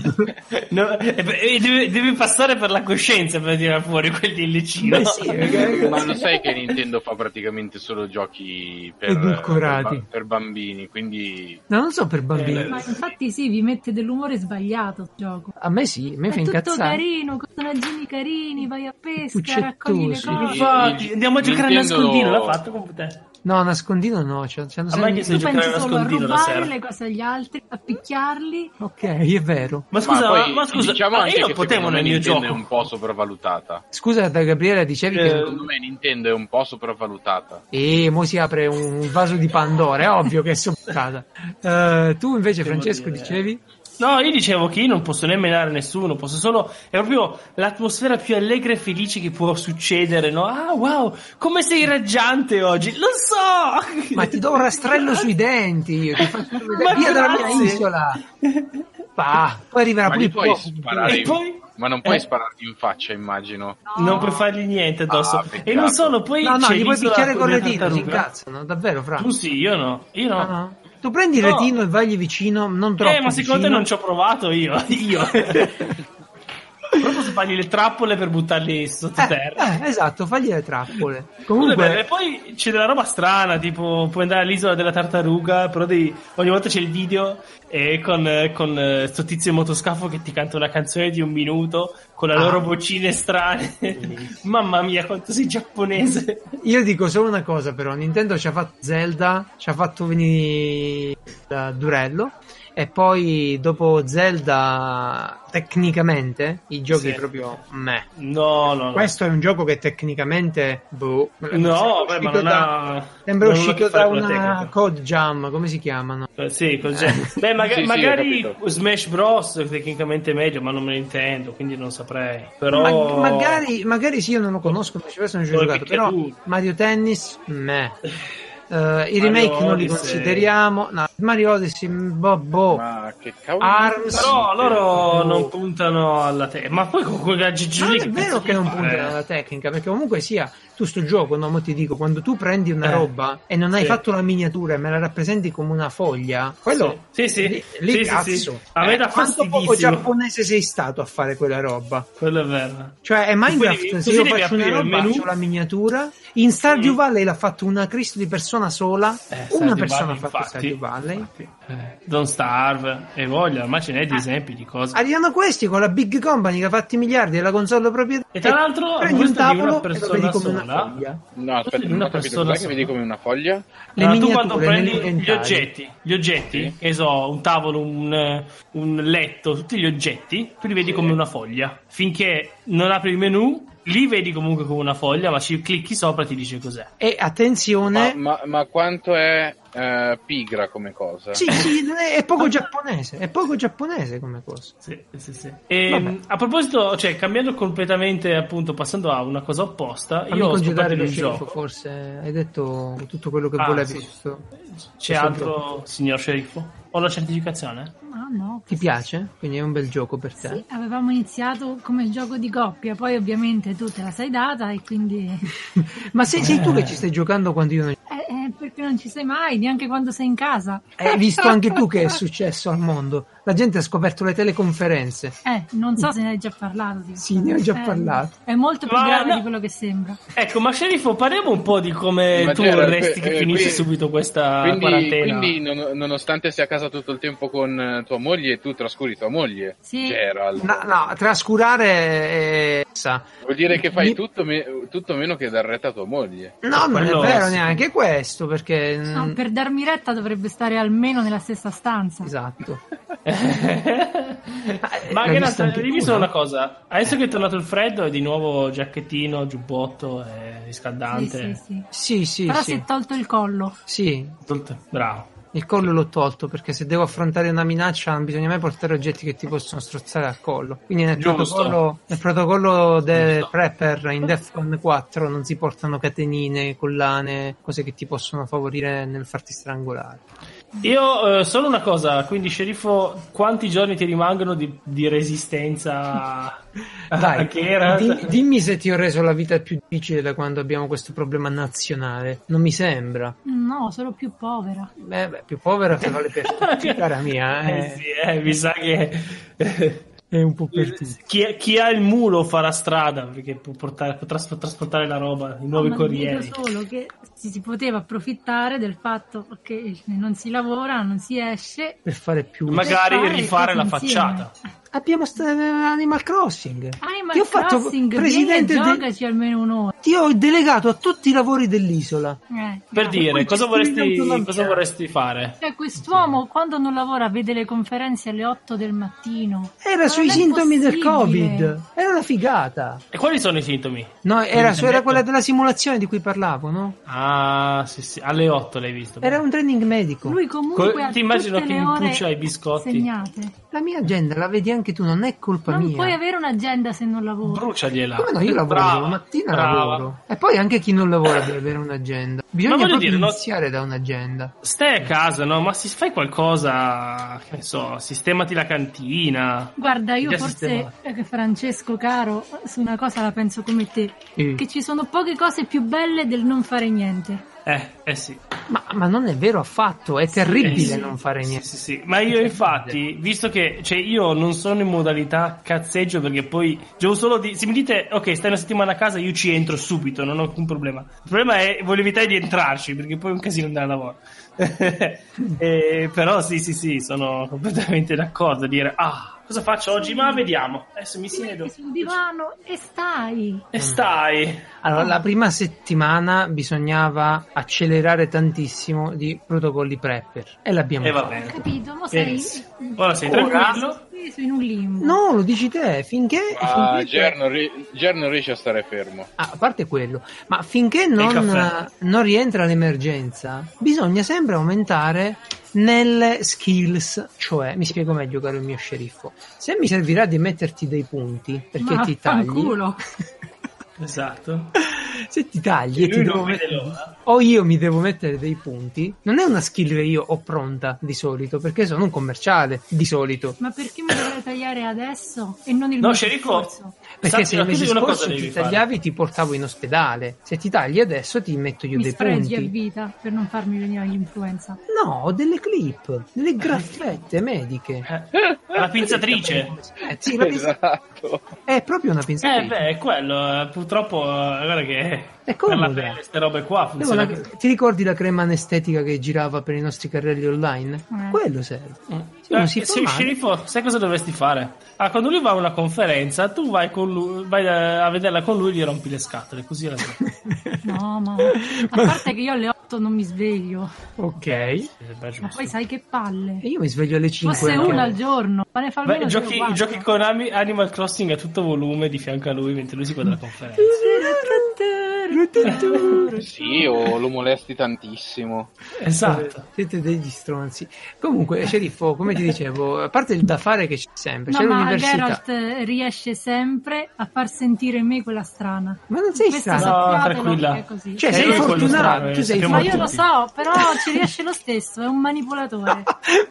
[SPEAKER 1] (laughs)
[SPEAKER 3] No, e, e deve, deve passare per la coscienza per tirare fuori quel DLC. no?
[SPEAKER 2] Beh, sì, perché-
[SPEAKER 1] Ma lo sai che Nintendo fa praticamente solo giochi per,
[SPEAKER 2] Edulcorati.
[SPEAKER 1] per ba- per bambini, quindi
[SPEAKER 2] No, non so per bambini.
[SPEAKER 3] Eh,
[SPEAKER 4] Ma infatti sì, vi mette dell'umore sbagliato il gioco.
[SPEAKER 2] A me sì, a me
[SPEAKER 4] È
[SPEAKER 2] fa
[SPEAKER 4] tutto
[SPEAKER 2] incazzare.
[SPEAKER 4] carino, personaggini carini, vai a pesca,
[SPEAKER 2] Puccettosi.
[SPEAKER 4] raccogli le cose.
[SPEAKER 3] (laughs) Infatti, andiamo a giocare
[SPEAKER 1] Nintendo-
[SPEAKER 3] a nascondino, l'ha fatto con te.
[SPEAKER 2] No, nascondino no. cioè, c'è- c'hanno
[SPEAKER 3] A me
[SPEAKER 2] sempre-
[SPEAKER 3] che se
[SPEAKER 4] Tu pensi
[SPEAKER 3] giocare a
[SPEAKER 4] solo a
[SPEAKER 3] nascondino la
[SPEAKER 4] rubare
[SPEAKER 3] sera.
[SPEAKER 4] le cose agli altri, a picchiarli.
[SPEAKER 2] Ok, è vero.
[SPEAKER 3] Ma scusa, ma,
[SPEAKER 1] poi,
[SPEAKER 3] ma scusa,
[SPEAKER 1] diciamo
[SPEAKER 3] ma
[SPEAKER 1] anche
[SPEAKER 3] io non
[SPEAKER 1] che
[SPEAKER 3] potevo
[SPEAKER 1] secondo me
[SPEAKER 3] nel mio
[SPEAKER 1] Nintendo
[SPEAKER 3] gioco.
[SPEAKER 1] è un po' sopravvalutata.
[SPEAKER 2] Scusa, da Gabriele, dicevi
[SPEAKER 3] Eh,
[SPEAKER 2] che.
[SPEAKER 1] Secondo me Nintendo è un po' sopravvalutata.
[SPEAKER 2] E mo si apre un vaso di Pandora, è ovvio che è
[SPEAKER 3] (laughs)
[SPEAKER 2] sopportata. Eh, tu invece,
[SPEAKER 3] Devo
[SPEAKER 2] Francesco,
[SPEAKER 3] dire.
[SPEAKER 2] dicevi?
[SPEAKER 3] No, io dicevo che io non posso né menare nessuno, posso solo. È proprio l'atmosfera più allegra e felice che può succedere, no? Ah, wow, come sei raggiante oggi! Lo so!
[SPEAKER 2] Ma ti do un rastrello sui denti, io ti faccio
[SPEAKER 3] Ma
[SPEAKER 2] vedere via dalla mia
[SPEAKER 3] grazie.
[SPEAKER 2] isola. Pa, poi arriverà
[SPEAKER 1] Ma
[SPEAKER 2] pure
[SPEAKER 1] li
[SPEAKER 2] il
[SPEAKER 1] puoi
[SPEAKER 2] popolo.
[SPEAKER 1] sparare
[SPEAKER 3] Ah, E poi?
[SPEAKER 1] in... Ma non puoi
[SPEAKER 3] Eh.
[SPEAKER 1] spararti in faccia, immagino.
[SPEAKER 3] (laughs) Non puoi fargli niente addosso.
[SPEAKER 1] Ah,
[SPEAKER 3] e
[SPEAKER 1] peccato.
[SPEAKER 3] non solo, poi.
[SPEAKER 2] No, no,
[SPEAKER 3] c'è
[SPEAKER 2] li puoi
[SPEAKER 3] l'isola
[SPEAKER 2] picchiare con
[SPEAKER 3] delle
[SPEAKER 2] il retino, si
[SPEAKER 3] tartarughe.
[SPEAKER 2] incazzano, davvero, Fra.
[SPEAKER 3] Tu sì, io no. Io no.
[SPEAKER 2] No, no. Tu prendi il
[SPEAKER 3] No.
[SPEAKER 2] retino e vagli vicino, non troppo
[SPEAKER 3] eh, ma secondo te
[SPEAKER 2] vicino.
[SPEAKER 3] non ci ho provato io? (laughs)
[SPEAKER 2] (laughs)
[SPEAKER 3] Io. Però posso fargli le trappole per buttarli sottoterra.
[SPEAKER 2] Eh, eh, esatto, fagli le trappole.
[SPEAKER 3] Vabbè, e
[SPEAKER 2] Comunque,
[SPEAKER 3] poi c'è della roba strana, tipo puoi andare all'isola della tartaruga, però devi- ogni volta c'è il video e con, eh, con eh, sto tizio in motoscafo che ti canta una canzone di un minuto con le
[SPEAKER 2] Ah.
[SPEAKER 3] loro vocine strane. (laughs) Mamma mia, quanto sei giapponese.
[SPEAKER 2] io dico solo una cosa però, Nintendo ci ha fatto Zelda, ci ha fatto venire da Durello e poi dopo Zelda tecnicamente i giochi
[SPEAKER 3] Sì.
[SPEAKER 2] proprio meh.
[SPEAKER 3] No, no, no.
[SPEAKER 2] Questo è un gioco che tecnicamente boh,
[SPEAKER 3] No,
[SPEAKER 2] sembra
[SPEAKER 3] beh, ma
[SPEAKER 2] uscito
[SPEAKER 3] non
[SPEAKER 2] da-
[SPEAKER 3] ha-
[SPEAKER 2] sembra
[SPEAKER 3] non ha
[SPEAKER 2] uscito
[SPEAKER 3] che fare
[SPEAKER 2] da
[SPEAKER 3] con la
[SPEAKER 2] una
[SPEAKER 3] tecnica.
[SPEAKER 2] Code Jam, come si chiamano?
[SPEAKER 3] Eh, Sì, col genere. Beh, maga-
[SPEAKER 1] Sì, sì, ho
[SPEAKER 3] magari
[SPEAKER 1] capito.
[SPEAKER 3] Smash Bros. è tecnicamente meglio, ma non me ne intendo, quindi non saprei. Però...
[SPEAKER 2] Ma- magari, magari sì, io non lo conosco, invece questo non ci ho
[SPEAKER 3] Con i
[SPEAKER 2] giocato. Però
[SPEAKER 3] picchiaduro.
[SPEAKER 2] Mario Tennis, meh. Eh, I remake non li
[SPEAKER 3] Odyssey.
[SPEAKER 2] consideriamo. No, Mario Odyssey, mm, boh,
[SPEAKER 3] Oh.
[SPEAKER 2] boh.
[SPEAKER 1] Ma che cavolo.
[SPEAKER 2] Arms.
[SPEAKER 3] Però loro
[SPEAKER 2] Oh.
[SPEAKER 3] non puntano alla te. Ma poi con quella
[SPEAKER 2] Ma non
[SPEAKER 3] Gigiuli
[SPEAKER 2] è vero che non
[SPEAKER 3] eh?
[SPEAKER 2] punta alla tecnica, perché comunque sia tu sto gioco, no, mo ti dico, quando tu prendi una
[SPEAKER 3] Eh.
[SPEAKER 2] roba e non hai
[SPEAKER 3] Sì.
[SPEAKER 2] fatto la miniatura e me la rappresenti come una foglia, quello
[SPEAKER 3] Sì, sì.
[SPEAKER 2] lì, lì
[SPEAKER 3] Sì, sì,
[SPEAKER 2] cazzo. Eh,
[SPEAKER 3] sì. A me dà
[SPEAKER 2] quanto poco
[SPEAKER 3] fastidissimo.
[SPEAKER 2] giapponese sei stato a fare quella roba?
[SPEAKER 3] Quello è vero.
[SPEAKER 2] Cioè, è
[SPEAKER 3] Così
[SPEAKER 2] Minecraft,
[SPEAKER 3] devi-
[SPEAKER 2] se
[SPEAKER 3] così
[SPEAKER 2] io
[SPEAKER 3] devi
[SPEAKER 2] faccio una
[SPEAKER 3] aprire il
[SPEAKER 2] roba,
[SPEAKER 3] menu.
[SPEAKER 2] faccio la miniatura. In Stardew
[SPEAKER 3] Mm.
[SPEAKER 2] Valley l'ha fatto una Cristo di persona sola.
[SPEAKER 3] Eh,
[SPEAKER 2] una
[SPEAKER 3] Stardew
[SPEAKER 2] persona ha
[SPEAKER 3] Valley,
[SPEAKER 2] fatto
[SPEAKER 3] infatti.
[SPEAKER 2] Stardew Valley.
[SPEAKER 3] Eh, Don't Starve e voglia, ma ce n'è
[SPEAKER 2] Ah.
[SPEAKER 3] di esempi di cose.
[SPEAKER 2] Arrivano questi con la Big Company che ha fatto i miliardi e la console proprietaria.
[SPEAKER 3] E tra l'altro,
[SPEAKER 2] prendi un
[SPEAKER 3] questo di una
[SPEAKER 2] tavolo e lo vedi
[SPEAKER 3] persona
[SPEAKER 2] come una
[SPEAKER 3] sola.
[SPEAKER 2] foglia.
[SPEAKER 1] No, aspetta,
[SPEAKER 3] Una
[SPEAKER 1] non ho capito.
[SPEAKER 3] persona
[SPEAKER 1] Cos'è che
[SPEAKER 3] sola.
[SPEAKER 1] vedi come una foglia?
[SPEAKER 2] Le
[SPEAKER 3] Allora, tu
[SPEAKER 2] miniature,
[SPEAKER 3] quando prendi
[SPEAKER 2] le
[SPEAKER 3] gli oggetti, gli oggetti,
[SPEAKER 1] Sì.
[SPEAKER 3] che so, un tavolo, un, eh, un letto, tutti gli oggetti, tu li vedi
[SPEAKER 1] Sì.
[SPEAKER 3] come una foglia. Finché non apri il menu, li vedi comunque come una foglia, ma mm, ci clicchi sopra e ti dice cos'è.
[SPEAKER 2] E attenzione,
[SPEAKER 1] Ma, ma- ma quanto è eh, pigra come cosa.
[SPEAKER 2] Sì, sì, non è, è poco giapponese, è poco giapponese come cosa.
[SPEAKER 3] Sì, sì, sì. E, a proposito, cioè, cambiando completamente, appunto, passando a una cosa opposta,
[SPEAKER 2] Fammi
[SPEAKER 3] io ho
[SPEAKER 2] congedare
[SPEAKER 3] scoperto in
[SPEAKER 2] lo
[SPEAKER 3] un
[SPEAKER 2] sceriffo,
[SPEAKER 3] gioco.
[SPEAKER 2] forse hai detto tutto quello che
[SPEAKER 3] Ah,
[SPEAKER 2] volevi.
[SPEAKER 3] sì.
[SPEAKER 2] questo-
[SPEAKER 3] C'è
[SPEAKER 2] questo
[SPEAKER 3] altro,
[SPEAKER 2] gioco.
[SPEAKER 3] signor sceriffo? Ho la certificazione?
[SPEAKER 4] Ah no.
[SPEAKER 2] Ti piace? Quindi è un bel gioco per te.
[SPEAKER 4] Sì, avevamo iniziato come gioco di coppia, poi ovviamente tu te la sei data e quindi... (laughs)
[SPEAKER 2] Ma sei, sei tu che ci stai giocando quando io non...
[SPEAKER 4] Eh, eh, perché non ci sei mai, neanche quando sei in casa.
[SPEAKER 2] Eh, Hai visto anche tu che è successo al mondo. La gente ha scoperto le teleconferenze.
[SPEAKER 4] (laughs) Eh, non so se ne hai già parlato. di
[SPEAKER 2] Sì, ne ho già
[SPEAKER 4] Eh,
[SPEAKER 2] parlato.
[SPEAKER 4] È molto più
[SPEAKER 3] Ma
[SPEAKER 4] grave
[SPEAKER 3] no.
[SPEAKER 4] di quello che sembra.
[SPEAKER 3] Ecco, ma sceriffo, parliamo un po' di come
[SPEAKER 1] Ma
[SPEAKER 3] tu
[SPEAKER 1] c'era-
[SPEAKER 3] vorresti
[SPEAKER 1] eh,
[SPEAKER 3] che
[SPEAKER 1] eh,
[SPEAKER 3] finisse
[SPEAKER 1] quindi-
[SPEAKER 3] subito questa
[SPEAKER 1] Quindi,
[SPEAKER 3] Ah, quarantena. (laughs)
[SPEAKER 1] quindi non- nonostante sei a casa tutto il tempo con eh, tua moglie, tu trascuri tua moglie.
[SPEAKER 4] Sì.
[SPEAKER 1] Gerald.
[SPEAKER 2] No, no, trascurare è... sa.
[SPEAKER 1] Vuol dire che fai
[SPEAKER 2] Mi-
[SPEAKER 1] tutto, me- tutto meno che dar retta a tua moglie.
[SPEAKER 2] No, non è
[SPEAKER 3] Quello
[SPEAKER 2] vero
[SPEAKER 3] sì.
[SPEAKER 2] neanche questo, perché...
[SPEAKER 4] No,
[SPEAKER 2] mm,
[SPEAKER 4] Ah, per darmi retta dovrebbe stare almeno nella stessa stanza.
[SPEAKER 2] Esatto.
[SPEAKER 3] ma
[SPEAKER 2] l'hai
[SPEAKER 3] che
[SPEAKER 2] visto
[SPEAKER 3] altro,
[SPEAKER 2] anche
[SPEAKER 3] devi
[SPEAKER 2] tu,
[SPEAKER 3] solo
[SPEAKER 2] no?
[SPEAKER 3] una cosa. Adesso che è tornato il freddo, è di nuovo giacchettino, giubbotto e
[SPEAKER 4] Sì,
[SPEAKER 3] riscaldante.
[SPEAKER 4] sì, sì.
[SPEAKER 2] Sì, sì,
[SPEAKER 4] Però si
[SPEAKER 2] sì.
[SPEAKER 4] è tolto il collo.
[SPEAKER 2] Sì,
[SPEAKER 3] Tutto- Bravo.
[SPEAKER 2] il collo l'ho tolto perché se devo affrontare una minaccia non bisogna mai portare oggetti che ti possono strozzare al collo. Quindi nel
[SPEAKER 3] Giusto.
[SPEAKER 2] protocollo, nel protocollo del
[SPEAKER 3] Giusto.
[SPEAKER 2] prepper in Defcon 4 non si portano catenine, collane, cose che ti possono favorire nel farti strangolare.
[SPEAKER 3] Io eh, solo una cosa, quindi sceriffo, quanti giorni ti rimangono di, di resistenza a
[SPEAKER 2] Dai,
[SPEAKER 3] Geralt?
[SPEAKER 2] dimmi,
[SPEAKER 3] (laughs)
[SPEAKER 2] dimmi se ti ho reso la vita più difficile da quando abbiamo questo problema nazionale. Non mi sembra.
[SPEAKER 4] No, solo più povera.
[SPEAKER 2] Beh, beh, più povera che vale
[SPEAKER 3] (laughs)
[SPEAKER 2] per tutti, cara mia.
[SPEAKER 3] Eh
[SPEAKER 2] eh.
[SPEAKER 3] sì, eh, mi
[SPEAKER 2] (laughs)
[SPEAKER 3] sa che
[SPEAKER 2] È un po' per tutti.
[SPEAKER 3] chi, chi ha il mulo farà strada perché può, portare- può tras- trasportare la roba, i
[SPEAKER 2] Ah,
[SPEAKER 3] nuovi
[SPEAKER 4] Ma
[SPEAKER 3] corrieri.
[SPEAKER 4] dico solo che si, si poteva approfittare del fatto che non si lavora, non si esce.
[SPEAKER 2] Per fare più.
[SPEAKER 3] Magari
[SPEAKER 4] Per fare
[SPEAKER 3] rifare la
[SPEAKER 4] tutti insieme.
[SPEAKER 3] facciata.
[SPEAKER 2] Abbiamo sta- Animal Crossing.
[SPEAKER 4] Animal
[SPEAKER 2] Ti ho fatto
[SPEAKER 4] Crossing,
[SPEAKER 2] presidente
[SPEAKER 4] vieni e
[SPEAKER 2] de-
[SPEAKER 4] giocaci almeno un'ora.
[SPEAKER 2] Ti ho delegato a tutti i lavori dell'isola.
[SPEAKER 4] Eh,
[SPEAKER 3] Per
[SPEAKER 4] no.
[SPEAKER 3] dire,
[SPEAKER 2] Ah, poi
[SPEAKER 3] cosa
[SPEAKER 2] ci scrivi
[SPEAKER 3] vorresti,
[SPEAKER 2] l'autonomia.
[SPEAKER 3] cosa vorresti fare?
[SPEAKER 4] Cioè, quest'uomo quando non lavora vede le conferenze alle 8 del mattino.
[SPEAKER 2] Era
[SPEAKER 4] Ma
[SPEAKER 2] sui
[SPEAKER 4] non è
[SPEAKER 2] sintomi del
[SPEAKER 4] possibile.
[SPEAKER 2] Covid. Era una figata.
[SPEAKER 3] E quali sono i sintomi?
[SPEAKER 2] No, era,
[SPEAKER 3] mi
[SPEAKER 2] su-
[SPEAKER 3] hai
[SPEAKER 2] era
[SPEAKER 3] detto?
[SPEAKER 2] quella della simulazione di cui parlavo, no?
[SPEAKER 3] Ah, sì, sì, alle 8 l'hai visto.
[SPEAKER 2] Era un training medico.
[SPEAKER 4] Lui comunque
[SPEAKER 3] Ecco. Co-
[SPEAKER 4] ha
[SPEAKER 3] ti immagino
[SPEAKER 4] tutte
[SPEAKER 3] che
[SPEAKER 4] le
[SPEAKER 3] mi
[SPEAKER 4] ore
[SPEAKER 3] puccia i biscotti.
[SPEAKER 4] segnate.
[SPEAKER 2] La mia agenda la vedi anche tu, non è colpa
[SPEAKER 4] Non
[SPEAKER 2] mia.
[SPEAKER 4] puoi avere un'agenda se non lavori.
[SPEAKER 3] Bruciagliela.
[SPEAKER 2] Come no, io lavoro,
[SPEAKER 3] Brava,
[SPEAKER 2] la mattina
[SPEAKER 3] brava.
[SPEAKER 2] lavoro. E poi anche chi non lavora deve avere un'agenda. Bisogna
[SPEAKER 3] voglio
[SPEAKER 2] proprio
[SPEAKER 3] dire, no-
[SPEAKER 2] iniziare da un'agenda.
[SPEAKER 3] Stai a casa, no? Ma si fai qualcosa, che ne so, sistemati la cantina.
[SPEAKER 4] Guarda, io
[SPEAKER 3] Già
[SPEAKER 4] forse,
[SPEAKER 3] sistemato.
[SPEAKER 4] eh, che Francesco caro, su una cosa la penso come te,
[SPEAKER 2] Eh.
[SPEAKER 4] che ci sono poche cose più belle del non fare niente.
[SPEAKER 3] Eh, eh sì.
[SPEAKER 2] Ma, ma non è vero affatto, è terribile
[SPEAKER 3] Eh sì.
[SPEAKER 2] non fare niente.
[SPEAKER 3] Sì, sì, sì. Ma io infatti, visto che cioè, io non sono in modalità cazzeggio perché poi devo solo di... Se mi dite, ok, stai una settimana a casa, io ci entro subito, non ho alcun problema. Il problema è, voglio evitare di entrarci perché poi è un casino andare a lavoro. (laughs) Eh, però sì, sì, sì, sono completamente d'accordo. Dire, ah, cosa faccio oggi? Ma vediamo. Adesso mi
[SPEAKER 4] Ti metti
[SPEAKER 3] siedo.
[SPEAKER 4] sul divano e stai.
[SPEAKER 3] E stai.
[SPEAKER 2] Allora, la prima settimana bisognava accelerare tantissimo di protocolli prepper e l'abbiamo
[SPEAKER 3] E Eh, va
[SPEAKER 2] fatto.
[SPEAKER 3] bene.
[SPEAKER 4] Capito? Ma Oh, sei
[SPEAKER 3] Benissimo. Ora sei
[SPEAKER 2] Ora-
[SPEAKER 3] tranquillo.
[SPEAKER 4] speso in un limbo.
[SPEAKER 2] No, lo dici te, finché...
[SPEAKER 1] Ma
[SPEAKER 3] Ah,
[SPEAKER 2] finché-
[SPEAKER 1] Ger non, ri- Ger non riesce a stare fermo.
[SPEAKER 2] Ah, a parte quello, ma finché
[SPEAKER 3] caffè.
[SPEAKER 2] non, non rientra l'emergenza, bisogna sempre aumentare nelle skills, cioè, mi spiego meglio caro il mio sceriffo, se mi servirà di metterti dei punti, perché
[SPEAKER 4] Ma
[SPEAKER 2] ti tagli,
[SPEAKER 4] vaffanculo.
[SPEAKER 3] Esatto.
[SPEAKER 2] se ti tagli e ti
[SPEAKER 3] Lui
[SPEAKER 2] devo
[SPEAKER 3] non vede
[SPEAKER 2] mettere-
[SPEAKER 3] l'ora.
[SPEAKER 2] o io mi devo mettere dei punti, non è una skill che io ho pronta di solito, perché sono un commerciale di solito.
[SPEAKER 4] Ma perché mi dovrei tagliare adesso e non il
[SPEAKER 3] No,
[SPEAKER 4] mese
[SPEAKER 3] sceriffo.
[SPEAKER 4] scorso?
[SPEAKER 2] Perché
[SPEAKER 3] Sappi
[SPEAKER 2] se il mese
[SPEAKER 3] una cosa
[SPEAKER 2] scorso
[SPEAKER 3] devi
[SPEAKER 2] ti
[SPEAKER 3] fare.
[SPEAKER 2] tagliavi ti portavo in ospedale, se ti tagli adesso ti metto io
[SPEAKER 4] Mi eh.
[SPEAKER 2] dei
[SPEAKER 4] sfregi
[SPEAKER 2] punti.
[SPEAKER 4] a vita per non farmi venire l'influenza.
[SPEAKER 2] No, ho delle clip, delle graffette mediche.
[SPEAKER 3] Eh,
[SPEAKER 2] (laughs)
[SPEAKER 3] La pinzatrice.
[SPEAKER 2] Eh, sì, la pinza-
[SPEAKER 1] Esatto.
[SPEAKER 2] è proprio una
[SPEAKER 3] Eh
[SPEAKER 2] pinzatrice.
[SPEAKER 3] beh, è quello, eh, purtroppo eh, guarda che
[SPEAKER 2] È
[SPEAKER 3] per la
[SPEAKER 2] comoda.
[SPEAKER 3] pelle queste robe qua
[SPEAKER 2] Devo la-
[SPEAKER 3] funzionano. Eh,
[SPEAKER 2] Ti ricordi la crema anestetica che girava per i nostri carrelli online?
[SPEAKER 4] Mm.
[SPEAKER 2] Quello serve. Sì,
[SPEAKER 3] Eh,
[SPEAKER 2] non si fa
[SPEAKER 3] sei
[SPEAKER 2] male.
[SPEAKER 3] sceriffo, sai cosa dovresti fare? Ah, quando lui va a una conferenza, tu vai, con lui, vai a vederla con lui e gli rompi le scatole, così la
[SPEAKER 2] (laughs)
[SPEAKER 3] (laughs)
[SPEAKER 4] No, ma a parte che io alle 8 non mi sveglio,
[SPEAKER 2] Ok. E
[SPEAKER 3] Eh,
[SPEAKER 4] ma poi sai che palle.
[SPEAKER 2] io mi sveglio alle 5.
[SPEAKER 4] Fosse una al giorno, ma ne fa almeno
[SPEAKER 3] Vai, giochi,
[SPEAKER 4] tre o
[SPEAKER 3] giochi
[SPEAKER 4] quattro.
[SPEAKER 3] con
[SPEAKER 2] (laughs)
[SPEAKER 3] Ami- Animal Crossing a tutto volume di fianco a lui mentre lui si guarda la conferenza.
[SPEAKER 1] Sì, o lo (laughs) molesti tantissimo.
[SPEAKER 3] Esatto.
[SPEAKER 2] Siete degli stronzi. Comunque, sceriffo, come ti dicevo, a parte il da fare che c'è sempre,
[SPEAKER 4] No,
[SPEAKER 2] c'è
[SPEAKER 4] ma
[SPEAKER 2] l'università.
[SPEAKER 4] Geralt riesce sempre a far sentire in me quella strana.
[SPEAKER 2] Ma non sei
[SPEAKER 4] Questa
[SPEAKER 2] strano.
[SPEAKER 3] No,
[SPEAKER 4] sappiatelo
[SPEAKER 3] tranquilla.
[SPEAKER 4] che è così.
[SPEAKER 2] Cioè,
[SPEAKER 3] Eh,
[SPEAKER 2] sei
[SPEAKER 3] io quello strano,
[SPEAKER 2] fortunato.
[SPEAKER 3] eh,
[SPEAKER 2] Tu sei
[SPEAKER 3] sappiamo
[SPEAKER 4] ma io
[SPEAKER 2] fortunato.
[SPEAKER 4] lo
[SPEAKER 3] tutti.
[SPEAKER 4] so, però ci riesce lo stesso, è
[SPEAKER 3] (laughs)
[SPEAKER 4] un manipolatore.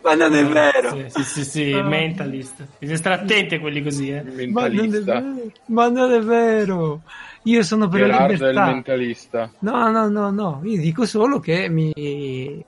[SPEAKER 2] Ma non è vero.
[SPEAKER 3] Sì, sì, sì, sì,
[SPEAKER 2] Ah.
[SPEAKER 3] mentalist. Bisogna stare attenti a quelli così, eh.
[SPEAKER 2] Ma non è
[SPEAKER 1] Mentalista.
[SPEAKER 2] vero. Ma non è vero. Io sono per
[SPEAKER 1] Gerardo
[SPEAKER 2] la
[SPEAKER 1] è il
[SPEAKER 2] libertà.
[SPEAKER 1] mentalista.
[SPEAKER 2] No, no, no, no, io dico solo che mi...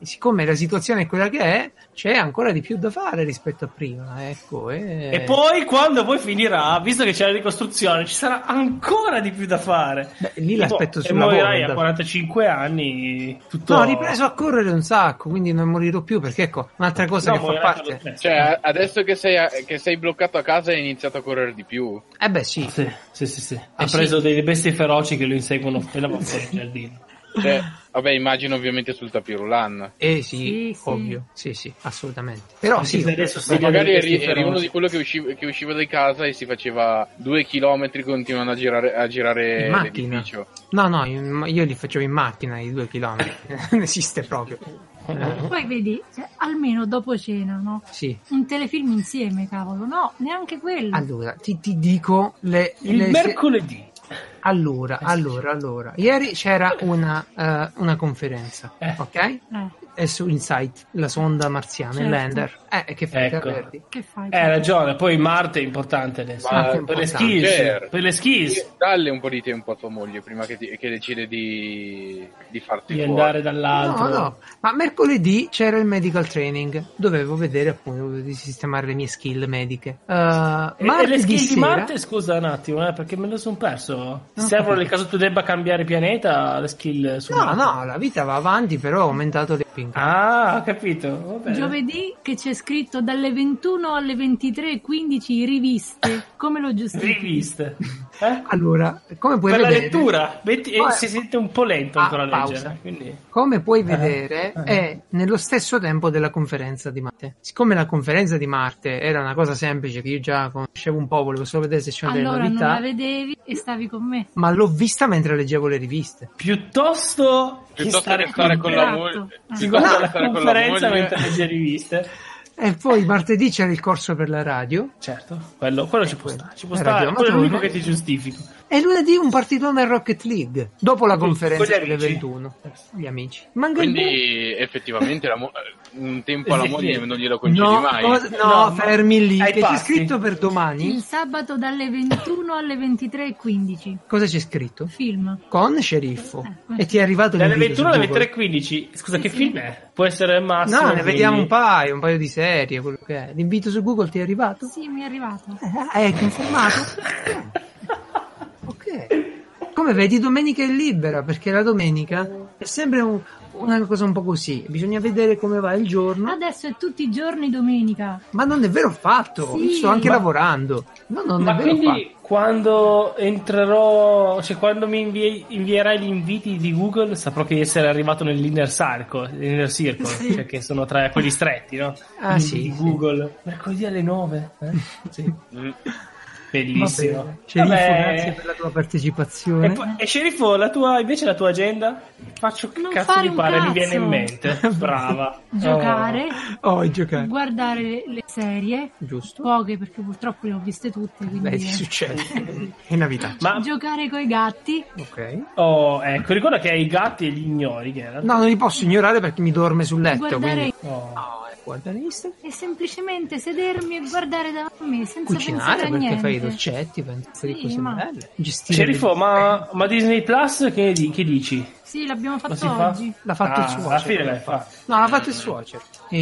[SPEAKER 2] siccome la situazione è quella che è, c'è ancora di più da fare rispetto a prima, ecco. E,
[SPEAKER 3] E poi quando poi finirà, visto che c'è la ricostruzione, ci sarà ancora di più da fare.
[SPEAKER 2] Beh, lì
[SPEAKER 3] Tipo,
[SPEAKER 2] l'aspetto
[SPEAKER 3] e
[SPEAKER 2] sul lavoro.
[SPEAKER 3] morirai a
[SPEAKER 2] da-
[SPEAKER 3] 45 anni, tutto...
[SPEAKER 2] No, ho ripreso a correre un sacco, quindi non morirò più, perché ecco, un'altra cosa
[SPEAKER 3] No,
[SPEAKER 2] che fa
[SPEAKER 3] morirai per lo
[SPEAKER 2] parte...
[SPEAKER 3] stesso.
[SPEAKER 1] Cioè, a- adesso che sei, a- che sei bloccato a casa hai iniziato a correre di più.
[SPEAKER 2] Eh beh, sì.
[SPEAKER 3] Sì, sì, sì, sì. Ha
[SPEAKER 2] Eh sì.
[SPEAKER 3] preso delle bestie feroci che lo inseguono appena va fuori dal giardino. (laughs)
[SPEAKER 1] Cioè, vabbè, immagino ovviamente sul tapirulan.
[SPEAKER 2] Eh sì,
[SPEAKER 4] Sì, sì.
[SPEAKER 2] ovvio, sì, sì, assolutamente. Però
[SPEAKER 3] Anche
[SPEAKER 2] Oh, sì,
[SPEAKER 3] se adesso
[SPEAKER 1] Ma
[SPEAKER 3] sono
[SPEAKER 1] magari
[SPEAKER 3] delle
[SPEAKER 1] eri,
[SPEAKER 3] bestie
[SPEAKER 1] eri uno
[SPEAKER 3] feroci.
[SPEAKER 1] di quello che usciva, che usciva di casa e si faceva due chilometri continuando a girare, a girare
[SPEAKER 2] In macchina.
[SPEAKER 1] l'edificio.
[SPEAKER 2] no, no, io, io li facevo in macchina i due chilometri, (laughs) non esiste proprio. Eh,
[SPEAKER 4] Poi vedi, cioè, almeno dopo cena, no?
[SPEAKER 2] sì.
[SPEAKER 4] Un telefilm insieme, cavolo. No, neanche quello.
[SPEAKER 2] Allora, ti, ti dico le...
[SPEAKER 3] Il
[SPEAKER 2] le-
[SPEAKER 3] mercoledì. Eh,
[SPEAKER 2] Allora, allora, allora. Ieri c'era una, eh, una conferenza,
[SPEAKER 3] Eh.
[SPEAKER 2] ok?
[SPEAKER 4] Eh,
[SPEAKER 2] È su Insight, la sonda marziana, il
[SPEAKER 4] Certo.
[SPEAKER 2] lander. Eh, e che fai? Te la
[SPEAKER 3] Ecco.
[SPEAKER 2] perdi?
[SPEAKER 4] che fai?
[SPEAKER 3] Eh, hai ragione, poi Marte è importante adesso.
[SPEAKER 1] Ma-
[SPEAKER 3] per, le
[SPEAKER 2] importante.
[SPEAKER 3] skills,
[SPEAKER 1] Certo.
[SPEAKER 3] per le skills.
[SPEAKER 1] Dalle un po' di tempo a tua moglie prima che, ti- che decide di, di farti
[SPEAKER 3] Di
[SPEAKER 1] fuori.
[SPEAKER 3] andare
[SPEAKER 2] No,
[SPEAKER 3] dall'altro.
[SPEAKER 2] no, ma mercoledì c'era il medical training, dovevo vedere appunto di sistemare le mie skill mediche. Eh,
[SPEAKER 3] E, e le
[SPEAKER 2] martedì
[SPEAKER 3] skill di
[SPEAKER 2] sera-
[SPEAKER 3] Marte, scusa un attimo, eh, perché me le sono perso.
[SPEAKER 2] Non ho
[SPEAKER 3] Servono nel
[SPEAKER 2] capito.
[SPEAKER 3] caso tu debba cambiare pianeta, le skill su
[SPEAKER 2] No,
[SPEAKER 3] Marte.
[SPEAKER 2] no, la vita va avanti, però ho aumentato le ping.
[SPEAKER 3] Ah, ho capito. va bene.
[SPEAKER 4] Giovedì che c'è scritto dalle 21 alle 23.15 riviste. Come lo giustifichi?
[SPEAKER 3] Riviste. Eh?
[SPEAKER 2] Allora, come puoi
[SPEAKER 3] Per la
[SPEAKER 2] vedere...
[SPEAKER 3] lettura. Metti- e
[SPEAKER 2] Poi-
[SPEAKER 3] si sente un po' lento
[SPEAKER 2] Ah,
[SPEAKER 3] ancora a
[SPEAKER 2] pausa.
[SPEAKER 3] leggere. Quindi...
[SPEAKER 2] Come puoi
[SPEAKER 3] Eh,
[SPEAKER 2] vedere,
[SPEAKER 3] eh.
[SPEAKER 2] è nello stesso tempo della conferenza di Marte. Siccome la conferenza di Marte era una cosa semplice che io già conoscevo un po', volevo solo vedere se c'erano
[SPEAKER 4] Allora
[SPEAKER 2] delle
[SPEAKER 4] non la
[SPEAKER 2] novità,
[SPEAKER 4] vedevi e stavi con me.
[SPEAKER 2] ma l'ho vista mentre leggevo le riviste.
[SPEAKER 3] Piuttosto, che
[SPEAKER 1] Piuttosto
[SPEAKER 3] stare,
[SPEAKER 1] che stare con la
[SPEAKER 4] me.
[SPEAKER 1] moglie,
[SPEAKER 4] Ah.
[SPEAKER 1] piuttosto che
[SPEAKER 2] No,
[SPEAKER 3] la
[SPEAKER 1] stare con la
[SPEAKER 3] conferenza
[SPEAKER 1] moglie-
[SPEAKER 3] mentre legge riviste.
[SPEAKER 2] E poi martedì c'era il corso per la radio
[SPEAKER 3] Certo, quello, quello ci può
[SPEAKER 2] Eh, quello.
[SPEAKER 3] stare, ci può
[SPEAKER 2] Hai
[SPEAKER 3] stare,
[SPEAKER 2] ragione,
[SPEAKER 3] quello è
[SPEAKER 2] ma tu-
[SPEAKER 3] l'unico che ti giustifico.
[SPEAKER 2] e lunedì un partitone a Rocket League, dopo la
[SPEAKER 3] Con-
[SPEAKER 2] conferenza
[SPEAKER 3] con gli
[SPEAKER 2] delle
[SPEAKER 3] amici.
[SPEAKER 2] 21. Gli amici. Manca il
[SPEAKER 1] Quindi effettivamente la mo- un tempo alla
[SPEAKER 3] Sì,
[SPEAKER 1] moglie
[SPEAKER 3] sì.
[SPEAKER 1] non glielo concedi
[SPEAKER 2] No,
[SPEAKER 1] mai.
[SPEAKER 2] cosa-
[SPEAKER 3] No,
[SPEAKER 2] no,
[SPEAKER 3] ma-
[SPEAKER 2] fermi lì.
[SPEAKER 3] Ai
[SPEAKER 2] Che c'è
[SPEAKER 3] passi.
[SPEAKER 2] scritto per domani?
[SPEAKER 4] Il sabato dalle 21 alle 23.15.
[SPEAKER 2] Cosa c'è scritto?
[SPEAKER 4] Film.
[SPEAKER 2] Con sceriffo.
[SPEAKER 4] Eh, questo.
[SPEAKER 2] E ti è arrivato
[SPEAKER 3] Dalle
[SPEAKER 2] l'invito su
[SPEAKER 3] 21 alle
[SPEAKER 2] Google.
[SPEAKER 3] 23.15, scusa che film è? Può essere il massimo.
[SPEAKER 2] No, ne
[SPEAKER 3] quindi-
[SPEAKER 2] vediamo un paio, un paio di serie, quello che è. L'invito su Google ti è arrivato?
[SPEAKER 4] Sì, mi è arrivato.
[SPEAKER 2] Eh, è confermato? Eh, ok. Come vedi, domenica è libera, perché la domenica è sempre un- una cosa un po' così. Bisogna vedere come va il giorno.
[SPEAKER 4] Adesso è tutti i giorni domenica.
[SPEAKER 2] Ma non è vero affatto,
[SPEAKER 4] Sì,
[SPEAKER 2] io sto anche
[SPEAKER 3] ma-
[SPEAKER 2] lavorando. No, non
[SPEAKER 3] Ma
[SPEAKER 2] è vero
[SPEAKER 3] quindi
[SPEAKER 2] affatto.
[SPEAKER 3] quando entrerò, cioè quando mi invie- invierai gli inviti di Google, saprò che di essere arrivato nell'inner circle, nell'inner circle
[SPEAKER 4] Sì.
[SPEAKER 3] cioè che sono tra quelli stretti, no?
[SPEAKER 2] Ah,
[SPEAKER 3] Gli
[SPEAKER 2] sì,
[SPEAKER 3] inviti di
[SPEAKER 2] sì.
[SPEAKER 3] Google. Mercoledì alle 9. eh? Sì.
[SPEAKER 1] Mm.
[SPEAKER 2] Va
[SPEAKER 3] Bellissimo.
[SPEAKER 2] bene. Sceriffo,
[SPEAKER 3] Vabbè.
[SPEAKER 2] grazie per la tua partecipazione.
[SPEAKER 3] E, poi- e sceriffo, la tua, invece la tua agenda? Faccio che
[SPEAKER 4] Non
[SPEAKER 3] cazzo
[SPEAKER 4] fare
[SPEAKER 3] mi
[SPEAKER 4] un
[SPEAKER 3] pare, mi
[SPEAKER 4] cazzo.
[SPEAKER 3] viene in mente.
[SPEAKER 2] (laughs)
[SPEAKER 3] Brava.
[SPEAKER 4] Giocare,
[SPEAKER 2] Oh, il giocare.
[SPEAKER 4] guardare le, le serie,
[SPEAKER 2] Giusto.
[SPEAKER 4] poche perché purtroppo le ho viste tutte, quindi eh,
[SPEAKER 2] Beh, ti succede. è una vita.
[SPEAKER 3] Oh. Ma,
[SPEAKER 4] giocare coi gatti.
[SPEAKER 2] Ok.
[SPEAKER 3] oh, ecco, ricorda che hai i gatti e li ignori, Geralt.
[SPEAKER 2] No, non li posso ignorare perché mi dorme sul letto.
[SPEAKER 4] Guardare-
[SPEAKER 2] Quindi...
[SPEAKER 3] Oh.
[SPEAKER 2] No, eh, guardare Instagram.
[SPEAKER 4] E semplicemente sedermi e guardare da me senza
[SPEAKER 2] Cucinare
[SPEAKER 4] pensare a
[SPEAKER 2] perché
[SPEAKER 4] niente.
[SPEAKER 2] fai i dolcetti, pensi di
[SPEAKER 4] Sì,
[SPEAKER 2] cose
[SPEAKER 4] ma-
[SPEAKER 2] belle. Gestire.
[SPEAKER 3] Sceriffo, ma, ma Disney Plus che, di- che dici?
[SPEAKER 4] Sì, l'abbiamo
[SPEAKER 3] Lo
[SPEAKER 4] fatto
[SPEAKER 3] si fa?
[SPEAKER 4] oggi.
[SPEAKER 2] L'ha fatto
[SPEAKER 3] Ah,
[SPEAKER 2] il cioè, suocero.
[SPEAKER 3] Alla fine l'hai fatto.
[SPEAKER 2] No, l'ha fatto il suocero. E...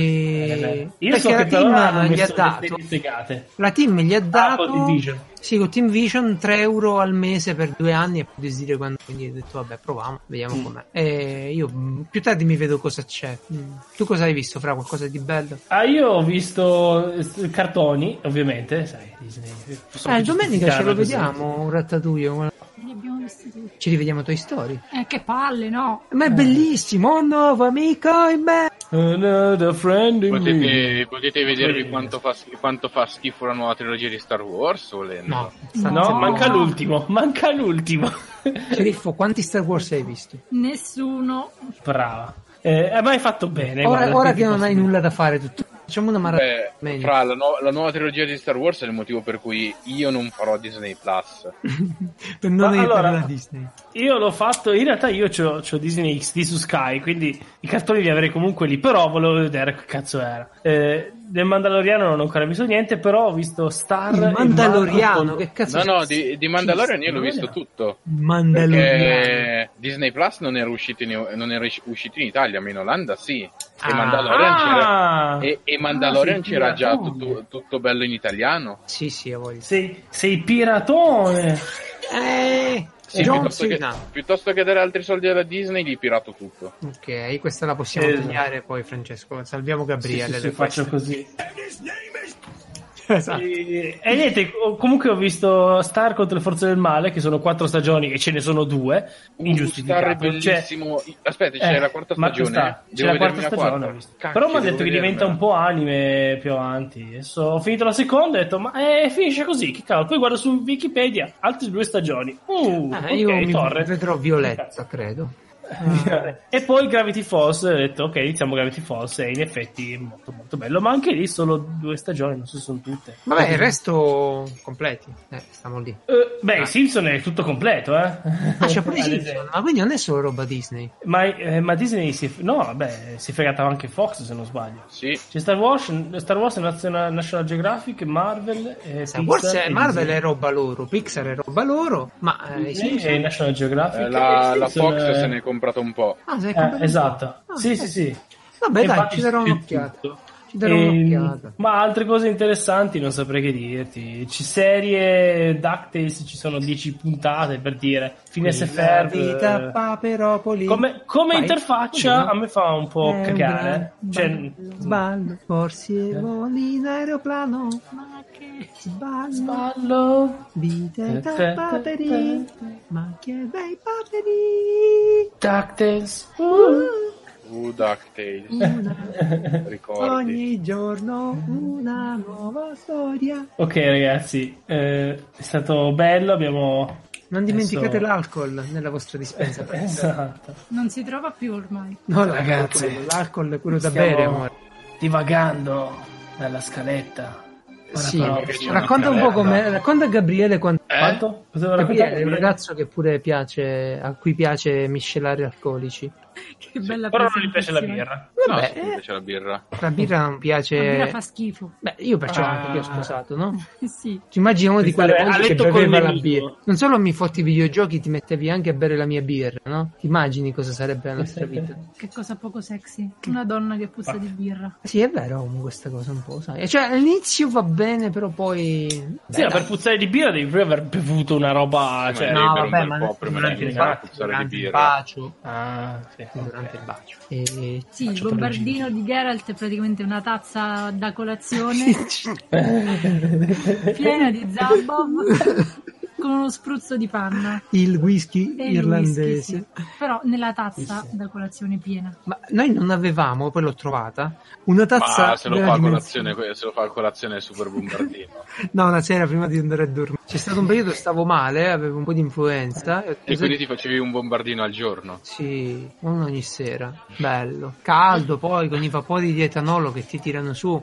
[SPEAKER 3] Eh, beh.
[SPEAKER 2] perché
[SPEAKER 3] Io so
[SPEAKER 2] la
[SPEAKER 3] che per
[SPEAKER 2] team
[SPEAKER 3] ora hanno
[SPEAKER 2] gli ha
[SPEAKER 3] messo le
[SPEAKER 2] dato.
[SPEAKER 3] serie segate.
[SPEAKER 2] La team gli ha dato.
[SPEAKER 3] con Team Vision.
[SPEAKER 2] Sì, con Team Vision 3 euro al mese per due anni e poi decidere quando. Quindi ho detto, vabbè, proviamo, vediamo
[SPEAKER 3] Mm.
[SPEAKER 2] com'è. E io mh, più tardi mi vedo cosa c'è. Mm. Tu cosa hai visto, Fra? Qualcosa di bello?
[SPEAKER 3] Ah, io ho visto eh, cartoni, ovviamente, sai, Disney. Posso
[SPEAKER 2] Eh,
[SPEAKER 3] anche
[SPEAKER 2] domenica ce lo
[SPEAKER 3] giustificarlo così.
[SPEAKER 2] vediamo, un ratatouille.
[SPEAKER 4] Li abbiamo visti tutti.
[SPEAKER 2] Ci rivediamo Toy Story.
[SPEAKER 4] Eh, che palle, no?
[SPEAKER 2] Ma
[SPEAKER 3] Eh.
[SPEAKER 2] è bellissimo, un nuovo amico in me.
[SPEAKER 3] Another friend in me.
[SPEAKER 1] Potete, potete vedervi
[SPEAKER 3] Sì.
[SPEAKER 1] quanto fa, schi- quanto fa schifo la nuova trilogia di Star Wars, volendo.
[SPEAKER 2] No,
[SPEAKER 3] No,
[SPEAKER 4] No.
[SPEAKER 3] manca l'ultimo, manca l'ultimo. (laughs)
[SPEAKER 2] Ceriffo, quanti Star Wars hai visto?
[SPEAKER 4] Nessuno.
[SPEAKER 3] Brava. Eh, eh, ma hai fatto bene.
[SPEAKER 2] Ora,
[SPEAKER 3] guarda,
[SPEAKER 2] ora
[SPEAKER 3] quindi
[SPEAKER 2] che non
[SPEAKER 3] posso
[SPEAKER 2] hai
[SPEAKER 3] dire.
[SPEAKER 2] nulla da fare, tu- facciamo una
[SPEAKER 1] Beh,
[SPEAKER 2] maratona. Meglio.
[SPEAKER 1] fra la, nu- la nuova trilogia di Star Wars è il motivo per cui io non farò Disney Plus.
[SPEAKER 2] per non
[SPEAKER 3] Ma
[SPEAKER 2] aiutare
[SPEAKER 3] allora-
[SPEAKER 2] la Disney.
[SPEAKER 3] Io l'ho fatto, in realtà io c'ho, c'ho Disney XD su Sky, quindi i cartoni li avrei comunque lì, però volevo vedere che cazzo era. Eh, del Mandaloriano non ho ancora visto niente, però ho visto Star...
[SPEAKER 2] Il
[SPEAKER 3] e
[SPEAKER 2] Mandaloriano,
[SPEAKER 3] Marco-
[SPEAKER 2] che cazzo
[SPEAKER 1] No, no, di, di Mandalorian io l'ho visto tutto.
[SPEAKER 2] Mandaloriano.
[SPEAKER 1] Perché Disney Plus non era uscito in, non era uscito in Italia, ma in Olanda sì. E
[SPEAKER 2] Ah.
[SPEAKER 1] Mandalorian c'era,
[SPEAKER 3] Ah!
[SPEAKER 1] e, e Mandalorian
[SPEAKER 3] Ah, sei
[SPEAKER 1] c'era già
[SPEAKER 3] piratone.
[SPEAKER 1] tutto, tutto bello in italiano.
[SPEAKER 2] Sì, sì, a voglia.
[SPEAKER 3] Sei, sei piratone!
[SPEAKER 2] Eh,
[SPEAKER 1] Sì,
[SPEAKER 2] John
[SPEAKER 1] piuttosto, che,
[SPEAKER 2] Cena.
[SPEAKER 1] piuttosto che dare altri soldi alla Disney, gli pirato tutto.
[SPEAKER 2] Ok, questa la possiamo
[SPEAKER 3] Esatto.
[SPEAKER 2] tagliare poi, Francesco. Salviamo
[SPEAKER 3] Sì,
[SPEAKER 2] Gabriele.
[SPEAKER 3] sì, sì,
[SPEAKER 2] da
[SPEAKER 3] faccio così.
[SPEAKER 2] questo. (laughs) Esatto.
[SPEAKER 3] E, e niente, ho- comunque ho visto Star contro le forze del male, che sono quattro stagioni e ce ne sono due,
[SPEAKER 1] Un star
[SPEAKER 3] ingiustificato. Cioè,
[SPEAKER 1] bellissimo. Aspetta, c'è
[SPEAKER 3] Eh,
[SPEAKER 1] la quarta
[SPEAKER 3] Marco
[SPEAKER 1] stagione. eh.
[SPEAKER 3] sta- c'è
[SPEAKER 1] Devo
[SPEAKER 3] la quarta
[SPEAKER 1] vedermi la
[SPEAKER 3] stagione.
[SPEAKER 1] quarta.
[SPEAKER 3] ho visto.
[SPEAKER 1] Cacchio,
[SPEAKER 3] Però mi ha
[SPEAKER 1] devo
[SPEAKER 3] detto che diventa
[SPEAKER 1] vedermela.
[SPEAKER 3] un po' anime più avanti. Adesso ho finito la seconda e ho detto, ma eh, finisce così, che cavolo. Poi guardo su Wikipedia, altre due stagioni. Uh,
[SPEAKER 2] Ah,
[SPEAKER 3] ok,
[SPEAKER 2] io mi
[SPEAKER 3] torre.
[SPEAKER 2] vedrò Violetta, credo.
[SPEAKER 3] (laughs) E poi Gravity Falls, ho detto ok, iniziamo Gravity Falls e in effetti è molto molto bello, ma anche lì solo due stagioni, non so se sono tutte.
[SPEAKER 2] Vabbè, il resto completi. Eh, stiamo
[SPEAKER 3] (laughs)
[SPEAKER 2] lì.
[SPEAKER 3] Eh, beh,
[SPEAKER 1] ah.
[SPEAKER 3] Simpson è tutto completo, eh.
[SPEAKER 2] Ah, c'è pure
[SPEAKER 3] (laughs) Ad
[SPEAKER 2] Simpson,
[SPEAKER 3] esempio.
[SPEAKER 2] ma quindi non è solo roba Disney.
[SPEAKER 3] Ma, eh, ma Disney si è, no, vabbè, si è fregata anche Fox se non sbaglio.
[SPEAKER 1] Sì,
[SPEAKER 3] C'è Star Wars, Star Wars National, National Geographic, Marvel, eh,
[SPEAKER 2] Star
[SPEAKER 3] Pixar
[SPEAKER 2] Wars è-
[SPEAKER 3] e
[SPEAKER 2] Marvel
[SPEAKER 3] Disney.
[SPEAKER 2] è roba loro, Pixar è roba loro, ma eh, i
[SPEAKER 3] Disney
[SPEAKER 2] Simpson-
[SPEAKER 3] e National Geographic.
[SPEAKER 1] eh, la,
[SPEAKER 3] e
[SPEAKER 1] la
[SPEAKER 3] Simpson,
[SPEAKER 1] Fox
[SPEAKER 3] eh,
[SPEAKER 1] se ne è comprata un po'.
[SPEAKER 2] Ah, sei
[SPEAKER 3] eh,
[SPEAKER 2] completamente-
[SPEAKER 3] esatto.
[SPEAKER 2] Ah,
[SPEAKER 3] sì,
[SPEAKER 2] ok.
[SPEAKER 3] sì, sì.
[SPEAKER 2] Vabbè,
[SPEAKER 3] E
[SPEAKER 2] dai,
[SPEAKER 3] infatti
[SPEAKER 2] ci darò
[SPEAKER 3] c'è
[SPEAKER 2] un'occhiata.
[SPEAKER 3] tutto.
[SPEAKER 2] Ci darò
[SPEAKER 3] Ehm,
[SPEAKER 2] un'occhiata.
[SPEAKER 3] ma altre cose interessanti non saprei che dirti. Ci serie DuckTales, ci sono 10 puntate per dire. Finesse
[SPEAKER 2] Quella
[SPEAKER 3] Ferb.
[SPEAKER 2] vita
[SPEAKER 3] eh,
[SPEAKER 2] Paperopoli.
[SPEAKER 3] Come, come
[SPEAKER 2] Vai.
[SPEAKER 3] interfaccia a me fa un po'
[SPEAKER 2] È un
[SPEAKER 3] cagare.
[SPEAKER 2] bra-
[SPEAKER 3] Cioè,
[SPEAKER 2] ballo, sballo, forse
[SPEAKER 3] Eh.
[SPEAKER 2] voli in aeroplano.
[SPEAKER 4] Ma che...
[SPEAKER 2] Sballo,
[SPEAKER 3] sballo.
[SPEAKER 2] vite
[SPEAKER 3] Te, te,
[SPEAKER 2] da
[SPEAKER 3] te,
[SPEAKER 2] paperi,
[SPEAKER 3] te.
[SPEAKER 2] ma che bei paperi.
[SPEAKER 3] DuckTales.
[SPEAKER 1] Uh, DuckTales,
[SPEAKER 2] Una-
[SPEAKER 1] ricordi.
[SPEAKER 2] ogni giorno una nuova storia.
[SPEAKER 3] Ok ragazzi, eh, è stato bello, abbiamo...
[SPEAKER 2] Non dimenticate
[SPEAKER 3] Adesso-
[SPEAKER 2] l'alcol nella vostra dispensa.
[SPEAKER 3] Esatto.
[SPEAKER 4] Non si trova più ormai. (laughs)
[SPEAKER 2] No,
[SPEAKER 3] Ragazzi,
[SPEAKER 2] ragazzi, l'alcol è quello da
[SPEAKER 3] Stiamo
[SPEAKER 2] bere, amore.
[SPEAKER 3] Divagando dalla scaletta. Ora
[SPEAKER 2] Sì,
[SPEAKER 3] però-
[SPEAKER 2] racconta un po' come racconta a Gabriele quando
[SPEAKER 1] Eh?
[SPEAKER 3] Quanto? Potevo
[SPEAKER 2] Gabriele
[SPEAKER 3] raccontare?
[SPEAKER 2] è un ragazzo che pure piace a cui piace miscelare alcolici.
[SPEAKER 4] Che bella
[SPEAKER 3] Però non gli piace la
[SPEAKER 4] presentazione.
[SPEAKER 3] birra.
[SPEAKER 1] No,
[SPEAKER 2] Vabbè,
[SPEAKER 1] sì, c'è la birra.
[SPEAKER 2] eh, la birra non piace.
[SPEAKER 4] La birra fa schifo. (laughs)
[SPEAKER 2] Beh, io perciò
[SPEAKER 3] Ah.
[SPEAKER 2] non ti ho sposato, no?
[SPEAKER 4] sì.
[SPEAKER 2] Ti immagino uno di
[SPEAKER 3] Pensare,
[SPEAKER 2] quelle
[SPEAKER 3] ha
[SPEAKER 2] volte che
[SPEAKER 3] letto col
[SPEAKER 2] beveva la
[SPEAKER 3] nemico.
[SPEAKER 2] birra. Non solo mi fotti i videogiochi, ti mettevi anche a bere la mia birra, no? Ti immagini cosa sarebbe la nostra vita?
[SPEAKER 4] Che cosa poco sexy. Una donna che puzza di birra.
[SPEAKER 2] Sì, è vero, Omo, questa cosa un po', sai. Cioè, all'inizio va bene, però poi...
[SPEAKER 3] Sì,
[SPEAKER 2] Beh,
[SPEAKER 3] ma per
[SPEAKER 2] dai.
[SPEAKER 3] puzzare di birra devi prima aver bevuto una roba. Cioè...
[SPEAKER 1] Eh,
[SPEAKER 2] No,
[SPEAKER 1] per un
[SPEAKER 2] vabbè,
[SPEAKER 1] bel
[SPEAKER 2] ma
[SPEAKER 1] po' prima di
[SPEAKER 2] durante il
[SPEAKER 1] iniziare a
[SPEAKER 2] bacio,
[SPEAKER 1] puzzare di
[SPEAKER 2] durante il
[SPEAKER 1] birra.
[SPEAKER 2] bacio,
[SPEAKER 3] Ah, sì.
[SPEAKER 2] durante il bacio. E...
[SPEAKER 4] Sì, il
[SPEAKER 3] Faccio per
[SPEAKER 4] bombardino di Geralt è praticamente una tazza
[SPEAKER 2] (laughs)
[SPEAKER 4] da colazione piena di Zabob (laughs) con uno spruzzo di panna.
[SPEAKER 2] Il whisky
[SPEAKER 4] E il
[SPEAKER 2] irlandese. Eh,
[SPEAKER 4] whisky, sì. Però nella tazza da colazione piena.
[SPEAKER 2] Ma noi non avevamo, poi l'ho trovata, una tazza...
[SPEAKER 1] Ma se lo
[SPEAKER 2] della
[SPEAKER 1] fa a
[SPEAKER 2] dimensione-
[SPEAKER 1] colazione, que- se lo fa a colazione è super
[SPEAKER 3] (laughs)
[SPEAKER 1] bombardino.
[SPEAKER 2] No, una sera prima di andare a dormire. C'è stato un periodo stavo male, avevo un po' di influenza. ho
[SPEAKER 1] e
[SPEAKER 2] preso-
[SPEAKER 1] quindi ti facevi un bombardino al giorno.
[SPEAKER 2] Sì, uno ogni sera. Bello. Caldo, poi con i vapori di etanolo che ti tirano su.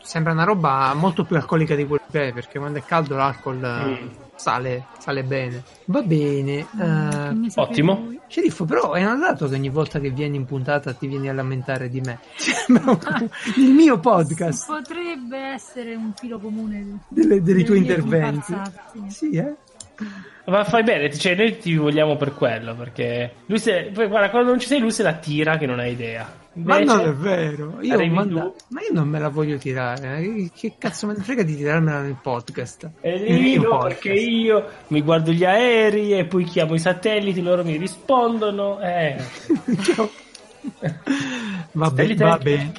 [SPEAKER 2] Sembra una roba molto più alcolica di quello che è, perché quando è caldo l'alcol eh,
[SPEAKER 3] Mm.
[SPEAKER 2] sale, sale bene. Va bene.
[SPEAKER 4] Mm, che
[SPEAKER 2] eh,
[SPEAKER 4] ne sapete
[SPEAKER 3] ottimo.
[SPEAKER 4] voi?
[SPEAKER 2] Sceriffo, però è notato che ogni volta che vieni in puntata ti vieni a lamentare di me. (laughs) Sembra un- il mio podcast,
[SPEAKER 4] Potrebbe essere un filo comune
[SPEAKER 2] delle- dei tuoi
[SPEAKER 4] mie
[SPEAKER 2] interventi.
[SPEAKER 4] comparsate, sì.
[SPEAKER 2] Sì, eh?
[SPEAKER 3] Ma fai bene, cioè, noi ti vogliamo per quello. Perché lui se. Poi, guarda, quando non ci sei, lui se la tira che non hai idea.
[SPEAKER 2] Ma non è
[SPEAKER 3] Invece-
[SPEAKER 2] vero, io ho
[SPEAKER 3] arrivi
[SPEAKER 2] mandato-
[SPEAKER 3] tu.
[SPEAKER 2] ma io non me la voglio tirare. eh. Che cazzo me ne frega di tirarmela nel podcast?
[SPEAKER 3] E
[SPEAKER 2] Nel mio
[SPEAKER 3] dico
[SPEAKER 2] podcast.
[SPEAKER 3] Eh, perché io mi guardo gli aerei e poi chiamo i satelliti, loro mi rispondono. Eh.
[SPEAKER 2] (laughs) Ciao. va bene,
[SPEAKER 3] Satellite.
[SPEAKER 2] va bene.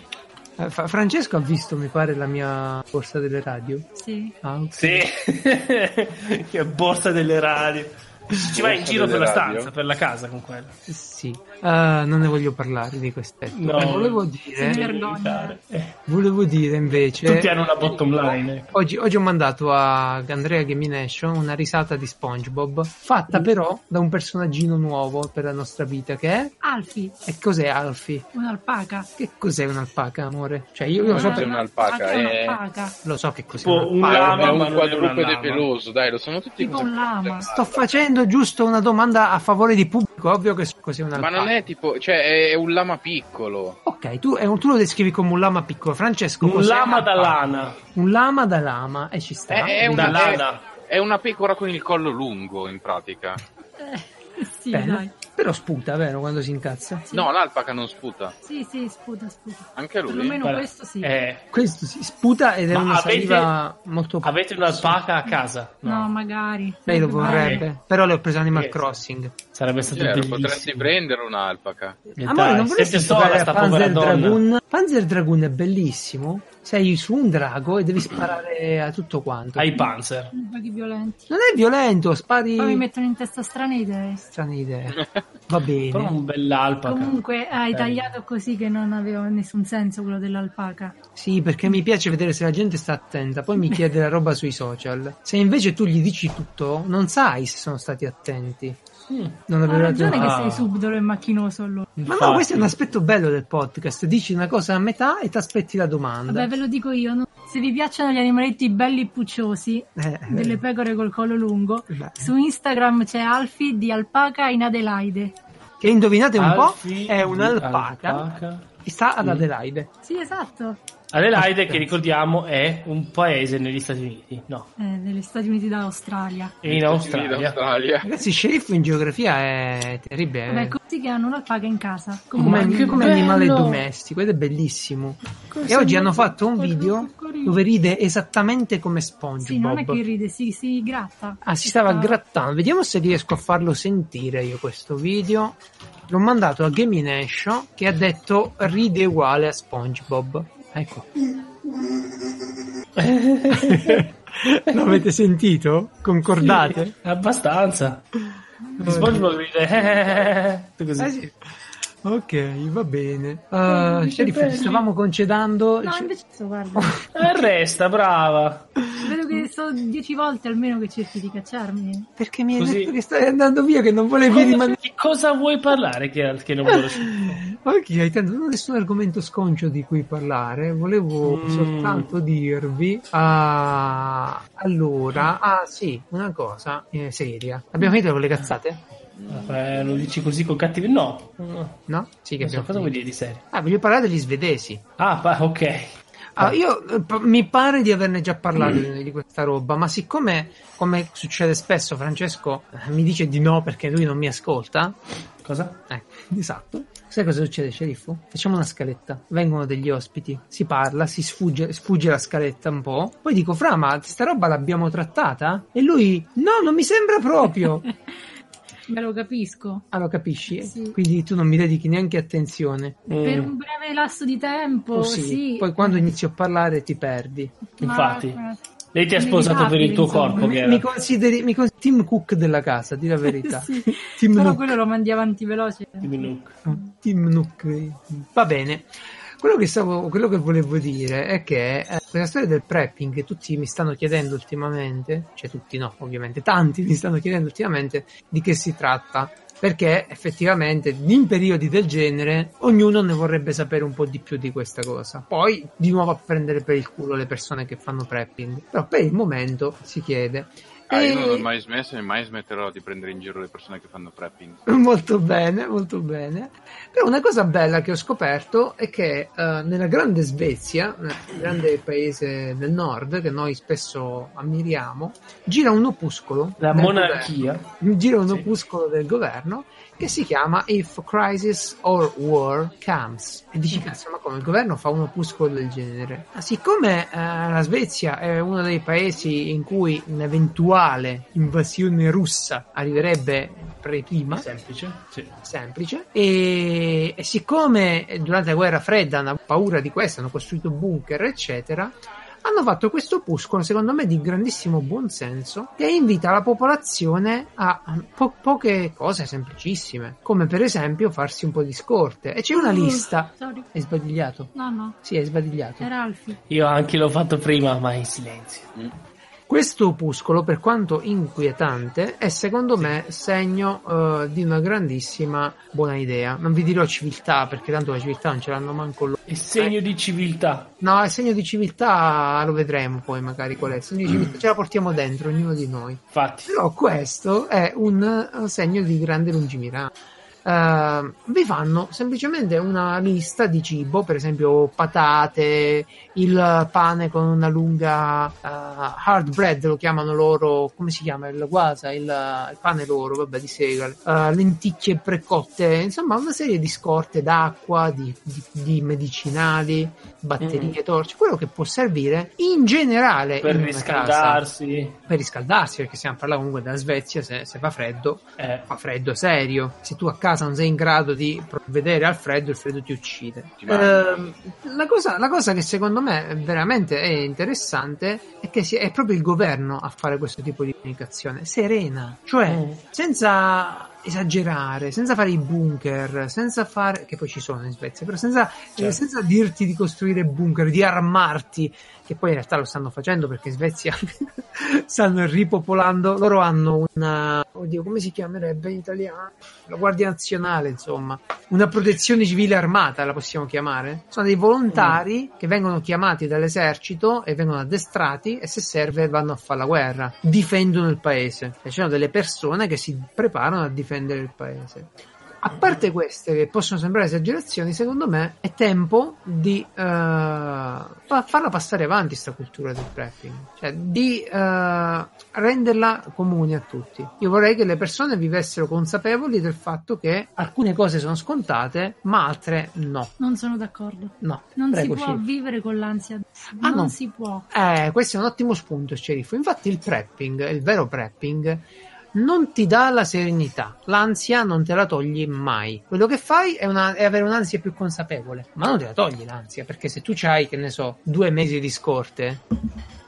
[SPEAKER 2] Eh, Fra- Francesco ha visto, mi pare, la mia borsa delle radio.
[SPEAKER 3] (laughs)
[SPEAKER 4] Sì.
[SPEAKER 2] Ah, ok.
[SPEAKER 3] Sì, che borsa delle radio. Ci vai in giro per la stanza, per la casa con quello.
[SPEAKER 2] Sì, Ah, non ne voglio parlare di quest'etto.
[SPEAKER 3] No.
[SPEAKER 2] Eh, volevo
[SPEAKER 4] Sì,
[SPEAKER 2] dire,
[SPEAKER 4] vergogna.
[SPEAKER 3] evitare. Eh,
[SPEAKER 2] volevo dire invece.
[SPEAKER 3] Tutti hanno una bottom
[SPEAKER 2] Eh.
[SPEAKER 3] line. ecco.
[SPEAKER 2] Oggi, oggi ho mandato a Andrea Gamination una risata di SpongeBob,
[SPEAKER 3] Mm.
[SPEAKER 2] fatta però da un personaggino nuovo per la nostra vita, che è...
[SPEAKER 4] Alfi,
[SPEAKER 2] E cos'è Alfie?
[SPEAKER 4] un'alpaca.
[SPEAKER 2] Che cos'è un'alpaca, amore? Cioè, io, io lo, so
[SPEAKER 1] Cos'è
[SPEAKER 2] per-
[SPEAKER 1] un'alpaca?
[SPEAKER 4] Alfi
[SPEAKER 1] Eh.
[SPEAKER 4] è un'alpaca.
[SPEAKER 2] lo so che cos'è.
[SPEAKER 3] Tipo
[SPEAKER 2] un'alpaca.
[SPEAKER 3] un
[SPEAKER 1] Ah,
[SPEAKER 3] lama,
[SPEAKER 1] è
[SPEAKER 3] ma
[SPEAKER 1] un
[SPEAKER 3] non è una
[SPEAKER 1] quadrupede
[SPEAKER 3] lama.
[SPEAKER 1] peloso, dai, lo sono tutti Cioè,
[SPEAKER 4] Tipo un lama.
[SPEAKER 2] Sto facendo giusto una domanda a favore di pubblico, ovvio che so cos'è
[SPEAKER 1] Ma
[SPEAKER 2] un'alpaca.
[SPEAKER 1] non è tipo, cioè è un lama piccolo.
[SPEAKER 2] Ok, tu, è un- tu lo descrivi come un lama piccolo, Francesco.
[SPEAKER 3] Un
[SPEAKER 2] cos'è
[SPEAKER 3] lama da
[SPEAKER 2] un'alpaca?
[SPEAKER 3] lana.
[SPEAKER 2] Un lama da lama, e ci sta.
[SPEAKER 1] È, è
[SPEAKER 3] una
[SPEAKER 1] una,
[SPEAKER 3] lana.
[SPEAKER 1] è- è una pecora con il collo lungo, in pratica.
[SPEAKER 4] Eh, (laughs) sì,
[SPEAKER 2] Bene.
[SPEAKER 4] dai.
[SPEAKER 2] Però sputa, vero, quando si incazza.
[SPEAKER 4] Sì.
[SPEAKER 1] No, l'alpaca non sputa.
[SPEAKER 4] Sì, sì, sputa, sputa.
[SPEAKER 1] Anche lui.
[SPEAKER 4] Perlomeno- No, questo sì.
[SPEAKER 3] Eh,
[SPEAKER 2] Questo si sputa ed è
[SPEAKER 3] Ma
[SPEAKER 2] una
[SPEAKER 3] avete-
[SPEAKER 2] saliva molto...
[SPEAKER 3] avete un'alpaca a casa?
[SPEAKER 4] No, magari.
[SPEAKER 2] Lei
[SPEAKER 3] Eh,
[SPEAKER 2] lo
[SPEAKER 4] Magari.
[SPEAKER 2] vorrebbe, però le ho preso Animal
[SPEAKER 3] Yes.
[SPEAKER 2] Crossing.
[SPEAKER 3] Sarebbe stato
[SPEAKER 1] Cioè,
[SPEAKER 3] bellissimo.
[SPEAKER 1] potresti prendere un'alpaca.
[SPEAKER 3] Eh,
[SPEAKER 2] Amore,
[SPEAKER 3] dai,
[SPEAKER 2] non
[SPEAKER 3] sempre
[SPEAKER 2] vorresti
[SPEAKER 3] sola
[SPEAKER 2] giocare
[SPEAKER 3] sta
[SPEAKER 2] a
[SPEAKER 3] povera
[SPEAKER 2] Panzer
[SPEAKER 3] donna.
[SPEAKER 2] Dragoon? Panzer Dragoon è bellissimo. Sei su un drago e devi sparare a tutto quanto.
[SPEAKER 3] Ai panzer.
[SPEAKER 4] Vaghi violenti.
[SPEAKER 2] Non è violento,
[SPEAKER 4] Poi mi
[SPEAKER 2] spari
[SPEAKER 4] mettono in testa strane idee.
[SPEAKER 2] strane
[SPEAKER 3] (laughs)
[SPEAKER 2] idee. Va
[SPEAKER 3] Però
[SPEAKER 2] bene.
[SPEAKER 3] un bell'alpaca.
[SPEAKER 4] Comunque hai
[SPEAKER 3] Eh.
[SPEAKER 4] tagliato così che non aveva nessun senso quello dell'alpaca.
[SPEAKER 2] Sì, perché mi piace vedere se la gente sta attenta, poi
[SPEAKER 3] (laughs)
[SPEAKER 2] mi chiede la roba sui social. Se invece tu gli dici tutto, non sai se sono stati attenti.
[SPEAKER 3] Mm.
[SPEAKER 2] Non
[SPEAKER 4] Ha
[SPEAKER 2] avevate
[SPEAKER 4] ragione che
[SPEAKER 3] Ah.
[SPEAKER 4] sei subdolo e macchinoso allora.
[SPEAKER 2] Ma no,
[SPEAKER 3] Infatti.
[SPEAKER 2] questo è un aspetto bello del podcast. Dici una cosa a metà e ti aspetti la domanda.
[SPEAKER 4] Vabbè, ve lo dico io. no? Se vi piacciono gli animaletti belli pucciosi,
[SPEAKER 2] Eh, eh.
[SPEAKER 4] delle pecore col collo lungo,
[SPEAKER 2] Beh.
[SPEAKER 4] su Instagram c'è Alfi di Alpaca in Adelaide.
[SPEAKER 2] Che indovinate un
[SPEAKER 3] Alfie
[SPEAKER 2] po', è
[SPEAKER 3] di
[SPEAKER 2] un'alpaca
[SPEAKER 3] alpaca.
[SPEAKER 2] che sta ad
[SPEAKER 3] Sì.
[SPEAKER 2] Adelaide.
[SPEAKER 4] Sì, esatto.
[SPEAKER 3] Adelaide, che ricordiamo, è un paese negli Stati Uniti. No,
[SPEAKER 4] Eh, negli Stati Uniti d'Australia.
[SPEAKER 3] è in Australia.
[SPEAKER 1] Australia.
[SPEAKER 2] Ragazzi, sceriffo in geografia è terribile.
[SPEAKER 4] Vabbè, così che hanno un'alpaca in casa.
[SPEAKER 2] Eh. come,
[SPEAKER 3] Ma che
[SPEAKER 2] come animale
[SPEAKER 3] bello!
[SPEAKER 2] domestico ed è bellissimo. E oggi hanno fatto un video dove ride esattamente come
[SPEAKER 4] Sì, non è
[SPEAKER 2] SpongeBob.
[SPEAKER 4] che ride, si, si gratta.
[SPEAKER 2] Ah, si stava grattando. Vediamo se riesco a farlo sentire io questo video. L'ho mandato a Gamination che ha detto ride uguale a SpongeBob.
[SPEAKER 3] (laughs)
[SPEAKER 2] Ecco. L'avete sentito? Concordate?
[SPEAKER 3] Sì, abbastanza. SpongeBob (laughs) ride. eh,
[SPEAKER 2] Ah,
[SPEAKER 3] Così.
[SPEAKER 2] sì. Ok, va bene. Uh,
[SPEAKER 3] Oh, che
[SPEAKER 2] Sheriff,
[SPEAKER 3] belli.
[SPEAKER 2] ci stavamo cioè, concedendo.
[SPEAKER 4] No,
[SPEAKER 2] ci-
[SPEAKER 4] invece
[SPEAKER 2] (laughs)
[SPEAKER 4] adesso guarda.
[SPEAKER 3] E Eh, resta, brava.
[SPEAKER 4] Vedo che sono dieci volte almeno che cerchi di cacciarmi.
[SPEAKER 2] Perché mi hai
[SPEAKER 3] Così.
[SPEAKER 2] detto che stai andando via, che non volevi
[SPEAKER 3] Cosa-
[SPEAKER 2] rimanere.
[SPEAKER 3] Di cosa vuoi parlare che, che non vuole
[SPEAKER 2] (laughs) Ok, intanto non ho nessun argomento sconcio di cui parlare, volevo
[SPEAKER 3] Mm.
[SPEAKER 2] soltanto dirvi. ah, allora, ah sì, una cosa eh, seria. Abbiamo finito con le cazzate?
[SPEAKER 3] Eh, lo dici così con cattivi? No. Non
[SPEAKER 2] No? Sì, che
[SPEAKER 3] so,
[SPEAKER 2] abbiamo
[SPEAKER 3] cosa vuoi
[SPEAKER 2] finito.
[SPEAKER 3] dire di serio?
[SPEAKER 2] Ah, voglio parlare degli svedesi.
[SPEAKER 3] Ah, pa- ok.
[SPEAKER 2] Ah, io eh, p- mi pare di averne già parlato di, di questa roba, ma siccome, come succede spesso, Francesco eh, mi dice di no perché lui non mi ascolta,
[SPEAKER 3] Cosa?
[SPEAKER 2] Eh, esatto. Sai cosa succede, sceriffo? Facciamo una scaletta. Vengono degli ospiti, si parla, si sfugge, sfugge la scaletta un po'. Poi dico, Fra, ma sta roba l'abbiamo trattata? E lui, no, non mi sembra (laughs) proprio.
[SPEAKER 4] Me lo capisco.
[SPEAKER 2] Ah, lo capisci?
[SPEAKER 4] Sì.
[SPEAKER 2] Quindi tu non mi dedichi neanche attenzione.
[SPEAKER 4] Per
[SPEAKER 3] Mm,
[SPEAKER 4] un breve lasso di tempo,
[SPEAKER 2] Eh. Oh,
[SPEAKER 4] sì.
[SPEAKER 2] sì. Poi quando inizio a parlare ti perdi.
[SPEAKER 4] Ma- eh,
[SPEAKER 3] Infatti. Lei ti ha sposato per il tuo
[SPEAKER 4] Inevitabile,
[SPEAKER 3] corpo,
[SPEAKER 2] Mi,
[SPEAKER 3] che
[SPEAKER 2] mi
[SPEAKER 3] era.
[SPEAKER 2] consideri mi con- Tim Cook della casa, di la verità.
[SPEAKER 4] Sì.
[SPEAKER 2] Tim
[SPEAKER 4] Però
[SPEAKER 2] Cook.
[SPEAKER 4] quello lo mandi avanti veloce.
[SPEAKER 2] Team Nook. Va bene. Quello che, stavo, quello che volevo dire è che eh, questa storia del prepping che tutti mi stanno chiedendo ultimamente, cioè tutti no, ovviamente tanti mi stanno chiedendo ultimamente di che si tratta, perché effettivamente in periodi del genere ognuno ne vorrebbe sapere un po' di più di questa cosa. Poi di nuovo a prendere per il culo le persone che fanno prepping, però per il momento si chiede.
[SPEAKER 1] Ah, io
[SPEAKER 2] E-
[SPEAKER 1] non ho mai smesso e mai smetterò di prendere in giro le persone che fanno prepping.
[SPEAKER 2] (laughs) Molto bene, molto bene. Però una cosa bella che ho scoperto è che eh, nella grande Svezia, nel grande paese del nord che noi spesso ammiriamo, gira un opuscolo.
[SPEAKER 3] La
[SPEAKER 2] del
[SPEAKER 3] monarchia.
[SPEAKER 2] governo- Gira un
[SPEAKER 3] Sì.
[SPEAKER 2] opuscolo del governo che si chiama If Crisis or War Comes. E dici, cazzo, ma come il governo fa un opuscolo del genere? Ma siccome eh, la Svezia è uno dei paesi in cui un'eventuale invasione russa arriverebbe pre- prima,
[SPEAKER 3] Semplice. Ah? Sì.
[SPEAKER 2] semplice e, e siccome durante la guerra fredda hanno paura di questo, hanno costruito bunker eccetera hanno fatto questo opuscolo, secondo me, di grandissimo buonsenso, che invita la popolazione a po- poche cose semplicissime, come per esempio farsi un po' di scorte. E c'è
[SPEAKER 4] Mm.
[SPEAKER 2] una lista.
[SPEAKER 4] Oh, Sorry.
[SPEAKER 2] Hai sbadigliato?
[SPEAKER 4] No, no,
[SPEAKER 2] Sì, hai sbadigliato.
[SPEAKER 4] era Alfie.
[SPEAKER 3] Io anche l'ho fatto prima, ma in silenzio.
[SPEAKER 2] Questo opuscolo, per quanto inquietante, è secondo me segno eh, di una grandissima buona idea. Non vi dirò civiltà, perché tanto la civiltà non ce l'hanno manco loro.
[SPEAKER 3] È segno di civiltà.
[SPEAKER 2] No, è segno di civiltà, lo vedremo poi magari qual è. Il segno di civiltà ce la portiamo dentro, ognuno di noi.
[SPEAKER 3] Infatti,
[SPEAKER 2] Però questo è un eh, segno di grande lungimiranza. Eh, vi fanno semplicemente una lista di cibo, per esempio patate, il pane con una lunga eh, hard bread, lo chiamano loro, come si chiama? Il guasa, il, il pane loro, vabbè, di segale, eh, lenticchie precotte, insomma una serie di scorte d'acqua, di, di- di medicinali, batterie, torce, quello che può servire in generale
[SPEAKER 3] Mm. per
[SPEAKER 2] in una casa
[SPEAKER 3] riscaldarsi.
[SPEAKER 2] per riscaldarsi, perché stiamo parlando comunque della Svezia, se, se fa freddo,
[SPEAKER 3] Eh,
[SPEAKER 2] fa freddo serio. Se tu a casa non sei in grado di provvedere al freddo, il freddo ti uccide.
[SPEAKER 1] Ti mangia.
[SPEAKER 2] Ehm, la, cosa, la cosa che secondo me veramente è interessante è che si- è proprio il governo a fare questo tipo di comunicazione, serena, cioè
[SPEAKER 3] Mm.
[SPEAKER 2] senza esagerare, senza fare i bunker, senza fare, che poi ci sono in Svezia, però senza,
[SPEAKER 3] Certo.
[SPEAKER 2] eh, senza dirti di costruire bunker, di armarti, che poi in realtà lo stanno facendo perché in Svezia (laughs) stanno ripopolando, loro hanno una, oddio come si chiamerebbe in italiano, la Guardia Nazionale insomma, una protezione civile armata la possiamo chiamare, sono dei volontari che vengono chiamati dall'esercito e vengono addestrati e se serve vanno a fare la guerra, difendono il paese, e ci sono delle persone che si preparano a difendere il paese. A parte queste che possono sembrare esagerazioni, secondo me è tempo di eh, fa- farla passare avanti sta cultura del prepping, cioè di eh, renderla comune a tutti. Io vorrei che le persone vivessero consapevoli del fatto che alcune cose sono scontate, ma altre no.
[SPEAKER 4] Non sono d'accordo.
[SPEAKER 2] No,
[SPEAKER 4] Non
[SPEAKER 2] prego,
[SPEAKER 4] si può
[SPEAKER 2] Sceriffo.
[SPEAKER 4] vivere con l'ansia.
[SPEAKER 2] Ah,
[SPEAKER 4] non
[SPEAKER 2] no.
[SPEAKER 4] si può.
[SPEAKER 2] Eh, questo è un ottimo spunto, sceriffo. Infatti, il prepping, il vero prepping, non ti dà la serenità. L'ansia non te la togli mai. Quello che fai è, una- è avere un'ansia più consapevole, ma non te la togli l'ansia, perché se tu hai, che ne so, due mesi di scorte.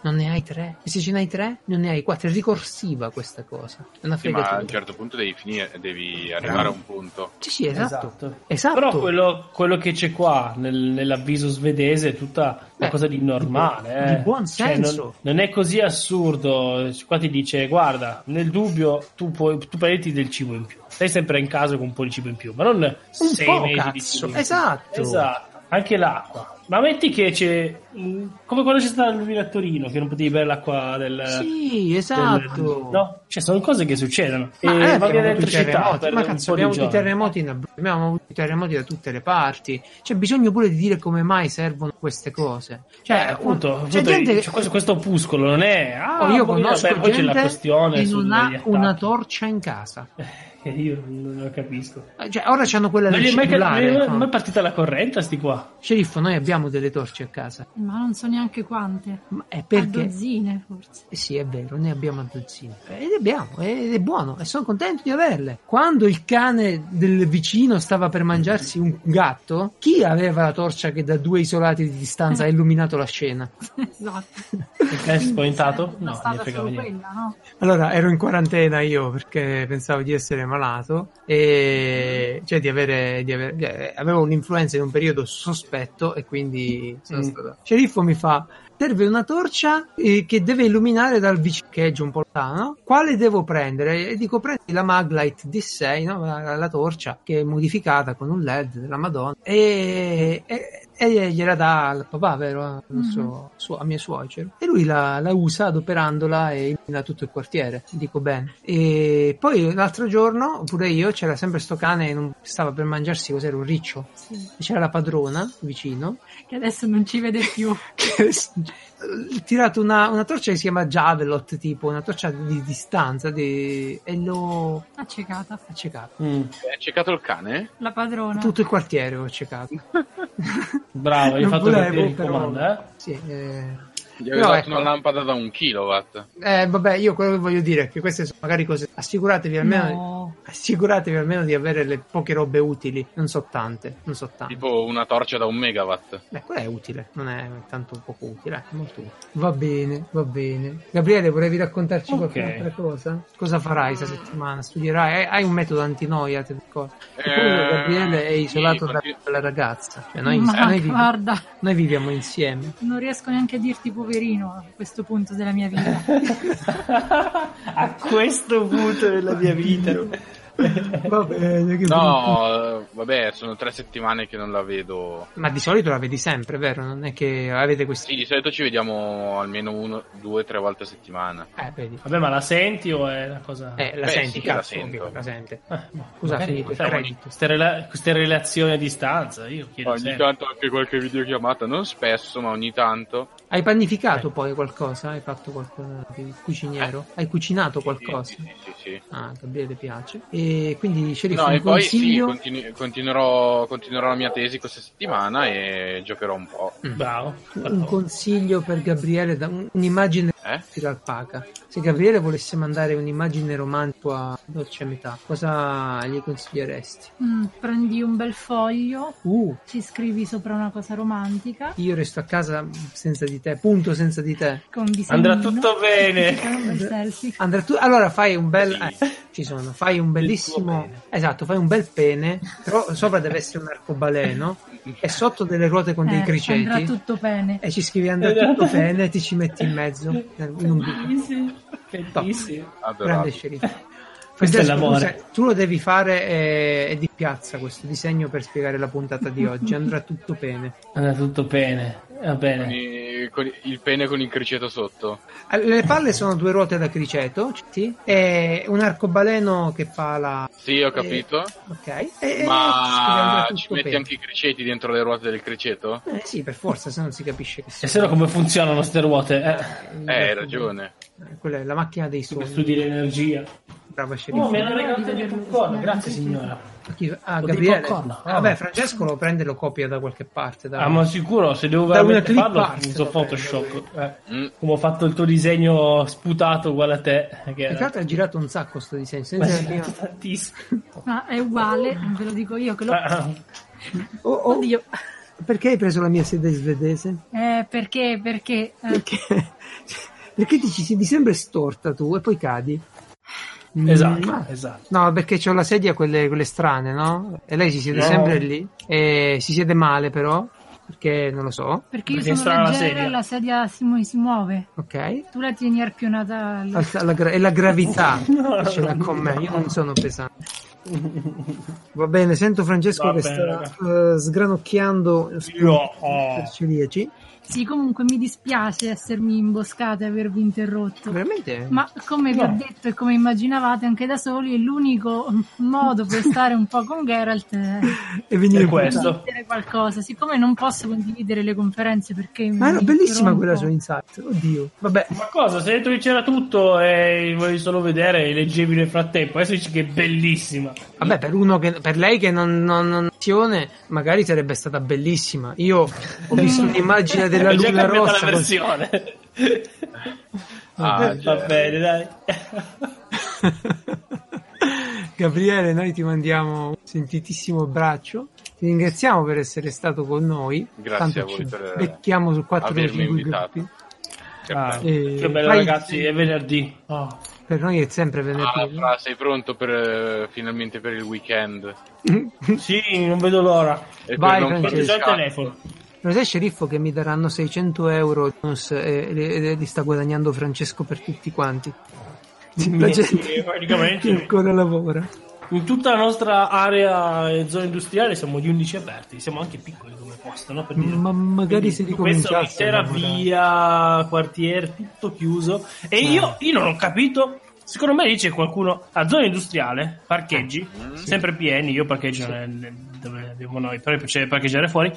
[SPEAKER 2] Non ne hai tre? E se ce n'hai tre, non ne hai quattro. È ricorsiva questa cosa. È una
[SPEAKER 1] Sì, ma a un
[SPEAKER 2] fregatura.
[SPEAKER 1] certo punto devi finire, devi arrivare a un punto.
[SPEAKER 2] Sì, sì, esatto.
[SPEAKER 3] Esatto.
[SPEAKER 2] Esatto.
[SPEAKER 3] Però quello, quello che c'è qua nel- nell'avviso svedese è tutta una
[SPEAKER 2] Eh,
[SPEAKER 3] cosa di normale.
[SPEAKER 2] di
[SPEAKER 3] eh.
[SPEAKER 2] bu- di buon
[SPEAKER 3] Cioè, non-
[SPEAKER 2] senso.
[SPEAKER 3] non, è così assurdo. Qua ti dice: guarda, nel dubbio tu puoi tu prenditi del cibo in più. Stai sempre in casa con un po' di cibo in più, ma non
[SPEAKER 2] Un
[SPEAKER 3] sei
[SPEAKER 2] po',
[SPEAKER 3] mesi di
[SPEAKER 2] cazzo.
[SPEAKER 3] cibo. in più.
[SPEAKER 2] Esatto.
[SPEAKER 3] Esatto. Anche l'acqua. Ma metti che c'è. mh, Come quando c'è stato l'ultimo a Torino, che non potevi bere l'acqua del.
[SPEAKER 2] Sì, esatto.
[SPEAKER 3] del- no, cioè sono cose che succedono.
[SPEAKER 2] Ma, eh,
[SPEAKER 3] e va
[SPEAKER 2] abbiamo avuto
[SPEAKER 3] via
[SPEAKER 2] i
[SPEAKER 3] l'elettricità.
[SPEAKER 2] terremoti,
[SPEAKER 3] per
[SPEAKER 2] ma
[SPEAKER 3] un
[SPEAKER 2] cazzo,
[SPEAKER 3] po' di
[SPEAKER 2] abbiamo avuto i
[SPEAKER 3] giorni.
[SPEAKER 2] terremoti, in Abruzzo, abbiamo avuto i terremoti da tutte le parti. C'è bisogno pure di dire come mai servono queste cose. Cioè,
[SPEAKER 3] Cioè, appunto,
[SPEAKER 2] c'è
[SPEAKER 3] appunto,
[SPEAKER 2] gente che-
[SPEAKER 3] cioè, questo, questo opuscolo non è. Ah,
[SPEAKER 2] oh, io
[SPEAKER 3] poi,
[SPEAKER 2] conosco
[SPEAKER 3] vabbè, poi c'è
[SPEAKER 2] gente
[SPEAKER 3] la questione
[SPEAKER 2] che non
[SPEAKER 3] sugli
[SPEAKER 2] ha
[SPEAKER 3] attacchi.
[SPEAKER 2] una
[SPEAKER 3] (laughs)
[SPEAKER 2] torcia in casa.
[SPEAKER 3] Eh, Io non lo capisco.
[SPEAKER 2] Eh, Cioè, ora c'hanno quella
[SPEAKER 3] Non
[SPEAKER 2] del
[SPEAKER 3] gli è mai, non gli
[SPEAKER 2] cellulare.
[SPEAKER 3] è mai-
[SPEAKER 2] no?
[SPEAKER 3] mai partita la corrente, a sti qua.
[SPEAKER 2] Sceriffo, noi abbiamo delle torce a casa.
[SPEAKER 4] Ma non so neanche quante.
[SPEAKER 2] Ma è
[SPEAKER 4] A
[SPEAKER 2] perché?
[SPEAKER 4] dozzine forse. (laughs)
[SPEAKER 2] Eh Sì, è vero, ne abbiamo a dozzine. E le abbiamo, ed è buono, e sono contento di averle. Quando il cane del vicino stava per mangiarsi un gatto, chi aveva la torcia che da due isolati di distanza ha illuminato la scena?
[SPEAKER 4] esatto.
[SPEAKER 3] Perché è Eh, spaventato?
[SPEAKER 4] Sarebbe
[SPEAKER 3] No, non
[SPEAKER 4] bastata
[SPEAKER 3] ne frega
[SPEAKER 4] solo
[SPEAKER 3] niente.
[SPEAKER 4] quella, no?
[SPEAKER 2] Allora, ero in quarantena io perché pensavo di essere malato e cioè di avere, di avere- di- eh, avevo un'influenza in un periodo sospetto e quindi sono
[SPEAKER 3] Mm.
[SPEAKER 2] stato. Sceriffo mi fa serve una torcia eh, che deve illuminare dal vicinaggio un po' lontano. Quale devo prendere? E dico prendi la Maglite D6, no? la, la- la torcia che è modificata con un LED della Madonna e, e- e gliela dà al papà, vero? Non so, suo- a mio suocero. E lui la, la usa adoperandola e illumina tutto il quartiere, dico bene. E poi l'altro giorno, pure io, c'era sempre sto cane che non stava per mangiarsi cos'era un riccio.
[SPEAKER 4] Sì.
[SPEAKER 2] E C'era la padrona vicino
[SPEAKER 4] Che adesso non ci vede più. (laughs)
[SPEAKER 2] che s- eh, tirato una, una torcia che si chiama Javelot, tipo una torcia di distanza di- e l'ho
[SPEAKER 4] Accecata.
[SPEAKER 2] accecato.
[SPEAKER 3] Mm,
[SPEAKER 1] Hai cercato il cane?
[SPEAKER 4] La padrona.
[SPEAKER 2] Tutto il quartiere ho accecato.
[SPEAKER 3] bravo, hai
[SPEAKER 2] Non
[SPEAKER 3] fatto
[SPEAKER 2] volevo,
[SPEAKER 3] capire il
[SPEAKER 2] però.
[SPEAKER 3] comando, eh?
[SPEAKER 2] Sì, eh,
[SPEAKER 1] Gli avevo dato
[SPEAKER 2] ecco.
[SPEAKER 1] una lampada da un kilowatt.
[SPEAKER 2] Eh, vabbè, io quello che voglio dire è che queste sono magari cose. Assicuratevi almeno,
[SPEAKER 4] No.
[SPEAKER 2] assicuratevi almeno di avere le poche robe utili, non so tante. Non so tante.
[SPEAKER 1] Tipo una torcia da un megawatt.
[SPEAKER 2] Beh, quella è utile, non è tanto poco utile, eh, è molto utile. Va bene, va bene. Gabriele, volevi raccontarci
[SPEAKER 3] Ok.
[SPEAKER 2] qualche altra cosa? Cosa farai questa settimana? Studierai? Hai- Hai un metodo antinoia? Ti ricordo? E poi
[SPEAKER 1] Eh,
[SPEAKER 2] Gabriele è isolato
[SPEAKER 1] sì,
[SPEAKER 2] da-
[SPEAKER 1] continu-
[SPEAKER 2] dalla ragazza. Cioè, noi,
[SPEAKER 4] Ma
[SPEAKER 2] noi vivi-
[SPEAKER 4] guarda,
[SPEAKER 2] noi viviamo
[SPEAKER 4] (laughs)
[SPEAKER 2] insieme.
[SPEAKER 4] non riesco neanche a dirti poverino a questo punto della mia
[SPEAKER 2] (laughs)
[SPEAKER 4] vita.
[SPEAKER 3] a questo punto della
[SPEAKER 2] (laughs)
[SPEAKER 3] mia vita.
[SPEAKER 2] Va bene, che brutto.
[SPEAKER 1] No, eh, vabbè, sono tre settimane che non la vedo.
[SPEAKER 2] Ma di solito la vedi sempre, vero? Non è che avete questi...
[SPEAKER 1] Sì, di solito ci vediamo almeno uno, due, tre volte a settimana.
[SPEAKER 2] Eh, vedi.
[SPEAKER 3] Vabbè, ma la senti o è una cosa...
[SPEAKER 2] Eh, la
[SPEAKER 1] Beh,
[SPEAKER 2] senti,
[SPEAKER 1] sì che la
[SPEAKER 2] cazzo,
[SPEAKER 1] sento.
[SPEAKER 2] ovvio che la sente.
[SPEAKER 3] Eh, no.
[SPEAKER 2] Scusa,
[SPEAKER 3] Magari
[SPEAKER 2] finito il
[SPEAKER 3] facciamo
[SPEAKER 2] credito.
[SPEAKER 3] Queste, rela- queste relazioni a distanza, io chiedo
[SPEAKER 1] Ogni
[SPEAKER 3] sempre.
[SPEAKER 1] tanto anche qualche videochiamata, non spesso, ma ogni tanto.
[SPEAKER 2] Hai panificato
[SPEAKER 3] Eh.
[SPEAKER 2] poi qualcosa? Hai fatto qualcosa di cuciniero? Hai cucinato qualcosa?
[SPEAKER 1] Eh. Sì, sì, sì, sì,
[SPEAKER 2] Ah, Gabriele piace. E quindi
[SPEAKER 1] sì.
[SPEAKER 2] sceriffo
[SPEAKER 1] No,
[SPEAKER 2] un
[SPEAKER 1] e poi sì,
[SPEAKER 2] consiglio.
[SPEAKER 1] continu- continuerò, continuerò la mia tesi questa settimana e giocherò un po'.
[SPEAKER 3] Bravo.
[SPEAKER 2] Un
[SPEAKER 3] (laughs)
[SPEAKER 2] consiglio per Gabriele, da un- un'immagine
[SPEAKER 1] Eh?
[SPEAKER 2] dell'alpaca. Se Gabriele volesse mandare un'immagine romantica a Dolce Metà, cosa gli consiglieresti?
[SPEAKER 4] Mm, prendi un bel foglio,
[SPEAKER 2] Uh,
[SPEAKER 4] ci scrivi sopra una cosa romantica.
[SPEAKER 2] io resto a casa senza di te, punto senza di te.
[SPEAKER 4] Con un disegnino.
[SPEAKER 3] Andrà tutto bene.
[SPEAKER 4] Un bel selfie.
[SPEAKER 2] Andrea, tu allora fai un bel.
[SPEAKER 1] Sì.
[SPEAKER 2] eh, ci sono, fai un
[SPEAKER 3] tuo
[SPEAKER 2] bellissimo.
[SPEAKER 3] pene.
[SPEAKER 2] Esatto, fai un bel pene, però sopra deve essere un arcobaleno e sotto delle ruote con dei
[SPEAKER 4] Eh, Andrà
[SPEAKER 2] criceti.
[SPEAKER 4] tutto bene.
[SPEAKER 2] E ci scrivi Andrea
[SPEAKER 3] (laughs)
[SPEAKER 2] tutto bene e ti ci metti in mezzo. eh, In un buco.
[SPEAKER 3] Bellissimo. Bellissimo.
[SPEAKER 2] Grande
[SPEAKER 1] Adorabile.
[SPEAKER 2] sceriffo.
[SPEAKER 3] Questo è
[SPEAKER 2] Andrea,
[SPEAKER 3] l'amore.
[SPEAKER 2] scusa, tu lo devi fare eh, è di piazza questo disegno per spiegare la puntata di oggi. Andrà tutto bene.
[SPEAKER 3] Andrà Eh, tutto bene. Va
[SPEAKER 1] Con
[SPEAKER 3] bene.
[SPEAKER 1] i- con i- il pene con il criceto sotto.
[SPEAKER 2] Allora, Le palle sono due ruote da criceto sì, e un arcobaleno che fa la.
[SPEAKER 1] Sì, ho capito.
[SPEAKER 2] Ok. E- e- scrivi Andrà
[SPEAKER 1] Ma
[SPEAKER 2] tutto
[SPEAKER 1] ci metti
[SPEAKER 2] bene.
[SPEAKER 1] anche i criceti dentro le ruote del criceto?
[SPEAKER 2] Eh sì, per forza, se non si capisce che
[SPEAKER 3] E se no come funzionano ste ruote? Eh,
[SPEAKER 1] Eh, hai ragione.
[SPEAKER 2] Eh, Quella è la macchina dei
[SPEAKER 3] Come
[SPEAKER 2] sogni.
[SPEAKER 3] studi l'energia.
[SPEAKER 2] Brava sceriffo.
[SPEAKER 3] Oh, mi hanno regalato il popcorn, grazie signora.
[SPEAKER 2] Chi- Ah,
[SPEAKER 3] Ho
[SPEAKER 2] Gabriele.
[SPEAKER 3] detto ancora.
[SPEAKER 2] Ah, Vabbè, Francesco lo prende e lo copia da qualche parte. da-
[SPEAKER 3] Ah, ma sicuro, se devo
[SPEAKER 2] Da una
[SPEAKER 3] veramente
[SPEAKER 2] clip
[SPEAKER 3] farlo
[SPEAKER 2] art,
[SPEAKER 3] uso
[SPEAKER 2] va
[SPEAKER 3] Photoshop. Eh,
[SPEAKER 1] Mm.
[SPEAKER 3] come ho fatto il tuo disegno sputato uguale a te. eh, Che
[SPEAKER 2] E
[SPEAKER 3] era-
[SPEAKER 2] tra l'altro ha girato un sacco sto disegno.
[SPEAKER 3] Ma (laughs)
[SPEAKER 2] senza
[SPEAKER 3] sì,
[SPEAKER 2] prima-
[SPEAKER 3] tantissimo.
[SPEAKER 4] Ma Ah, è uguale, ve lo dico io che lo...
[SPEAKER 3] Ah,
[SPEAKER 2] Oh, oh,
[SPEAKER 4] Oddio.
[SPEAKER 2] Perché hai preso la mia sede svedese?
[SPEAKER 4] Eh, perché, perché... eh,
[SPEAKER 2] Perché, perché dici, sì, mi sembra storta tu e poi cadi. Mm.
[SPEAKER 3] (laughs) Esatto, esatto.
[SPEAKER 2] No, perché c'ho la sedia quelle, quelle strane, no? E lei si siede
[SPEAKER 3] No.
[SPEAKER 2] sempre lì. E si siede male però, perché non lo so.
[SPEAKER 4] perché io
[SPEAKER 3] Perché è strana la
[SPEAKER 4] sono leggera
[SPEAKER 3] sedia.
[SPEAKER 4] e la sedia si, mu- si muove.
[SPEAKER 2] Ok.
[SPEAKER 4] Tu la tieni arpionata
[SPEAKER 3] Ah.
[SPEAKER 4] al...
[SPEAKER 2] Alza la gra- e la gravità
[SPEAKER 3] (laughs) No,
[SPEAKER 2] ce l'ha con me, io non sono pesante. Va bene, sento Francesco
[SPEAKER 3] Va
[SPEAKER 2] che
[SPEAKER 3] bene,
[SPEAKER 2] sta eh, sgranocchiando
[SPEAKER 3] Io, oh.
[SPEAKER 2] per celiaci.
[SPEAKER 4] Sì, comunque mi dispiace essermi imboscata e avervi interrotto.
[SPEAKER 2] Veramente?
[SPEAKER 4] Ma come vi
[SPEAKER 3] No.
[SPEAKER 4] ho detto e come immaginavate anche da soli, l'unico modo per stare un po' con Geralt è
[SPEAKER 2] E venire
[SPEAKER 3] È questo.
[SPEAKER 4] condividere qualcosa. Siccome non posso condividere le conferenze perché...
[SPEAKER 2] Ma era
[SPEAKER 4] mi
[SPEAKER 2] bellissima
[SPEAKER 4] interrompo.
[SPEAKER 2] quella su Insight, oddio. Vabbè,
[SPEAKER 3] Ma cosa? Se hai detto che c'era tutto e volevi solo vedere e leggevi nel frattempo, adesso dici che è bellissima.
[SPEAKER 2] vabbè per, uno che, per lei che non, non, non azione, magari sarebbe stata bellissima. Io ho
[SPEAKER 3] (laughs)
[SPEAKER 2] visto un'immagine della
[SPEAKER 3] Ho già
[SPEAKER 2] luna
[SPEAKER 3] cambiato
[SPEAKER 2] rossa.
[SPEAKER 3] la
[SPEAKER 2] così.
[SPEAKER 3] versione.
[SPEAKER 1] Ah,
[SPEAKER 3] (laughs) Va
[SPEAKER 1] cioè,
[SPEAKER 3] bene, dai.
[SPEAKER 2] (laughs) Gabriele, noi ti mandiamo un sentitissimo braccio. Ti ringraziamo per essere stato con noi.
[SPEAKER 1] Grazie a voi
[SPEAKER 2] ci
[SPEAKER 1] per
[SPEAKER 2] becchiamo su 4
[SPEAKER 1] avermi
[SPEAKER 2] cinque
[SPEAKER 1] invitato.
[SPEAKER 2] gruppi.
[SPEAKER 3] Ah,
[SPEAKER 2] Eh,
[SPEAKER 1] certamente.
[SPEAKER 2] Ah.
[SPEAKER 3] che bello,
[SPEAKER 2] vai-
[SPEAKER 3] ragazzi, è venerdì. Oh.
[SPEAKER 2] Per noi è sempre
[SPEAKER 1] Ah,
[SPEAKER 2] venerdì.
[SPEAKER 1] Fra, sei pronto per, eh, finalmente per il weekend?
[SPEAKER 3] Sì, non vedo l'ora.
[SPEAKER 1] E
[SPEAKER 2] Vai,
[SPEAKER 1] per
[SPEAKER 2] Francesco.
[SPEAKER 1] non farti
[SPEAKER 3] Guarda già il
[SPEAKER 1] scappare.
[SPEAKER 3] telefono.
[SPEAKER 2] Lo sai, sceriffo, che mi daranno 600 euro di bonus eh, e, e- e li sta guadagnando Francesco per tutti quanti. La
[SPEAKER 3] Sì,
[SPEAKER 2] gente che
[SPEAKER 3] praticamente
[SPEAKER 2] ancora lavora.
[SPEAKER 3] in tutta la nostra area e zona industriale siamo gli unici aperti, siamo anche piccoli come posto, no? Per dire.
[SPEAKER 2] Ma magari
[SPEAKER 3] Quindi
[SPEAKER 2] se
[SPEAKER 3] tu pensa a
[SPEAKER 2] ricominciasse.
[SPEAKER 3] un'intera
[SPEAKER 2] a lavorare.
[SPEAKER 3] via, quartiere, tutto chiuso. E
[SPEAKER 2] Eh.
[SPEAKER 3] io, io non ho capito. Secondo me lì c'è qualcuno a zona industriale, parcheggi,
[SPEAKER 2] Mm.
[SPEAKER 3] sempre pieni. Io parcheggio nel- nel- dove abbiamo noi, però c'è da parcheggiare fuori.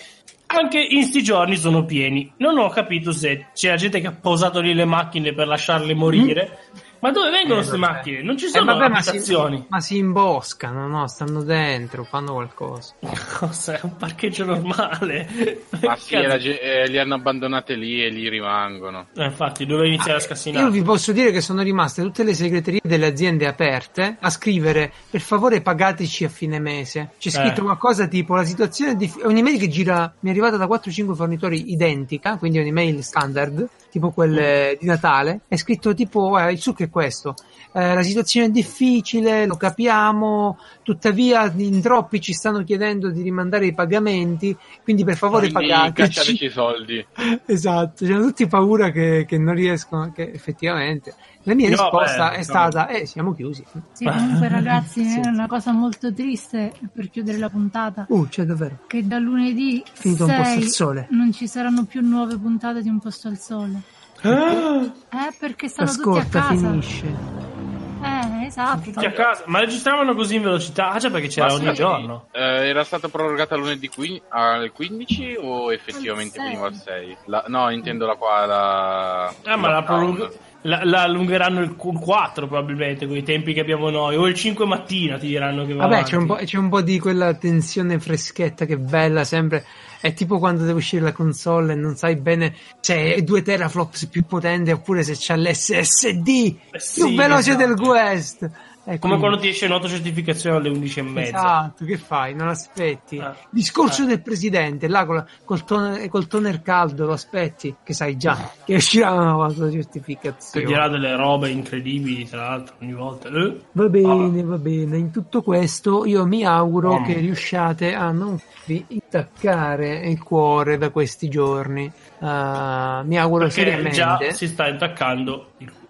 [SPEAKER 3] Anche in sti giorni sono pieni. Non ho capito se c'è la gente che ha posato lì le macchine per lasciarle morire. Ma dove vengono
[SPEAKER 2] Eh,
[SPEAKER 3] queste
[SPEAKER 2] vabbè.
[SPEAKER 3] macchine? Non ci
[SPEAKER 2] Eh,
[SPEAKER 3] sono
[SPEAKER 2] vabbè, ma
[SPEAKER 3] abitazioni.
[SPEAKER 2] si, ma si imboscano, no? Stanno dentro, fanno qualcosa.
[SPEAKER 3] Cosa? È un parcheggio
[SPEAKER 1] (laughs)
[SPEAKER 3] normale. (laughs)
[SPEAKER 1] Ma sì,
[SPEAKER 3] Cazzo.
[SPEAKER 1] la ge- eh, li hanno abbandonate lì e lì rimangono.
[SPEAKER 3] Eh, infatti, dove iniziare a
[SPEAKER 2] Io
[SPEAKER 3] scassinare?
[SPEAKER 2] vi posso dire che sono rimaste tutte le segreterie delle aziende aperte a scrivere per favore pagateci a fine mese. C'è scritto
[SPEAKER 3] Eh.
[SPEAKER 2] una cosa tipo la situazione è dif- è un'email che gira, mi è arrivata da 4-5 fornitori identica, quindi è un'email standard, tipo quelle di Natale. È scritto tipo "Eh, il succo è questo. Eh, la situazione è difficile, lo capiamo, tuttavia in troppi ci stanno chiedendo di rimandare i pagamenti, quindi per favore
[SPEAKER 1] Quindi
[SPEAKER 2] pagateci.
[SPEAKER 1] cacciateci i soldi.
[SPEAKER 2] Esatto, c'erano tutti paura che, che non riescono, che effettivamente la mia
[SPEAKER 3] No,
[SPEAKER 2] risposta
[SPEAKER 3] beh,
[SPEAKER 2] è
[SPEAKER 3] no.
[SPEAKER 2] stata, eh, siamo chiusi.
[SPEAKER 4] Sì,
[SPEAKER 3] Ah,
[SPEAKER 4] comunque ragazzi,
[SPEAKER 2] Sì.
[SPEAKER 4] è una cosa molto triste per chiudere la puntata.
[SPEAKER 2] Uh, c'è davvero.
[SPEAKER 4] Che da lunedì
[SPEAKER 2] Finito un posto al
[SPEAKER 4] 6
[SPEAKER 2] sole.
[SPEAKER 4] non ci saranno più nuove puntate di Un posto al sole.
[SPEAKER 3] Ah,
[SPEAKER 4] Eh, perché
[SPEAKER 2] La
[SPEAKER 4] stanno tutti a
[SPEAKER 2] scorta
[SPEAKER 4] casa.
[SPEAKER 2] finisce.
[SPEAKER 4] Eh, esatto.
[SPEAKER 1] Cioè,
[SPEAKER 3] tutti a casa. Ma registravano così in velocità? Ah, già perché c'era
[SPEAKER 1] Ma
[SPEAKER 3] ogni
[SPEAKER 1] sì,
[SPEAKER 3] giorno.
[SPEAKER 1] eh, era stata prorogata lunedì qui- al 15 o effettivamente
[SPEAKER 4] Al sei.
[SPEAKER 1] finiva al 6? La- no, intendo la qua la...
[SPEAKER 3] Ah, ma la,
[SPEAKER 1] lockdown.
[SPEAKER 3] prolung- la- la allungheranno il cu- il 4 probabilmente con i tempi che abbiamo noi. O il 5 mattina ti diranno che va
[SPEAKER 2] Vabbè,
[SPEAKER 3] avanti.
[SPEAKER 2] c'è un, po', c'è un po' di quella tensione freschetta che è bella sempre. È tipo quando deve uscire la console e non sai bene se è due teraflops più potente oppure se c'è l'SSD
[SPEAKER 3] sì,
[SPEAKER 2] più veloce
[SPEAKER 3] esatto.
[SPEAKER 2] del Quest. Eh,
[SPEAKER 3] Come
[SPEAKER 2] quindi-
[SPEAKER 3] quando ti esce un'auto certificazione alle 11 e mezza.
[SPEAKER 2] Esatto, che fai? Non aspetti.
[SPEAKER 3] Eh.
[SPEAKER 2] Discorso
[SPEAKER 3] Eh.
[SPEAKER 2] del presidente, là col, col toner, col toner caldo lo aspetti, che sai
[SPEAKER 3] (laughs)
[SPEAKER 2] già che uscirà una vostra
[SPEAKER 3] Che
[SPEAKER 2] certificazione.
[SPEAKER 3] dirà delle robe incredibili, tra l'altro, ogni volta. Eh?
[SPEAKER 2] Va bene, va bene. In tutto questo io mi auguro
[SPEAKER 3] Mm.
[SPEAKER 2] che riusciate a non vi intaccare il cuore da questi giorni. Ah, mi auguro
[SPEAKER 3] Perché
[SPEAKER 2] seriamente.
[SPEAKER 3] già si sta intaccando il culo.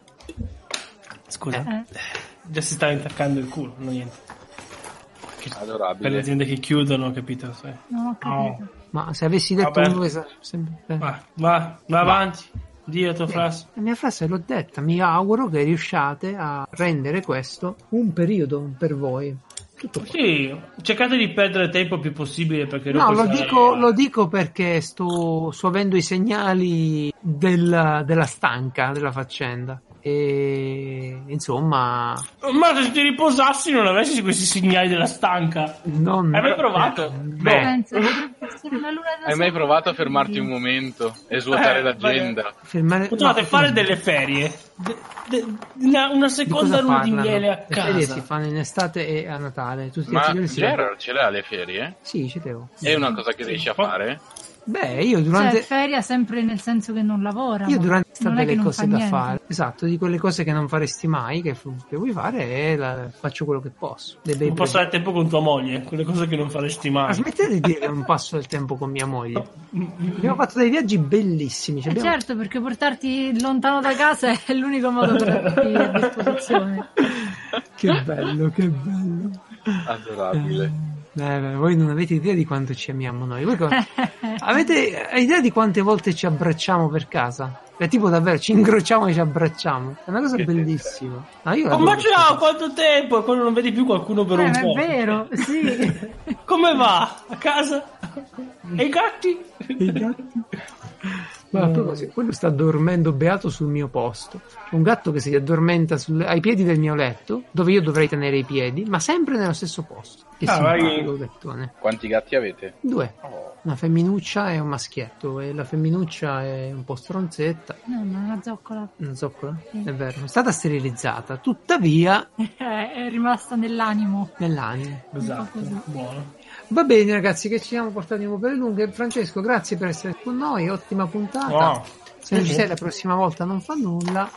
[SPEAKER 3] Scusa,
[SPEAKER 4] Eh,
[SPEAKER 3] già si sta intaccando il culo, non niente. Che-
[SPEAKER 1] Adorabile.
[SPEAKER 3] Per le aziende che chiudono, capito? sì.
[SPEAKER 4] non ho
[SPEAKER 1] oh,
[SPEAKER 4] capito.
[SPEAKER 2] Ma se avessi detto
[SPEAKER 3] Vabbè.
[SPEAKER 2] un due sa- sempre- eh.
[SPEAKER 3] Va, va, va avanti, di la tua frase.
[SPEAKER 2] La mia frase l'ho detta, mi auguro che riusciate a rendere questo un periodo per voi. Tutto qua.
[SPEAKER 3] Sì, cercate di perdere tempo il più possibile perché
[SPEAKER 2] No,
[SPEAKER 3] dopo
[SPEAKER 2] lo
[SPEAKER 3] sarà-
[SPEAKER 2] dico, lo dico perché sto suovendo i segnali della, della stanca della faccenda. E insomma,
[SPEAKER 3] Ma se ti riposassi non avessi questi segnali della stanca.
[SPEAKER 2] non. Eh,
[SPEAKER 3] Hai mai provato?
[SPEAKER 2] No.
[SPEAKER 3] Beh.
[SPEAKER 4] Penso che dovrebbe essere una luna da
[SPEAKER 1] Hai mai
[SPEAKER 4] sole.
[SPEAKER 1] provato a fermarti un momento e svuotare
[SPEAKER 3] Eh,
[SPEAKER 1] l'agenda?
[SPEAKER 2] Fermare...
[SPEAKER 3] Potevate
[SPEAKER 2] no,
[SPEAKER 3] fare
[SPEAKER 2] no.
[SPEAKER 3] delle ferie. De- de- una, una
[SPEAKER 2] Di
[SPEAKER 3] seconda
[SPEAKER 2] cosa
[SPEAKER 3] luna di
[SPEAKER 2] parlano?
[SPEAKER 3] miele a
[SPEAKER 2] Le
[SPEAKER 3] casa.
[SPEAKER 2] ferie si fanno in estate e a Natale. Tutti i
[SPEAKER 1] Ma
[SPEAKER 2] giorni si
[SPEAKER 1] Gerard ce l'ha le ferie?
[SPEAKER 2] Sì, ci devo.
[SPEAKER 1] È una cosa che riesci a
[SPEAKER 3] Fa-
[SPEAKER 1] fare?
[SPEAKER 2] Beh, io durante.
[SPEAKER 4] Cioè, feria sempre nel senso che non lavora.
[SPEAKER 2] Io
[SPEAKER 4] ma
[SPEAKER 2] durante
[SPEAKER 4] non
[SPEAKER 2] l'estate
[SPEAKER 4] è che
[SPEAKER 2] delle
[SPEAKER 4] non
[SPEAKER 2] cose
[SPEAKER 4] fa
[SPEAKER 2] da
[SPEAKER 4] niente.
[SPEAKER 2] fare, esatto, di quelle cose che non faresti mai, che, f- che vuoi fare e la- faccio quello che posso. Dei bei
[SPEAKER 3] Non passare tempo con tua moglie, quelle cose che non faresti
[SPEAKER 2] progetti. Ma
[SPEAKER 3] mai. mm,
[SPEAKER 2] smettete di dire che non passo del tempo con mia moglie. Abbiamo fatto dei viaggi bellissimi. ci
[SPEAKER 4] Eh,
[SPEAKER 2] abbiamo-
[SPEAKER 4] certo, perché portarti lontano da casa è l'unico modo che hai a
[SPEAKER 1] (laughs)
[SPEAKER 4] disposizione.
[SPEAKER 2] (laughs) che bello, che bello.
[SPEAKER 1] Adorabile.
[SPEAKER 2] Eh, beh, voi non avete idea di quanto ci amiamo noi.
[SPEAKER 4] (laughs)
[SPEAKER 2] Voi co- avete idea di quante volte ci abbracciamo per casa? È tipo davvero, ci incrociamo e ci abbracciamo. È una cosa
[SPEAKER 1] Che
[SPEAKER 2] bellissima. No, io
[SPEAKER 3] Oh,
[SPEAKER 2] l'adoro
[SPEAKER 3] ma
[SPEAKER 2] questa
[SPEAKER 3] ciao,
[SPEAKER 2] cosa.
[SPEAKER 3] quanto tempo! E poi non vedi più qualcuno per
[SPEAKER 4] Eh,
[SPEAKER 3] un
[SPEAKER 4] ma è
[SPEAKER 3] po'.
[SPEAKER 4] vero,
[SPEAKER 1] (laughs)
[SPEAKER 4] sì.
[SPEAKER 3] Come va? A casa? E i gatti?
[SPEAKER 2] Ma a proposito, quello sta dormendo beato sul mio posto. C'è un gatto che si addormenta sul- ai piedi del mio letto, dove io dovrei tenere i piedi, ma sempre nello stesso posto. Che
[SPEAKER 3] Ah, vai.
[SPEAKER 2] simpatico gattone.
[SPEAKER 1] Quanti gatti avete?
[SPEAKER 2] Due.
[SPEAKER 1] Oh.
[SPEAKER 2] Una femminuccia e un maschietto, e la femminuccia è un po' stronzetta.
[SPEAKER 4] No, ma è una zoccola. (laughs)
[SPEAKER 2] Non so cosa. È vero, è stata sterilizzata, tuttavia
[SPEAKER 4] è rimasta nell'animo.
[SPEAKER 2] nell'anima.
[SPEAKER 3] Esatto, buono.
[SPEAKER 2] Va bene, ragazzi, che ci siamo portati un po' per le lunghe. Francesco, grazie per essere con noi. Ottima
[SPEAKER 4] Ah,
[SPEAKER 2] puntata.
[SPEAKER 3] Oh.
[SPEAKER 2] Se non ci sei la prossima volta non fa nulla.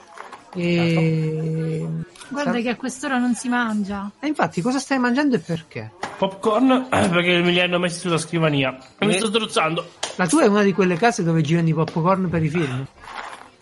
[SPEAKER 2] E...
[SPEAKER 4] Certo. Guarda che a quest'ora non si mangia.
[SPEAKER 2] E infatti cosa stai mangiando e perché?
[SPEAKER 3] Popcorn eh, perché me li hanno messi sulla scrivania. Mi
[SPEAKER 2] Eh.
[SPEAKER 3] sto strozzando.
[SPEAKER 2] La tua è una di quelle case dove girano i popcorn per i film?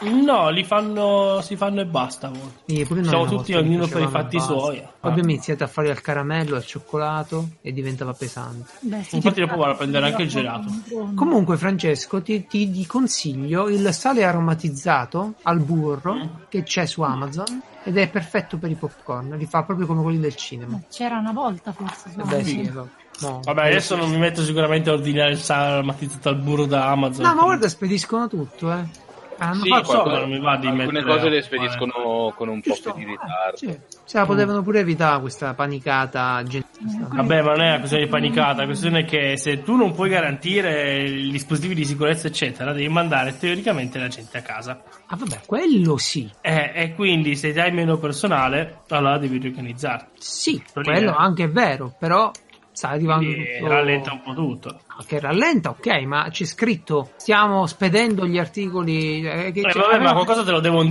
[SPEAKER 3] No, li fanno, si fanno e basta. a volte.
[SPEAKER 2] Sì, pure noi
[SPEAKER 3] Siamo
[SPEAKER 2] una
[SPEAKER 3] tutti
[SPEAKER 2] volta li
[SPEAKER 3] ognuno per i
[SPEAKER 2] facevamo e
[SPEAKER 3] fatti
[SPEAKER 2] basta.
[SPEAKER 3] suoi.
[SPEAKER 2] Poi Abbiamo iniziato a fare al caramello, al cioccolato e diventava pesante.
[SPEAKER 4] Beh, sì,
[SPEAKER 3] Infatti
[SPEAKER 4] che
[SPEAKER 3] dopo vado a prendere
[SPEAKER 4] cazzo,
[SPEAKER 3] anche il gelato.
[SPEAKER 4] buono.
[SPEAKER 2] Comunque Francesco ti, ti- ti consiglio il sale aromatizzato al burro
[SPEAKER 3] Mm.
[SPEAKER 2] che c'è su Amazon ed è perfetto per i popcorn, li fa proprio come quelli del cinema.
[SPEAKER 4] Ma C'era una volta forse. se
[SPEAKER 2] Eh
[SPEAKER 4] no?
[SPEAKER 2] Beh, sì, no. No.
[SPEAKER 3] Vabbè, adesso non mi metto sicuramente a ordinare il sale armatizzato al burro da Amazon.
[SPEAKER 2] No, ma guarda, spediscono tutto, eh. Hanno
[SPEAKER 1] Sì,
[SPEAKER 2] fatto-
[SPEAKER 3] so,
[SPEAKER 1] qualcosa-
[SPEAKER 3] ma non mi va di
[SPEAKER 1] alcune
[SPEAKER 3] mettere
[SPEAKER 1] cose le
[SPEAKER 3] a
[SPEAKER 1] spediscono con un po' più
[SPEAKER 2] Giusto,
[SPEAKER 1] di
[SPEAKER 2] ah,
[SPEAKER 1] ritardo.
[SPEAKER 2] sì. Se la potevano pure evitare questa panicata gente.
[SPEAKER 4] Mm,
[SPEAKER 3] Vabbè, ma non è una questione di panicata, la questione è che se tu non puoi garantire i dispositivi di sicurezza, eccetera, devi mandare teoricamente la gente a casa.
[SPEAKER 2] Ah, vabbè, quello sì.
[SPEAKER 3] Eh, e quindi se hai meno personale, allora devi riorganizzarti.
[SPEAKER 2] Sì,
[SPEAKER 3] Quello lì
[SPEAKER 2] quello
[SPEAKER 3] è-
[SPEAKER 2] anche è vero, però sta arrivando
[SPEAKER 3] Quindi
[SPEAKER 2] tutto-
[SPEAKER 3] rallenta un po' tutto.
[SPEAKER 2] Ah, Che rallenta, ok, ma c'è scritto stiamo spedendo gli articoli. eh, che-
[SPEAKER 3] Eh,
[SPEAKER 2] cioè,
[SPEAKER 3] vabbè, ma
[SPEAKER 2] avevano-
[SPEAKER 3] qualcosa te lo devo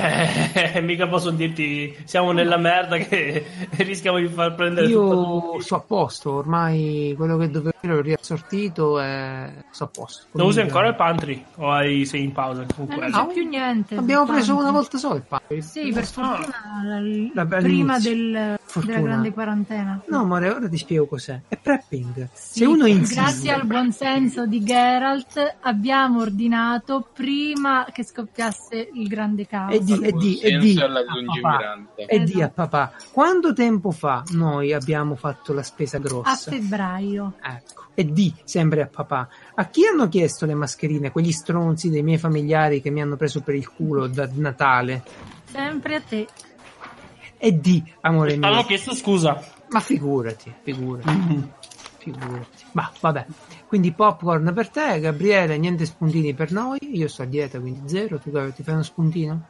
[SPEAKER 3] dire. eh, (laughs) Mica posso dirti siamo nella merda che (laughs) rischiamo di far prendere tutto. a
[SPEAKER 2] Io
[SPEAKER 3] tutti.
[SPEAKER 2] sto a posto, ormai quello che dovevo dire l'ho riassortito e sto a posto.
[SPEAKER 3] Lo usi
[SPEAKER 2] Comunque-
[SPEAKER 3] ancora il pantry? O hai sei in pausa?
[SPEAKER 4] Eh,
[SPEAKER 3] Comunque,
[SPEAKER 4] non
[SPEAKER 2] Ah,
[SPEAKER 4] c'è più niente.
[SPEAKER 2] Abbiamo
[SPEAKER 4] tanto.
[SPEAKER 2] preso una volta sola il pane.
[SPEAKER 4] Sì, per fortuna l-
[SPEAKER 2] Ah. La-
[SPEAKER 4] prima
[SPEAKER 2] all'inizio.
[SPEAKER 4] del-
[SPEAKER 2] Fortuna.
[SPEAKER 4] della grande quarantena.
[SPEAKER 2] No, amore, ora ti spiego cos'è. È prepping.
[SPEAKER 4] Sì,
[SPEAKER 2] Se uno insiste...
[SPEAKER 4] Grazie al buon senso di Geralt abbiamo ordinato prima che scoppiasse il grande caos.
[SPEAKER 2] E di, e di, Eh, e di,
[SPEAKER 1] Senso alla
[SPEAKER 2] a papà,
[SPEAKER 1] lungimirante.
[SPEAKER 2] e di a papà, quanto tempo fa noi abbiamo fatto la spesa
[SPEAKER 4] A
[SPEAKER 2] grossa?
[SPEAKER 4] febbraio.
[SPEAKER 2] Ecco. E di sempre a papà. A chi hanno chiesto le mascherine? Quegli stronzi dei miei familiari che mi hanno preso per il culo da Natale.
[SPEAKER 4] Sempre a te.
[SPEAKER 2] E di, amore
[SPEAKER 3] Hanno
[SPEAKER 2] mio.
[SPEAKER 3] eh, chiesto scusa.
[SPEAKER 2] Ma figurati, figurati, figurati. Ma vabbè. Quindi popcorn per te, Gabriele, niente spuntini per noi. Io sto a dieta, quindi zero. Tu Gabriele, ti fai uno spuntino?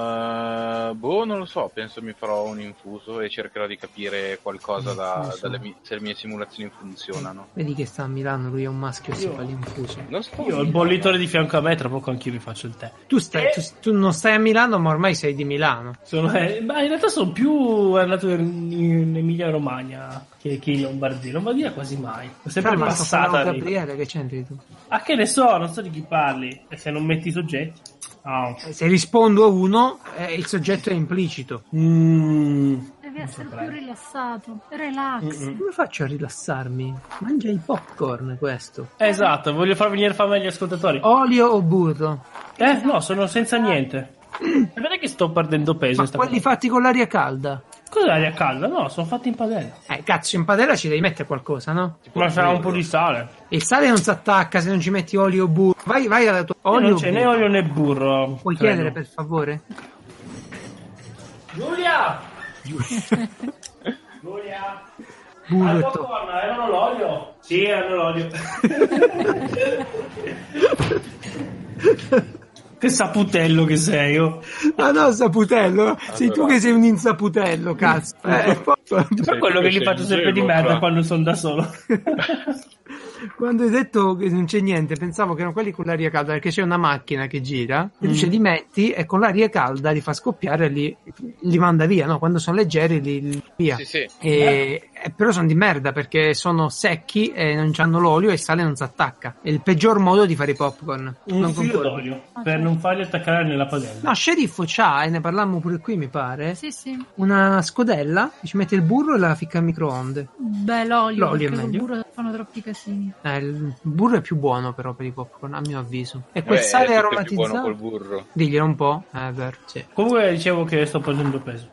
[SPEAKER 1] Eh, boh, non lo so, penso mi farò un infuso e cercherò di capire qualcosa da-
[SPEAKER 2] Nessuno.
[SPEAKER 1] dalle mie- se le mie simulazioni funzionano.
[SPEAKER 2] Eh, Vedi che sta a Milano, lui è un maschio e si
[SPEAKER 3] Io-
[SPEAKER 2] fa l'infuso.
[SPEAKER 1] Eh, Non sto
[SPEAKER 3] Io ho il bollitore di fianco a me, tra poco anch'io vi faccio il tè.
[SPEAKER 2] Tu, stai,
[SPEAKER 3] Eh.
[SPEAKER 2] tu, tu non stai a Milano, ma ormai sei di Milano.
[SPEAKER 3] Sono- eh, ma in realtà sono più andato in, in Emilia Romagna che, che in Lombardia. Lombardia quasi mai. Ho sempre
[SPEAKER 2] Però, ma sto
[SPEAKER 3] passata.
[SPEAKER 2] parlando a
[SPEAKER 3] lì.
[SPEAKER 2] Gabriele, che c'entri tu?
[SPEAKER 3] Ah, che ne so, non so di chi parli. E se non metti i soggetti. Ah.
[SPEAKER 2] Eh, Se rispondo a uno, eh, il soggetto è implicito. Mm.
[SPEAKER 4] Devi
[SPEAKER 3] Non
[SPEAKER 4] essere più
[SPEAKER 3] saprei.
[SPEAKER 4] rilassato. Relax.
[SPEAKER 3] Mm-mm.
[SPEAKER 2] Come faccio a rilassarmi? Mangia il popcorn questo.
[SPEAKER 3] Esatto, voglio far venire fame agli ascoltatori.
[SPEAKER 2] Olio o burro?
[SPEAKER 3] Eh, no, sono senza (clears throat) niente. Guardate che sto perdendo peso.
[SPEAKER 2] Ma
[SPEAKER 3] sta
[SPEAKER 2] quelli
[SPEAKER 3] cosa.
[SPEAKER 2] fatti con l'aria calda.
[SPEAKER 3] Cos'è l'aria calda? No, sono fatti in padella.
[SPEAKER 2] Eh, cazzo, in padella ci devi mettere qualcosa, no?
[SPEAKER 3] Ma sarà un po' di sale.
[SPEAKER 2] Il sale non si attacca se non ci metti olio o burro. Vai, vai alla tua... Olio o
[SPEAKER 3] Olio Eh, non c'è né
[SPEAKER 2] burro?
[SPEAKER 3] olio né burro.
[SPEAKER 2] Puoi
[SPEAKER 3] credo.
[SPEAKER 2] chiedere per favore? (laughs)
[SPEAKER 3] Giulia! Giulia!
[SPEAKER 2] Burro
[SPEAKER 3] Al
[SPEAKER 2] e to-
[SPEAKER 3] popcorn, erano l'olio? Sì, erano l'olio. (laughs) che saputello che sei, oh.
[SPEAKER 2] Ah no, saputello. Sei tu
[SPEAKER 1] Allora.
[SPEAKER 2] che sei un insaputello, cazzo. Eh, e poi- (laughs)
[SPEAKER 3] È per
[SPEAKER 1] tu
[SPEAKER 3] quello che
[SPEAKER 1] che sei
[SPEAKER 3] li faccio
[SPEAKER 1] in
[SPEAKER 3] sempre di
[SPEAKER 1] gelo,
[SPEAKER 3] merda
[SPEAKER 1] fra.
[SPEAKER 3] quando sono da (laughs) solo.
[SPEAKER 2] Quando hai detto che non c'è niente, pensavo che erano quelli con l'aria calda, perché c'è una macchina che gira, e tu
[SPEAKER 3] Mm.
[SPEAKER 2] ce li metti e con l'aria calda li fa scoppiare e li, li manda via, no? Quando sono leggeri li, li via.
[SPEAKER 1] Sì, sì.
[SPEAKER 2] E, e però sono di merda perché sono secchi e non hanno l'olio e il sale non si attacca. È il peggior modo di fare i popcorn.
[SPEAKER 3] Un
[SPEAKER 2] non
[SPEAKER 3] filo
[SPEAKER 2] concordo.
[SPEAKER 3] d'olio per non farli attaccare nella padella.
[SPEAKER 2] No, sceriffo c'ha, e ne parlammo pure qui, mi pare.
[SPEAKER 4] Sì, sì.
[SPEAKER 2] Una scodella, ci mette il burro e la ficca al microonde.
[SPEAKER 4] Beh, l'olio,
[SPEAKER 2] L'olio è
[SPEAKER 4] perché col
[SPEAKER 2] meglio.
[SPEAKER 4] burro fanno troppi casini.
[SPEAKER 2] Eh, il burro è più buono però per i popcorn, a mio avviso. E quel
[SPEAKER 1] Beh,
[SPEAKER 2] sale
[SPEAKER 1] Eh, è tutto più buono
[SPEAKER 2] aromatizzato.
[SPEAKER 1] col burro.
[SPEAKER 2] Diglielo un po', eh, vero.
[SPEAKER 3] Comunque dicevo che sto prendendo peso.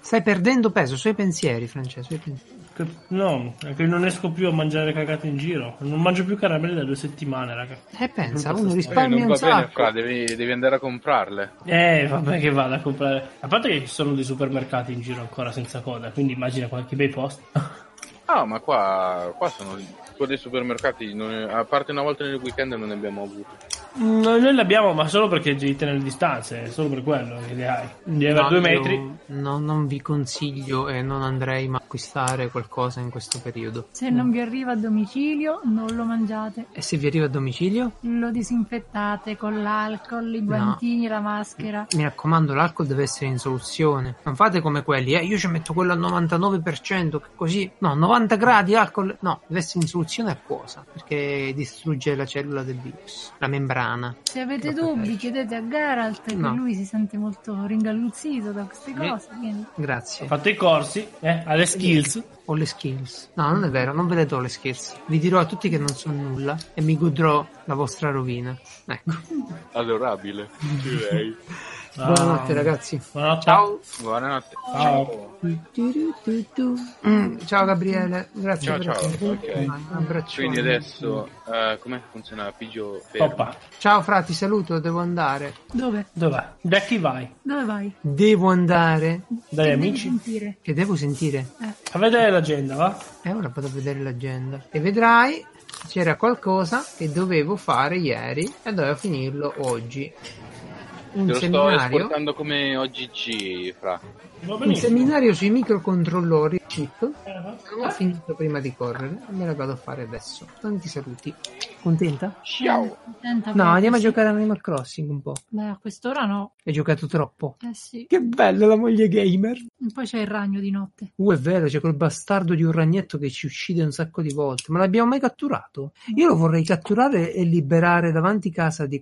[SPEAKER 2] Stai perdendo peso sui pensieri, Francesco. sui pensieri.
[SPEAKER 3] Che- no, è che non esco più a mangiare cagate in giro. Non mangio più caramelli da due settimane, raga.
[SPEAKER 2] Eh, pensa,
[SPEAKER 3] Non
[SPEAKER 2] uno
[SPEAKER 3] posso
[SPEAKER 1] Eh,
[SPEAKER 2] risparmia
[SPEAKER 1] non va
[SPEAKER 2] un
[SPEAKER 1] bene,
[SPEAKER 2] sacco.
[SPEAKER 1] Fra, devi, devi andare a comprarle.
[SPEAKER 3] Eh, vabbè che vado a comprare. A parte che ci sono dei supermercati in giro ancora senza coda, quindi immagina qualche bei post.
[SPEAKER 1] Ah, ma qua, qua sono qua dei supermercati, non ne- a parte una volta nel weekend non ne abbiamo avuto.
[SPEAKER 3] Mm, Noi l'abbiamo, ma solo perché devi tenere le distanze, è solo per quello che le hai. Devi avere
[SPEAKER 2] No,
[SPEAKER 3] due
[SPEAKER 2] io
[SPEAKER 3] metri.
[SPEAKER 2] no, non vi consiglio e non andrei mai a acquistare qualcosa in questo periodo.
[SPEAKER 4] Se non vi arriva a domicilio, non lo mangiate.
[SPEAKER 2] E se vi arriva a domicilio?
[SPEAKER 4] Lo disinfettate con l'alcol, i guantini, la maschera.
[SPEAKER 2] Mi raccomando, l'alcol deve essere in soluzione. Non fate come quelli, eh. Io ci metto quello al 99%, che così. No, 90 gradi alcol. No, deve essere in soluzione acquosa, perché distrugge la cellula del virus, la membrana.
[SPEAKER 4] Se avete
[SPEAKER 2] Troppo
[SPEAKER 4] dubbi,
[SPEAKER 2] peggio.
[SPEAKER 4] chiedete a Geralt,
[SPEAKER 2] No.
[SPEAKER 4] che lui si sente molto ringalluzzito da queste
[SPEAKER 2] Sì.
[SPEAKER 4] cose. quindi-
[SPEAKER 3] Ho
[SPEAKER 2] Grazie.
[SPEAKER 3] fatto i corsi, eh, alle skills.
[SPEAKER 2] Ho le skills. No, non è vero, non ve le do le skills. Vi dirò a tutti che non so nulla e mi godrò la vostra rovina. Ecco.
[SPEAKER 1] (laughs) Adorabile, direi.
[SPEAKER 3] Ah.
[SPEAKER 2] Buonanotte, ragazzi.
[SPEAKER 5] Buonanotte.
[SPEAKER 2] Ciao.
[SPEAKER 1] Buonanotte.
[SPEAKER 5] Ciao.
[SPEAKER 2] Mm, Ciao Gabriele, grazie
[SPEAKER 1] Ciao,
[SPEAKER 2] per
[SPEAKER 1] ciao. Ok.
[SPEAKER 2] Un abbraccione.
[SPEAKER 1] Quindi adesso, eh, come funziona Pigio? Fermo.
[SPEAKER 3] Poppa,
[SPEAKER 2] Ciao Fra, ti saluto, devo andare.
[SPEAKER 4] Dove?
[SPEAKER 3] dov'è? Da chi vai?
[SPEAKER 4] Dove vai?
[SPEAKER 2] Eh, Devo andare?
[SPEAKER 3] Dai
[SPEAKER 4] Che
[SPEAKER 3] amici?
[SPEAKER 4] Devi sentire.
[SPEAKER 2] Che devo sentire?
[SPEAKER 3] A vedere l'agenda, va?
[SPEAKER 2] E ora vado a vedere l'agenda. E vedrai, c'era qualcosa che dovevo fare ieri e dovevo finirlo oggi. Un
[SPEAKER 1] Te lo sto
[SPEAKER 2] seminario,
[SPEAKER 1] esportando come OGG, Fra.
[SPEAKER 3] Va
[SPEAKER 2] un
[SPEAKER 3] benissimo.
[SPEAKER 2] seminario sui microcontrollori chip.
[SPEAKER 3] Eh, va.
[SPEAKER 2] Non ho finito prima di correre, me la vado a fare adesso. Tanti saluti. Contenta?
[SPEAKER 1] Ciao.
[SPEAKER 4] Contenta
[SPEAKER 2] No,
[SPEAKER 4] per-
[SPEAKER 2] andiamo a giocare a Animal Crossing un po'.
[SPEAKER 4] Beh, a quest'ora no.
[SPEAKER 2] Hai giocato troppo.
[SPEAKER 4] Eh sì.
[SPEAKER 2] Che bella la moglie gamer.
[SPEAKER 4] Poi c'è il ragno di notte.
[SPEAKER 2] Uh, è vero, c'è quel bastardo di un ragnetto che ci uccide un sacco di volte. Ma l'abbiamo mai catturato? Io lo vorrei catturare e liberare davanti casa di.